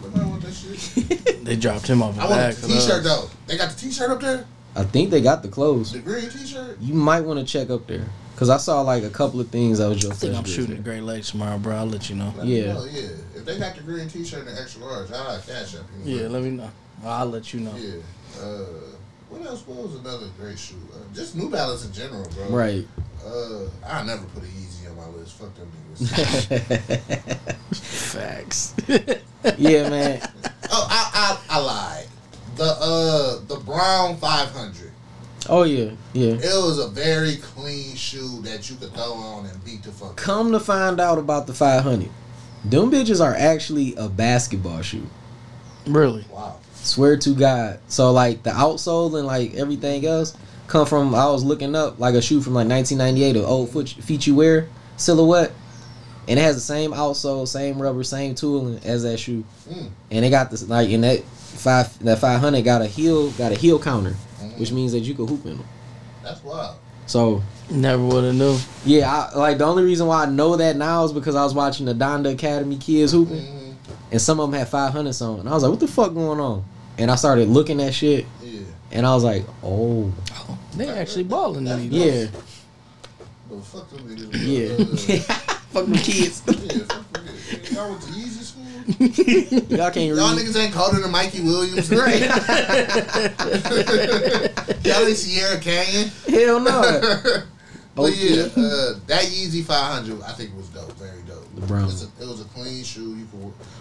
B: But I don't want that shit.
F: They dropped him off a
B: I want
F: bag.
B: the
F: for
B: t
F: those.
B: shirt though. They got the t shirt up there?
E: I think they got the clothes.
B: The green t shirt?
E: You might want to check up there because I saw like a couple of things that was Joe
F: I think
E: Fresh
F: I'm
E: Goods
F: shooting the
E: there.
F: Great Lakes tomorrow, bro. I'll let you know.
B: Let me
E: Yeah.
B: know, Oh, yeah. If they got the green T-shirt and the extra large, I'll cash up. you
F: Yeah,
B: know.
F: let me know. I'll let you know.
B: Yeah. Uh, what else? What was another great shoe? Uh, just New Balance in general, bro.
E: Right.
B: Uh, I never put a Yeezy on my list. Fuck them niggas.
F: Facts.
E: yeah, man.
B: oh, I, I I lied. The uh the brown 500.
E: Oh yeah, yeah.
B: It was a very clean shoe that you could throw on and beat the fuck. out.
E: Come to find out about the 500, them bitches are actually a basketball shoe.
F: Really?
B: Wow.
E: Swear to God. So like the outsole and like everything else come from. I was looking up like a shoe from like 1998, of old foot feet you wear silhouette, and it has the same outsole, same rubber, same tooling as that shoe.
B: Mm.
E: and they got this like in that five that five hundred got a heel got a heel counter,
B: Mhm.
E: which means that you could hoop in them.
B: Mm-hmm. That's wild.
E: So
F: Never would have known.
E: yeah, I, like the only reason why I know that now is because I was watching the Donda Academy kids
F: Mm-hmm.
E: hooping,
B: hmm
E: and some of them had five hundred on, and I was like, what the fuck going on? And I started looking at shit,
B: Yeah.
E: and I was like, oh
F: They actually balling in these.
E: yeah,
B: But fuck them niggas. Uh,
E: Yeah.
B: Bro.
E: fuck the kids.
B: Uh, yeah. Fuck them niggas. Y'all went to Yeezy school.
E: Y'all can't
B: Y'all
E: read.
B: niggas ain't colder than Mikey Williams, right? Y'all ain't Sierra Canyon.
E: Hell no.
B: But yeah, uh, that Yeezy 500 I think was dope, very dope.
E: The brown
B: It's a- it was a clean shoe you could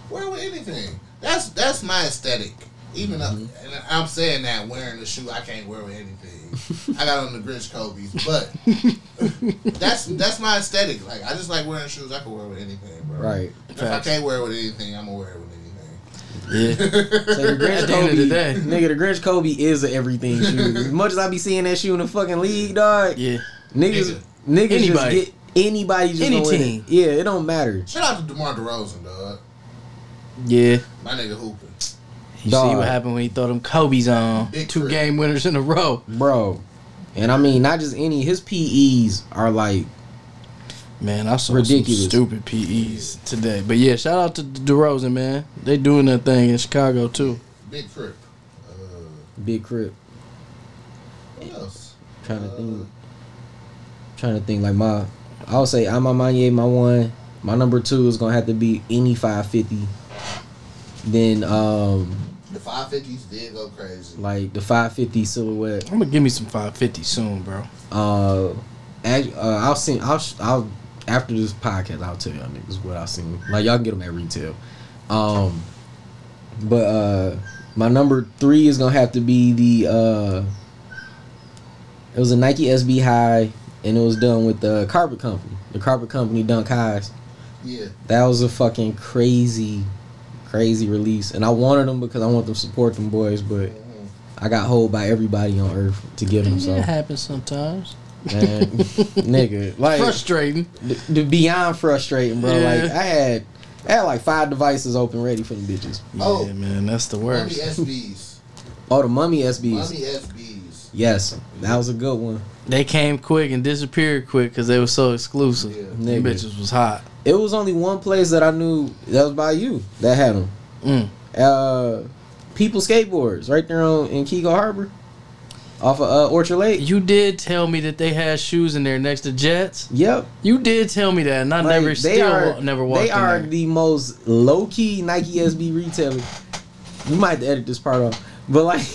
B: wear- wear with anything. That's that's my aesthetic. Even
E: Mm-hmm.
B: though, and I'm saying that wearing a shoe I can't wear with anything. I got on the Grinch Kobe's, but that's that's my aesthetic. Like I just like wearing shoes I can wear with anything, bro.
E: Right.
B: If
F: Facts.
B: I can't wear it with anything, I'm gonna wear it with anything.
F: Yeah.
E: So the Grinch
F: At the end
E: Kobe,
F: of the day.
E: nigga, the Grinch Kobe is a everything shoe. As much as I be seeing that shoe in the fucking league, dog.
F: Yeah.
E: Niggas, niggas just
F: Anybody.
E: get anybody just
F: Any
E: gonna win
F: team.
E: it. Yeah, it don't matter.
B: Shout out to DeMar DeRozan, dog.
F: Yeah.
B: My nigga hooping.
F: You see
E: Dog.
F: what happened when he throw them Kobe's on
B: Big
F: two
B: crib.
F: game winners in a row.
E: Bro. And I mean not just any his PEs are like
F: Man, I saw
E: Ridiculous.
F: some stupid PEs today. But yeah, shout out to DeRozan, man. They doing their thing in Chicago too.
B: Big Crip. Uh,
E: big crib.
B: what else?
E: Trying to think trying to think like my I would say I'm Amanye, my one. My number two is gonna have to be any five fifty. Then um
B: The 550s did go crazy.
E: like the five fifty silhouette.
F: I'm gonna give me some 550 soon, bro.
E: Uh, act- uh I'll send I'll sh- I'll after this podcast, I'll tell y'all niggas what I seen. Like y'all can get them at retail. Um, but uh, my number three is gonna have to be the. Uh, it was a Nike SB High, and it was done with the carpet company. The carpet company Dunk Highs.
B: Yeah.
E: That was a fucking crazy, crazy release, and I wanted them because I want them to support them boys, but
B: Mm-hmm.
E: I got hold by everybody on earth to give them. So
F: It happens sometimes.
E: man, nigga, like
F: Frustrating.
E: th- th- beyond frustrating, bro.
F: Yeah.
E: Like I had, I had like five devices open ready for them bitches.
B: Oh.
D: yeah, man, that's the
B: Mommy
D: worst.
B: SBs.
E: Oh, the mummy SBs.
B: Mommy SBs.
E: Yes, that was a good one.
D: They came quick and disappeared quick because they were so exclusive.
B: Yeah.
D: Them
E: Nigga.
D: bitches was hot.
E: It was only one place that I knew that was by you that had them.
D: Mm.
E: Uh, people skateboards right there on in Kego Harbor, off of uh, Orchard Lake.
D: You did tell me that they had shoes in there next to Jets.
E: Yep,
D: You did tell me that, and I
E: like,
D: never still wa- never walked
E: They
D: in
E: are
D: there.
E: the most low key Nike SB retailer. You might have to edit this part off, but like,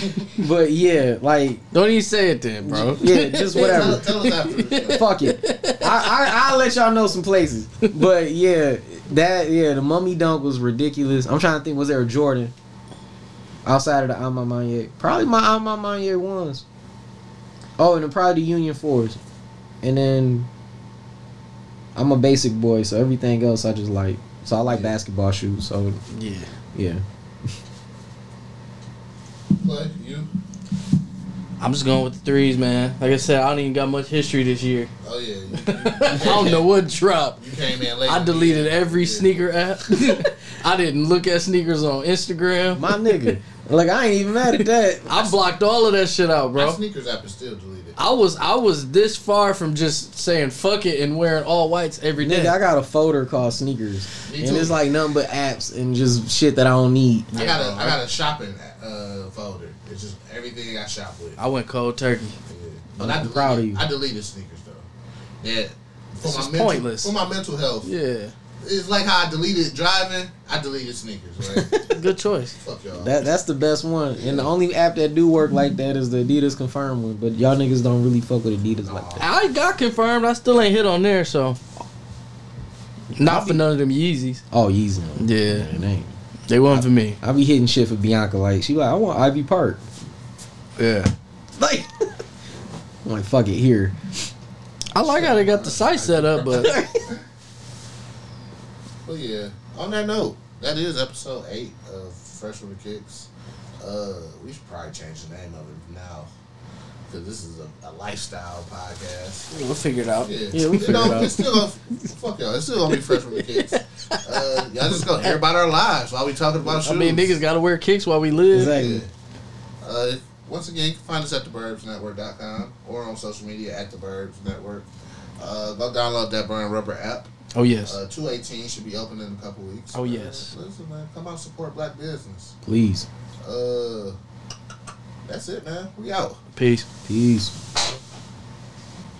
E: but yeah, like
D: Don't even say it then, bro.
E: yeah, just whatever.
B: Tell, tell us after this.
E: Fuck it. I, I I'll let y'all know some places. But yeah, that yeah, the mummy dunk was ridiculous. I'm trying to think, was there a Jordan? Outside of the Alma Maniac. Probably my Alma Maniac ones. Oh, and then probably the Union Fours. And then I'm a basic boy, so everything else I just like. So I like basketball shoes, so
D: Yeah.
E: yeah.
B: Play, you.
D: I'm just going with the threes, man. Like I said, I don't even got much history this year.
B: Oh yeah. You,
D: I don't know what drop.
B: you came in late.
D: I deleted every
B: Yeah.
D: sneaker app. I didn't look at sneakers on Instagram.
E: My nigga. like I ain't even mad at that.
D: I blocked all of that shit out,
B: My
D: bro.
B: sneakers app is still deleted.
D: I was I was this far from just saying fuck it and wearing all whites every day.
E: Nigga, I got a folder called sneakers.
B: Me
E: And
B: too.
E: it's like nothing but apps and just shit that I don't need.
B: I got a I got a shopping uh, folder. It's just everything I shop with.
D: I went cold turkey.
B: Yeah. But I
E: I'm
B: deleted,
E: proud of you.
B: I deleted sneakers though. Yeah. For
D: This
B: my
D: is
B: mental,
D: pointless.
B: For my mental health.
D: Yeah,
B: It's like how I deleted driving. I deleted sneakers. Right?
D: good choice.
B: Fuck y'all.
E: That that's the best one. And the only app that do work like that is the Adidas Confirm one. But y'all niggas don't really fuck with Adidas like that.
D: I got confirmed. I still ain't hit on there, so not for none of them Yeezys.
E: Oh, Yeezy. no.
D: Yeah,
E: It ain't.
D: they wasn't for me.
E: I be hitting shit for Bianca. Like she like, I want Ivy Park.
D: Yeah,
E: Like I'm like, fuck it here.
D: I like how they got the site set up, but
B: Well, yeah. On that note, that is episode eight of Fresh with the Kicks. Uh, we should probably change the name of it now because this is a, a lifestyle podcast.
D: we'll figure it out.
B: Yeah,
D: Yeah, we
B: You
D: figured
B: know,
D: it out.
B: It's still gonna, fuck y'all. It's still gonna be Fresh with the Kicks. Uh, y'all just gonna hear about our lives while we talking about
D: I
B: shoes.
D: mean, niggas gotta wear kicks while we live.
E: Exactly.
B: Uh, once again, you can find us at theburbsnetwork.com or on social media at the Burbs Network. Uh, go download that Burn Rubber app.
D: Oh yes,
B: Uh, 218 should be open in a couple weeks.
D: Oh, yes.
B: Uh, listen, man, come out support black business.
E: Please.
B: Uh, that's it, man. We out.
D: peace.
E: Peace.